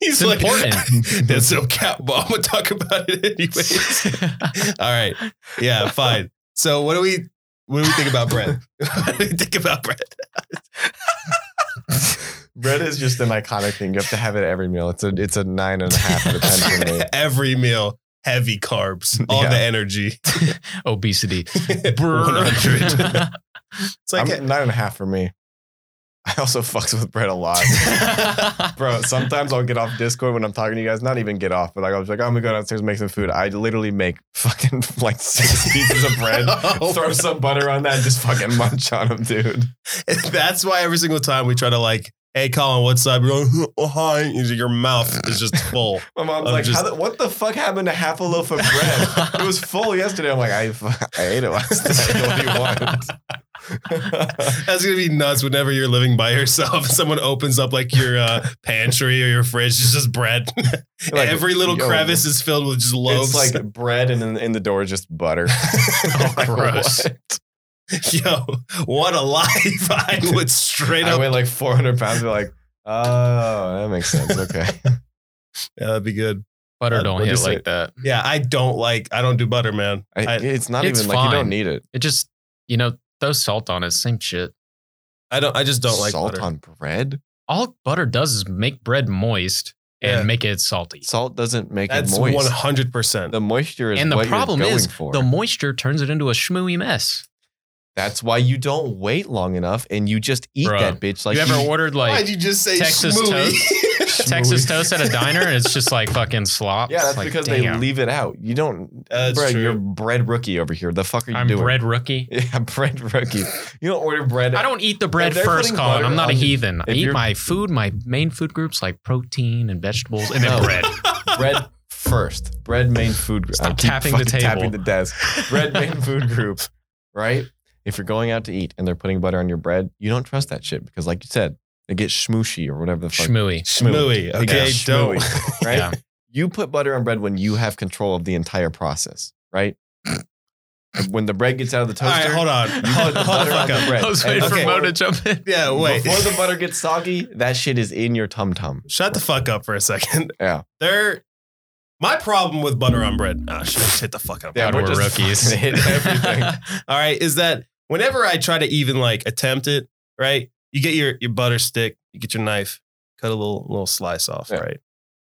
Speaker 3: it's
Speaker 2: like,
Speaker 3: important.
Speaker 2: That's no cap, but I'm gonna talk about it anyways. All right. Yeah, fine. So what do we what do we think about bread? what do we think about bread?
Speaker 1: Bread is just an iconic thing. You have to have it at every meal. It's a it's a nine and a half out of ten for me.
Speaker 2: Every meal, heavy carbs, all
Speaker 1: Yeah.
Speaker 2: the energy.
Speaker 3: Obesity.
Speaker 2: 100. It's like
Speaker 1: I'm nine and a half for me. I also fucks with bread a lot. Bro, sometimes I'll get off Discord when I'm talking to you guys. Not even get off, but like, I was like, "Oh I'm gonna go downstairs and make some food. I literally make fucking like six pieces of bread, throw some butter on that, and just fucking munch on them, dude.
Speaker 2: that's why every single time we try to like, hey Colin, what's up? You're like, oh, hi. Your mouth is just full.
Speaker 1: My mom's
Speaker 2: I'm
Speaker 1: like,
Speaker 2: just-
Speaker 1: How the, what the fuck happened to half a loaf of bread? it was full yesterday. I'm like, I, I ate it last night. What do you want?
Speaker 2: That's gonna be nuts whenever you're living by yourself. Someone opens up like your uh, pantry or your fridge, it's just bread.
Speaker 1: Like,
Speaker 2: Every little
Speaker 1: yo,
Speaker 2: crevice is filled with just loaves.
Speaker 1: It's like bread and in, in the door is just butter.
Speaker 3: Oh,
Speaker 1: Like,
Speaker 3: gross.
Speaker 1: what?
Speaker 2: yo, what a life! I would straight
Speaker 1: I
Speaker 2: up.
Speaker 1: weigh like 400 pounds. They're like, oh, that makes sense. Okay.
Speaker 2: Yeah, that'd be good.
Speaker 3: Butter don't
Speaker 1: What'd
Speaker 3: hit
Speaker 1: you say?
Speaker 3: like that.
Speaker 2: Yeah, I don't like. I don't do butter, man.
Speaker 1: I,
Speaker 2: I-
Speaker 1: it's not
Speaker 3: It's
Speaker 1: even like you
Speaker 3: fine.
Speaker 1: don't need it.
Speaker 3: It just, you know, throw salt on it. Same shit.
Speaker 2: I don't. I just don't like
Speaker 1: salt
Speaker 2: butter.
Speaker 1: on bread.
Speaker 3: All butter does is make bread moist and
Speaker 2: Yeah.
Speaker 3: make it salty.
Speaker 1: Salt doesn't make
Speaker 2: That's
Speaker 1: it moist.
Speaker 2: one hundred percent.
Speaker 1: The moisture is
Speaker 3: and the
Speaker 1: what
Speaker 3: problem
Speaker 1: you're going
Speaker 3: is
Speaker 1: for.
Speaker 3: the moisture turns it into a schmooey mess.
Speaker 1: That's why you don't wait long enough and you just eat
Speaker 3: Bruh.
Speaker 1: that bitch like
Speaker 3: you ever ordered like
Speaker 4: Why'd you just say
Speaker 3: Texas
Speaker 4: smoothie?
Speaker 3: Texas toast at a diner and it's just like fucking slop?
Speaker 1: Yeah, that's
Speaker 3: It's like,
Speaker 1: because they
Speaker 3: damn,
Speaker 1: leave it out. You don't
Speaker 2: That's
Speaker 1: Bruh,
Speaker 2: true.
Speaker 1: you're bread rookie over here. The fuck are you
Speaker 3: I'm
Speaker 1: doing?
Speaker 3: bread rookie.
Speaker 1: Yeah, bread rookie. You don't order bread.
Speaker 3: I don't eat the bread
Speaker 1: they're
Speaker 3: first,
Speaker 1: putting
Speaker 3: Colin.
Speaker 1: butter
Speaker 3: I'm not a
Speaker 1: on-
Speaker 3: heathen. I
Speaker 1: if
Speaker 3: eat
Speaker 1: you're-
Speaker 3: my food, my main food groups like protein and vegetables, and then
Speaker 1: No.
Speaker 3: bread.
Speaker 1: bread first. Bread main food group.
Speaker 3: Stop
Speaker 1: I keep
Speaker 3: tapping the
Speaker 1: fucking
Speaker 3: table.
Speaker 1: Tapping the desk. Bread main food group. Right? If you're going out to eat and they're putting butter on your bread, you don't trust that shit because, like you said, it gets schmooshy or whatever the fuck.
Speaker 3: Schmooey.
Speaker 2: Schmooey.
Speaker 1: It
Speaker 2: Okay,
Speaker 1: gets
Speaker 2: don't.
Speaker 1: schmooey, Right?
Speaker 3: Yeah.
Speaker 1: You put butter on bread when you have control of the entire process, right? when the bread gets out of the
Speaker 2: All
Speaker 1: toaster,
Speaker 2: right, hold on. Hold, hold the
Speaker 1: butter on
Speaker 2: fuck
Speaker 1: the
Speaker 2: up.
Speaker 1: bread.
Speaker 3: I was waiting
Speaker 2: Okay.
Speaker 3: for Mo to jump in.
Speaker 2: Yeah,
Speaker 1: Oh,
Speaker 2: wait.
Speaker 1: Before the butter gets soggy, that shit is in your tum tum.
Speaker 2: Shut the fuck up for a second.
Speaker 1: Yeah.
Speaker 2: There. My problem with butter on bread. Ah, shit, just hit the fuck up.
Speaker 1: Yeah,
Speaker 3: God,
Speaker 1: we're
Speaker 3: we're
Speaker 1: just
Speaker 3: rookies.
Speaker 1: fucking hit everything.
Speaker 2: All right, is that whenever I try to even like attempt it, right? You get your your butter stick, you get your knife, cut a little little slice off,
Speaker 1: Yeah.
Speaker 2: right?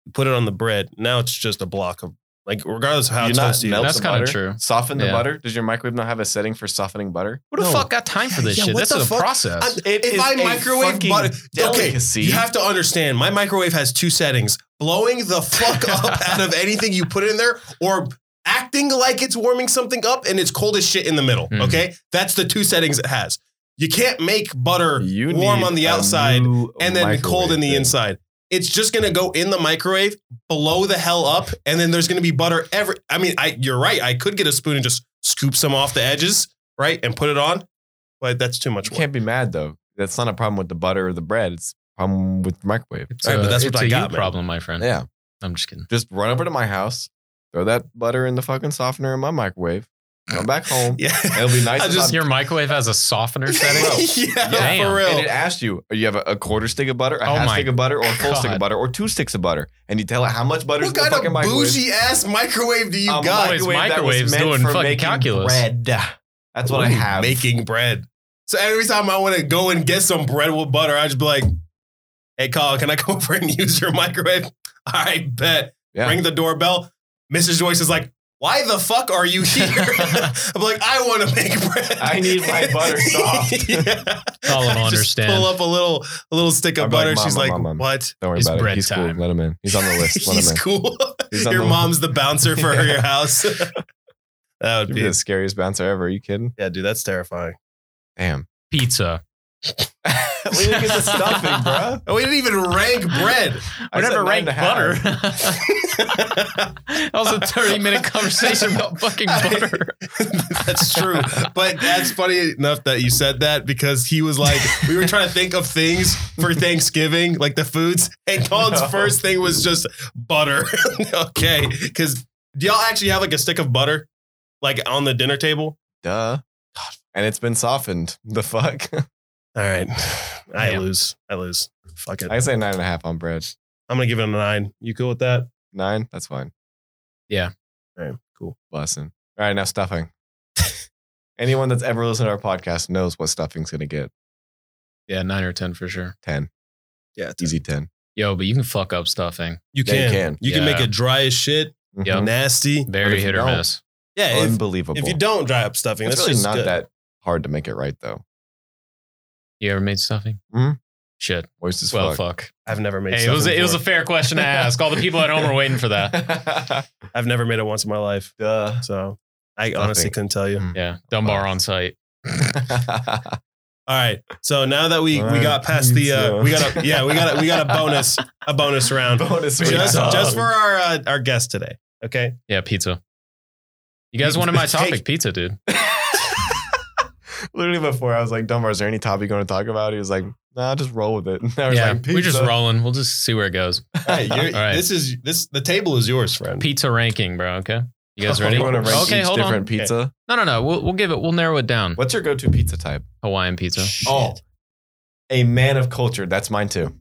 Speaker 2: You put it on the bread. Now it's just a block of like, regardless of how
Speaker 1: You're not
Speaker 2: toasty it
Speaker 1: melt
Speaker 2: is.
Speaker 3: That's
Speaker 1: the
Speaker 3: kinda
Speaker 1: butter,
Speaker 3: true.
Speaker 1: Soften the
Speaker 3: Yeah.
Speaker 1: butter. Does your microwave not have a setting for softening butter?
Speaker 3: Who the
Speaker 2: No.
Speaker 3: fuck got time for this
Speaker 2: Yeah,
Speaker 3: shit?
Speaker 2: what
Speaker 3: This
Speaker 2: the
Speaker 3: is a
Speaker 2: fuck?
Speaker 3: process.
Speaker 2: I'm-
Speaker 1: It
Speaker 2: if
Speaker 1: is
Speaker 2: I
Speaker 1: a
Speaker 2: microwave
Speaker 1: fucking
Speaker 2: butter,
Speaker 1: delicacy.
Speaker 2: okay, you have to understand. My microwave has two settings: blowing the fuck up out of anything you put in there, or acting like it's warming something up and it's cold as shit in the middle.
Speaker 3: Hmm.
Speaker 2: Okay, that's the two settings it has. You can't make butter
Speaker 1: You
Speaker 2: warm
Speaker 1: need
Speaker 2: on the
Speaker 1: a
Speaker 2: outside
Speaker 1: new
Speaker 2: and then cold in the
Speaker 1: Oh, microwave
Speaker 2: inside. It's just gonna go in the microwave, blow the hell up, and then there's gonna be butter every. I mean, I you're right. I could get a spoon and just scoop some off the edges, right, and put it on, but that's too
Speaker 1: thing. You
Speaker 2: much work.
Speaker 1: can't be mad though. That's not a problem with the butter or the bread. It's a problem with the microwave.
Speaker 3: It's
Speaker 2: Alright, but
Speaker 3: a-
Speaker 2: that's what
Speaker 3: it's
Speaker 2: I
Speaker 3: a
Speaker 2: got,
Speaker 3: you
Speaker 2: man.
Speaker 3: problem, my friend.
Speaker 1: Yeah.
Speaker 3: I'm just kidding.
Speaker 1: Just run over to my house, throw that butter in the fucking softener in my microwave, come back home.
Speaker 2: Yeah,
Speaker 1: It'll be nice
Speaker 2: I
Speaker 1: and
Speaker 2: just-
Speaker 1: hot.
Speaker 3: Your microwave has a softener setting.
Speaker 2: yeah,
Speaker 3: Damn.
Speaker 2: for
Speaker 1: And it
Speaker 2: real.
Speaker 1: asks you, do you have a, a quarter stick of butter, a
Speaker 3: Oh
Speaker 1: half
Speaker 3: my
Speaker 1: stick of butter, or a full stick
Speaker 3: God.
Speaker 1: of butter, or two sticks of butter? And you tell it how much butter is
Speaker 4: What
Speaker 1: in the
Speaker 4: kind
Speaker 1: fucking
Speaker 4: of
Speaker 1: microwave.
Speaker 4: bougie ass microwave do you
Speaker 1: a
Speaker 4: got?
Speaker 3: Always
Speaker 1: that was
Speaker 3: microwaves
Speaker 1: meant
Speaker 3: doing
Speaker 1: for
Speaker 3: fucking
Speaker 1: making
Speaker 3: calculus.
Speaker 1: Bread. That's what I
Speaker 2: Ooh,
Speaker 1: have.
Speaker 2: Making bread. So every time I want to go and get some bread with butter, I just be like, "Hey, Colin, can I come over and use your microwave?" All right, bet.
Speaker 1: Yeah.
Speaker 2: Ring the doorbell. Mrs. Joyce is like, "Why the fuck are you here?" I'm like, "I want to make bread.
Speaker 1: I need my butter soft."
Speaker 2: yeah.
Speaker 3: Colin will
Speaker 2: I just
Speaker 3: understand.
Speaker 2: Pull up a little, a little stick of
Speaker 1: I'm like,
Speaker 2: butter.
Speaker 1: "Mom,
Speaker 2: She's
Speaker 1: mom,
Speaker 2: like,
Speaker 1: mom, mom."
Speaker 2: "What?"
Speaker 1: Don't worry
Speaker 3: It's
Speaker 1: about it.
Speaker 3: bread
Speaker 1: He's
Speaker 3: time.
Speaker 1: cool. Let him in. He's on the list. Let him
Speaker 2: He's
Speaker 1: in.
Speaker 2: cool.
Speaker 1: He's on
Speaker 2: Your
Speaker 1: the-
Speaker 2: mom's the bouncer for your house. that would
Speaker 1: You'd
Speaker 2: be
Speaker 1: be the scariest bouncer ever. Are you kidding?
Speaker 2: Yeah, dude, that's terrifying.
Speaker 1: Damn.
Speaker 3: Pizza.
Speaker 1: we didn't get the stuffing, bro.
Speaker 2: Oh, we didn't even rank bread.
Speaker 1: I
Speaker 3: I
Speaker 1: said
Speaker 3: never
Speaker 1: nine and
Speaker 3: ranked
Speaker 1: a half.
Speaker 3: butter. that was a 30 minute conversation about fucking butter.
Speaker 2: that's true. But that's funny enough that you said that because he was like, we were trying to think of things for Thanksgiving, like the foods. And Colin's
Speaker 1: No.
Speaker 2: first thing was just butter. okay. Cause do y'all actually have like a stick of butter? Like on the dinner table?
Speaker 1: Duh. And it's been softened. The fuck?
Speaker 2: All right. I
Speaker 3: Yeah.
Speaker 2: lose. I lose. Fuck it.
Speaker 1: I say nine and a half on bread.
Speaker 2: I'm gonna give it a nine. You cool with that?
Speaker 1: Nine? That's fine.
Speaker 2: All right, cool.
Speaker 1: Blessing. All right, now stuffing. Anyone that's ever listened to our podcast knows what stuffing's going to get.
Speaker 3: Yeah, nine or 10 for sure.
Speaker 1: 10.
Speaker 2: Yeah, it's-
Speaker 1: Easy 10.
Speaker 3: Yo, but you can fuck up stuffing.
Speaker 2: You
Speaker 1: They
Speaker 2: can.
Speaker 1: can.
Speaker 2: You can
Speaker 3: Yeah.
Speaker 2: make it dry as shit,
Speaker 1: Mhm.
Speaker 3: Yep.
Speaker 2: nasty.
Speaker 1: But
Speaker 3: Very
Speaker 1: if
Speaker 3: hit
Speaker 1: you
Speaker 3: or
Speaker 1: don't-
Speaker 3: miss.
Speaker 2: Yeah, if,
Speaker 1: Unbelievable.
Speaker 2: if you don't dry up stuffing,
Speaker 1: it's
Speaker 2: that's
Speaker 1: really
Speaker 2: just
Speaker 1: not
Speaker 2: good.
Speaker 1: that hard to make it right, though.
Speaker 3: You ever made stuffing?
Speaker 1: Mhm.
Speaker 3: Shit.
Speaker 1: Moist as
Speaker 3: Well,
Speaker 1: fuck.
Speaker 3: fuck.
Speaker 2: I've never Hmm? made.
Speaker 3: Hey, it was
Speaker 2: stuffing
Speaker 3: it was a
Speaker 2: before.
Speaker 3: fair question to ask. All the people at home were waiting for that.
Speaker 1: that.
Speaker 2: I've never made it once in my life,
Speaker 1: Duh.
Speaker 2: so I honestly
Speaker 1: Stuffing.
Speaker 2: couldn't tell you.
Speaker 1: Mm.
Speaker 3: Yeah, Dunbar on site.
Speaker 2: All right, so now that we
Speaker 1: All
Speaker 2: we
Speaker 1: right,
Speaker 2: got past the
Speaker 1: pizza.
Speaker 2: uh, we got a, yeah we got a, we got a bonus a bonus round
Speaker 1: Bonus
Speaker 2: just
Speaker 1: round.
Speaker 2: just for our uh, our guest today. Okay,
Speaker 3: Yeah, pizza. You guys wanted my topic,
Speaker 2: Take-
Speaker 3: pizza, dude.
Speaker 1: Literally before I was like, Dunbar, is there any topic you want to talk about? He was like, nah, just roll with it. And I was
Speaker 3: yeah,
Speaker 1: like,
Speaker 3: we're just
Speaker 1: pizza.
Speaker 3: rolling. We'll just see where it goes.
Speaker 2: All right, you're-
Speaker 3: All right.
Speaker 2: this is this the table is yours, friend.
Speaker 3: Pizza ranking, bro. Okay, you guys
Speaker 2: Oh,
Speaker 3: ready?
Speaker 1: You want to rank
Speaker 3: okay,
Speaker 1: each
Speaker 3: hold
Speaker 1: different
Speaker 3: on.
Speaker 1: pizza?
Speaker 3: No, no, no. We'll we'll give it. We'll narrow it down.
Speaker 1: What's your go-to pizza type?
Speaker 3: Hawaiian pizza.
Speaker 1: Oh, a man of culture. That's mine too.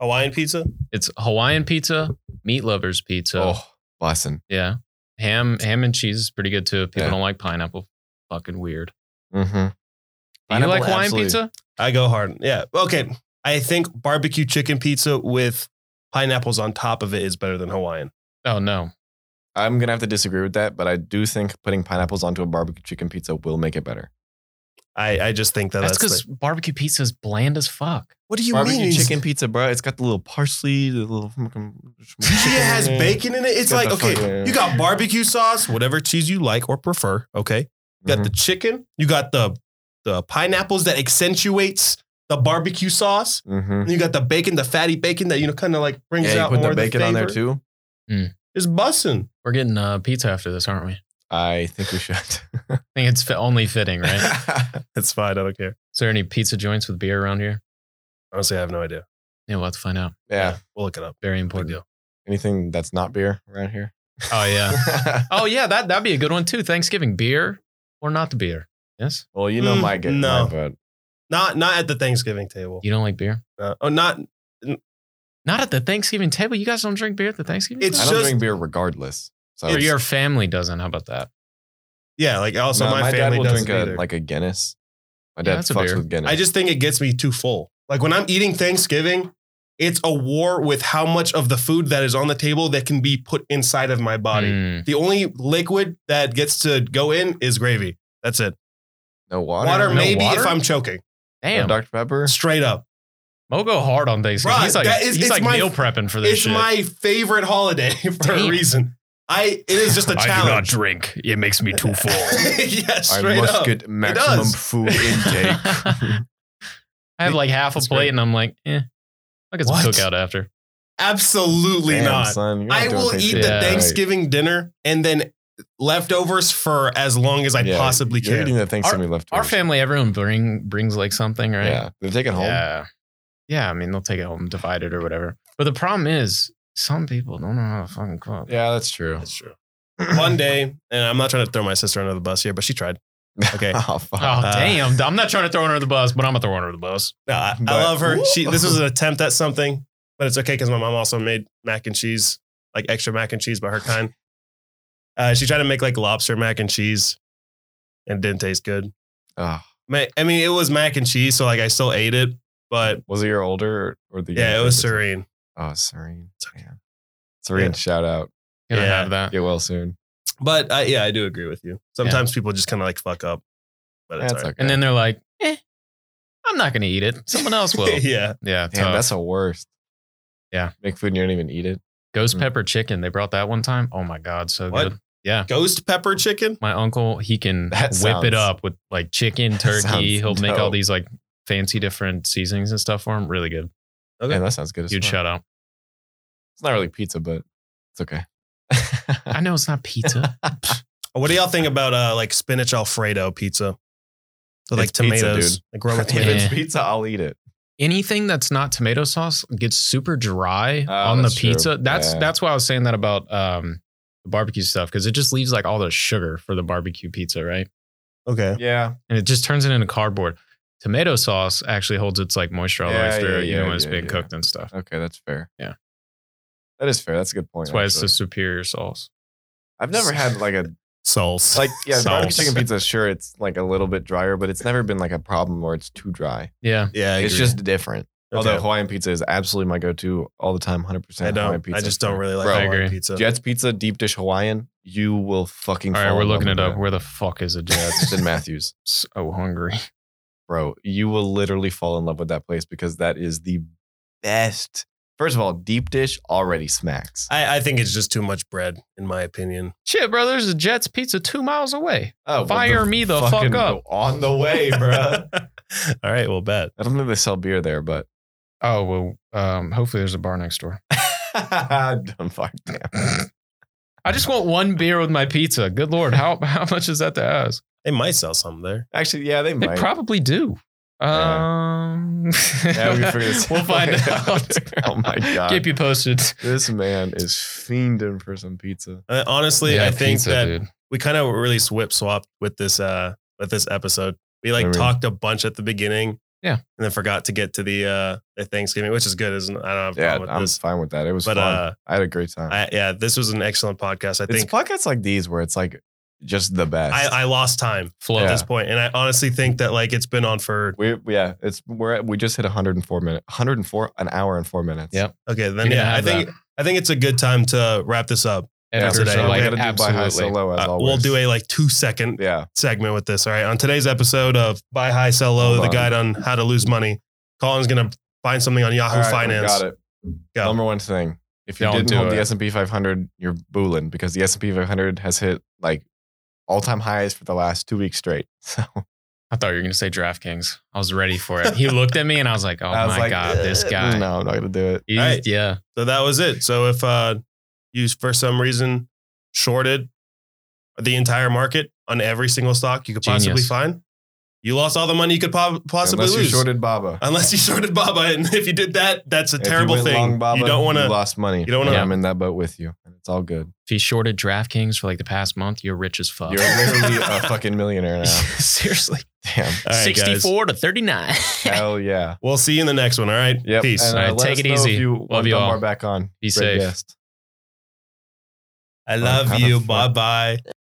Speaker 2: Hawaiian pizza.
Speaker 3: It's Hawaiian pizza, meat lovers pizza.
Speaker 1: oh, Boston.
Speaker 3: Yeah, ham ham and cheese is pretty good too. People
Speaker 1: Yeah.
Speaker 3: don't like pineapple. Fucking weird.
Speaker 1: Mm-hmm.
Speaker 3: Do you like
Speaker 1: Pineapple,
Speaker 3: Hawaiian
Speaker 1: absolutely.
Speaker 3: pizza?
Speaker 2: I go hard. Yeah. Okay. I think barbecue chicken pizza with pineapples on top of it is better than Hawaiian.
Speaker 3: Oh no.
Speaker 1: I'm gonna have to disagree with that, but I do think putting pineapples onto a barbecue chicken pizza will make it better.
Speaker 2: I, I just think that
Speaker 3: That's
Speaker 2: that's,
Speaker 3: because
Speaker 2: the-
Speaker 3: barbecue pizza is bland as fuck.
Speaker 2: what do you
Speaker 1: barbecue
Speaker 2: mean?
Speaker 1: chicken pizza, bro. It's got the little parsley, the little.
Speaker 2: Yeah, it has
Speaker 1: Yeah.
Speaker 2: bacon in it. It's
Speaker 1: Got
Speaker 2: like
Speaker 1: the
Speaker 2: okay,
Speaker 1: fucking-
Speaker 2: you got barbecue sauce, whatever cheese you like or prefer. Okay, you got
Speaker 1: Mm-hmm.
Speaker 2: the chicken, you got the the pineapples that accentuates the barbecue sauce,
Speaker 1: Mm-hmm.
Speaker 2: and you got the bacon, the fatty bacon that you know kind of like brings
Speaker 1: Yeah, you
Speaker 2: out
Speaker 1: put
Speaker 2: more
Speaker 1: the bacon on there
Speaker 2: too.
Speaker 1: too.
Speaker 2: It's bussin'.
Speaker 3: We're getting uh, pizza after this, aren't we? I
Speaker 1: I think we should.
Speaker 3: think it's fit, only fitting, right?
Speaker 2: It's fine. I don't care.
Speaker 3: is there any pizza joints with beer around here?
Speaker 2: Honestly, I have no idea.
Speaker 3: Yeah, we'll have to find out.
Speaker 1: yeah,
Speaker 2: We'll look it up.
Speaker 3: Very
Speaker 2: Big
Speaker 3: important.
Speaker 2: deal.
Speaker 1: anything that's not beer around here.
Speaker 3: Oh yeah. oh yeah. That that'd be a good one too. Thanksgiving beer or not the beer? Yes.
Speaker 1: well, you know
Speaker 2: Mm,
Speaker 1: my get
Speaker 2: no.
Speaker 1: mine, but
Speaker 2: Not not at the Thanksgiving table.
Speaker 3: You don't like beer?
Speaker 2: Uh, oh, not
Speaker 3: Not at the Thanksgiving table. You guys don't drink beer at the Thanksgiving.
Speaker 2: It's
Speaker 1: I
Speaker 3: table?
Speaker 1: don't
Speaker 2: just-
Speaker 1: drink beer regardless. So
Speaker 3: or your family doesn't. How about that?
Speaker 2: yeah. Like also,
Speaker 1: No,
Speaker 2: my,
Speaker 1: dad
Speaker 2: family
Speaker 1: will
Speaker 2: doesn't
Speaker 1: drink a,
Speaker 2: either.
Speaker 1: like a Guinness. My
Speaker 3: Yeah,
Speaker 1: dad
Speaker 3: that's a
Speaker 1: fucks
Speaker 3: beer.
Speaker 1: with Guinness.
Speaker 2: I just think it gets me too full. Like when I'm eating Thanksgiving, it's a war with how much of the food that is on the table that can be put inside of my body.
Speaker 3: Mm.
Speaker 2: The only liquid that gets to go in is gravy. That's it.
Speaker 1: no water.
Speaker 2: Water,
Speaker 3: No
Speaker 2: maybe
Speaker 3: water?
Speaker 2: if I'm choking.
Speaker 1: no
Speaker 3: Damn.
Speaker 1: Dr Pepper.
Speaker 2: Straight up.
Speaker 3: Mo go hard on Thanksgiving.
Speaker 2: Bruh,
Speaker 3: he's like,
Speaker 2: that is-
Speaker 3: he's
Speaker 2: it's
Speaker 3: like
Speaker 2: my-
Speaker 3: meal prepping for this
Speaker 2: It's
Speaker 3: shit.
Speaker 2: my favorite holiday for
Speaker 3: Damn.
Speaker 2: a reason. I it is just a
Speaker 3: I do not
Speaker 2: challenge.
Speaker 3: drink. It makes me too full.
Speaker 2: yeah,
Speaker 1: I
Speaker 2: straight
Speaker 1: must
Speaker 2: up.
Speaker 1: get maximum
Speaker 2: does.
Speaker 1: food intake.
Speaker 3: I have like half a
Speaker 2: That's
Speaker 3: plate
Speaker 2: great.
Speaker 3: and I'm like, eh, I'll get some
Speaker 2: What?
Speaker 3: cookout after.
Speaker 2: Absolutely
Speaker 1: Damn,
Speaker 2: not.
Speaker 1: son, you're not
Speaker 2: I
Speaker 1: doing
Speaker 2: will eat
Speaker 1: Thanksgiving
Speaker 2: the
Speaker 3: Yeah.
Speaker 1: right.
Speaker 2: Thanksgiving dinner and then leftovers for as long as I
Speaker 1: Yeah,
Speaker 2: possibly
Speaker 1: You're
Speaker 2: can.
Speaker 1: eating the Thanksgiving leftovers.
Speaker 3: Our family, everyone bring brings like something, right?
Speaker 1: Yeah, they take it home.
Speaker 3: Yeah. Yeah, I mean, they'll take it home, divide it or whatever. But the problem is, some people don't know how to fucking cook.
Speaker 1: Yeah, that's true.
Speaker 2: That's true. One day, and I'm not trying to throw my sister under the bus here, but she tried. Okay.
Speaker 1: oh, fuck.
Speaker 3: Oh, damn. I'm not trying to throw her under the bus, but I'm going to throw her under the bus.
Speaker 2: No, I, I
Speaker 1: But-
Speaker 2: love her. She this was an attempt at something, but it's okay because my mom also made mac and cheese, like extra mac and cheese by her kind. Uh, she tried to make like lobster mac and cheese, and it didn't taste good.
Speaker 1: Ah,
Speaker 2: Ma- I mean, it was mac and cheese, so like I still ate it, but
Speaker 1: was it your older or the
Speaker 2: yeah,
Speaker 1: younger
Speaker 2: it was
Speaker 1: sister?
Speaker 2: serene.
Speaker 1: Oh, Serene. Damn. Serene, shout out.
Speaker 3: You don't
Speaker 2: Yeah.
Speaker 3: have that.
Speaker 1: Get well soon.
Speaker 2: But I, yeah, I do agree with you. Sometimes people just kind of like fuck up, but
Speaker 1: That's
Speaker 2: it's all right.
Speaker 1: okay.
Speaker 3: And then they're like, eh, I'm not going to eat it. Someone else will.
Speaker 2: yeah,
Speaker 3: yeah.
Speaker 1: Damn,
Speaker 3: tough.
Speaker 1: that's the worst.
Speaker 3: Yeah.
Speaker 1: Make food and you don't even eat it.
Speaker 3: Ghost pepper chicken. They brought that one time. Oh my God. So
Speaker 2: What?
Speaker 3: good. Yeah.
Speaker 2: ghost pepper chicken.
Speaker 3: My uncle, he can
Speaker 1: That
Speaker 3: whip
Speaker 1: sounds-
Speaker 3: it up with like chicken,
Speaker 1: sounds
Speaker 3: turkey. He'll make all
Speaker 1: dope.
Speaker 3: these like fancy different seasonings and stuff for him. Really good.
Speaker 2: Okay.
Speaker 1: Damn, that sounds good as
Speaker 3: Huge
Speaker 1: fuck.
Speaker 3: shout out.
Speaker 1: It's not really pizza, but it's okay.
Speaker 3: I know it's not pizza.
Speaker 2: What do y'all think about uh like spinach alfredo pizza? So like
Speaker 1: It's pizza,
Speaker 2: tomatoes,
Speaker 1: dude.
Speaker 2: like Roman
Speaker 1: if
Speaker 2: tomatoes.
Speaker 1: it's
Speaker 3: Yeah.
Speaker 1: pizza, I'll eat it.
Speaker 3: Anything that's not tomato sauce gets super dry
Speaker 1: Oh,
Speaker 3: on the
Speaker 1: that's true.
Speaker 3: pizza. That's
Speaker 1: Yeah.
Speaker 3: that's why I was saying that about um the barbecue stuff because it just leaves like all the sugar for the barbecue pizza, right?
Speaker 2: Okay.
Speaker 1: Yeah.
Speaker 3: And it just turns it into cardboard. Tomato sauce actually holds its like moisture all the
Speaker 1: Yeah,
Speaker 3: way through,
Speaker 1: yeah,
Speaker 3: even
Speaker 1: yeah,
Speaker 3: when it's
Speaker 1: yeah,
Speaker 3: being
Speaker 1: yeah.
Speaker 3: cooked and stuff.
Speaker 1: Okay, that's fair.
Speaker 3: Yeah.
Speaker 1: That is fair. That's a good point.
Speaker 3: That's why it's
Speaker 1: actually.
Speaker 3: the superior sauce.
Speaker 1: I've never had like a
Speaker 2: Souls.
Speaker 1: like yeah, barbecue
Speaker 3: Sauce.
Speaker 1: chicken pizza, sure, it's like a little bit drier, but it's never been like a problem where it's too dry.
Speaker 3: Yeah.
Speaker 2: yeah, I
Speaker 1: It's
Speaker 2: agree.
Speaker 1: just different.
Speaker 2: Okay.
Speaker 1: Although Hawaiian pizza is absolutely my go-to all the time, hundred percent.
Speaker 2: I
Speaker 1: Hawaiian
Speaker 2: don't.
Speaker 1: pizza.
Speaker 2: I just don't really like
Speaker 1: Bro,
Speaker 3: I
Speaker 2: Hawaiian
Speaker 3: agree.
Speaker 2: pizza.
Speaker 1: Jets Pizza, deep dish Hawaiian. You will fucking.
Speaker 3: All right,
Speaker 1: fall
Speaker 3: we're
Speaker 1: in love
Speaker 3: looking
Speaker 1: with
Speaker 3: it up.
Speaker 1: that.
Speaker 3: Where the fuck is a
Speaker 1: Yeah,
Speaker 3: Jets?
Speaker 1: it's in Matthews,
Speaker 3: so hungry.
Speaker 1: bro. You will literally fall in love with that place because that is the best. First of all, deep dish already smacks.
Speaker 2: I, I think it's just too much bread, in my opinion.
Speaker 3: Shit, bro, there's a Jets pizza two miles away.
Speaker 1: Oh, well,
Speaker 3: Fire me the fuck
Speaker 1: fucking-
Speaker 3: up.
Speaker 1: on the way, bro.
Speaker 2: All right, well, bet.
Speaker 1: I don't think they sell beer there, but
Speaker 3: Oh well, um, hopefully there's a bar next door.
Speaker 1: dumb fuck damn.
Speaker 3: I just want one beer with my pizza. Good lord, how how much is that to ask?
Speaker 2: They might sell some there.
Speaker 1: Actually, yeah, they
Speaker 3: They
Speaker 1: might.
Speaker 3: probably do. Um,
Speaker 1: yeah, we can figure this
Speaker 3: will
Speaker 1: out
Speaker 3: find
Speaker 1: later.
Speaker 3: out.
Speaker 1: Oh my God.
Speaker 3: Keep you posted.
Speaker 1: this man is fiending for some pizza.
Speaker 2: Uh, honestly, I think
Speaker 3: pizza,
Speaker 2: that
Speaker 3: dude.
Speaker 2: we kind of really swip swapped with this uh with this episode. We like
Speaker 1: I mean-
Speaker 2: talked a bunch at the beginning.
Speaker 3: Yeah.
Speaker 2: And then forgot to get to the uh the Thanksgiving, which is good, isn't I don't have a
Speaker 1: Yeah,
Speaker 2: problem with
Speaker 1: I'm
Speaker 2: this.
Speaker 1: fine with that. It was
Speaker 2: But
Speaker 1: fun.
Speaker 2: uh
Speaker 1: I had a great time.
Speaker 2: I, yeah, this was an excellent podcast. I
Speaker 1: it's
Speaker 2: think
Speaker 1: podcasts like these where it's like just the best.
Speaker 2: I, I lost time
Speaker 3: Flow.
Speaker 2: at
Speaker 1: Yeah.
Speaker 2: this point, and I honestly think that like it's been on for
Speaker 1: we yeah, it's we're at, we just hit 104 minutes, 104 an hour and four minutes.
Speaker 3: Yep.
Speaker 2: okay. Then
Speaker 3: You didn't
Speaker 2: yeah, I
Speaker 3: have
Speaker 2: think I think it's a good time to wrap this up.
Speaker 1: Yeah,
Speaker 3: After
Speaker 2: today.
Speaker 3: so,
Speaker 1: we
Speaker 3: like,
Speaker 1: gotta do buy high so
Speaker 3: absolutely.
Speaker 1: low as
Speaker 2: Uh,
Speaker 1: always.
Speaker 2: we'll do a like two second
Speaker 1: yeah.
Speaker 2: segment with this. All right. On today's episode of Buy High, Sell Low,
Speaker 1: Hold
Speaker 2: the
Speaker 1: on.
Speaker 2: guide on how to lose money, Colin's going to find something on Yahoo
Speaker 1: All right, we
Speaker 2: Finance.
Speaker 1: Got it.
Speaker 2: Go.
Speaker 1: Number one thing. If you
Speaker 3: Don't
Speaker 1: didn't
Speaker 3: do
Speaker 1: hold
Speaker 3: it.
Speaker 1: the S&P 500, you're booling because the S&P 500 has hit like all-time highs for the last 2 weeks straight. So
Speaker 3: I thought you were going to say DraftKings. I was ready for it. He looked at me and I was like, oh
Speaker 1: I was
Speaker 3: my
Speaker 1: like,
Speaker 3: God, this
Speaker 1: "Uh,
Speaker 3: guy.
Speaker 1: No, I'm not going to do it.
Speaker 3: He's-
Speaker 2: All right.
Speaker 3: Yeah.
Speaker 2: So that was it. So if uh, you, for some reason, shorted the entire market on every single stock you could possibly
Speaker 3: Genius.
Speaker 2: find, you lost all the money you could po- possibly
Speaker 1: Unless you
Speaker 2: lose.
Speaker 1: shorted Baba.
Speaker 2: Unless you shorted Baba. And if you did that, that's a
Speaker 1: If you
Speaker 2: terrible
Speaker 1: went
Speaker 2: thing.
Speaker 1: long Baba,
Speaker 2: you don't want
Speaker 1: you
Speaker 2: to.
Speaker 1: lost money. You
Speaker 2: don't wanna-
Speaker 1: yeah, I'm in that boat with you. It's all good.
Speaker 3: If he shorted DraftKings for like the past month, you're rich as fuck.
Speaker 1: You're literally a fucking millionaire now.
Speaker 3: Seriously.
Speaker 1: Damn.
Speaker 2: All right, guys.
Speaker 3: 64 to 39.
Speaker 1: Hell yeah.
Speaker 2: We'll see you in the next one. All right.
Speaker 1: Yep.
Speaker 2: Peace.
Speaker 1: And, uh,
Speaker 3: All right,
Speaker 1: let
Speaker 3: take
Speaker 1: us
Speaker 3: it
Speaker 1: know
Speaker 3: easy.
Speaker 1: If you
Speaker 3: Love
Speaker 1: want
Speaker 3: you all.
Speaker 1: Dunbar back on.
Speaker 3: Be
Speaker 1: Great
Speaker 3: safe.
Speaker 1: guest.
Speaker 2: I
Speaker 1: love you. Bye-bye.
Speaker 2: bye.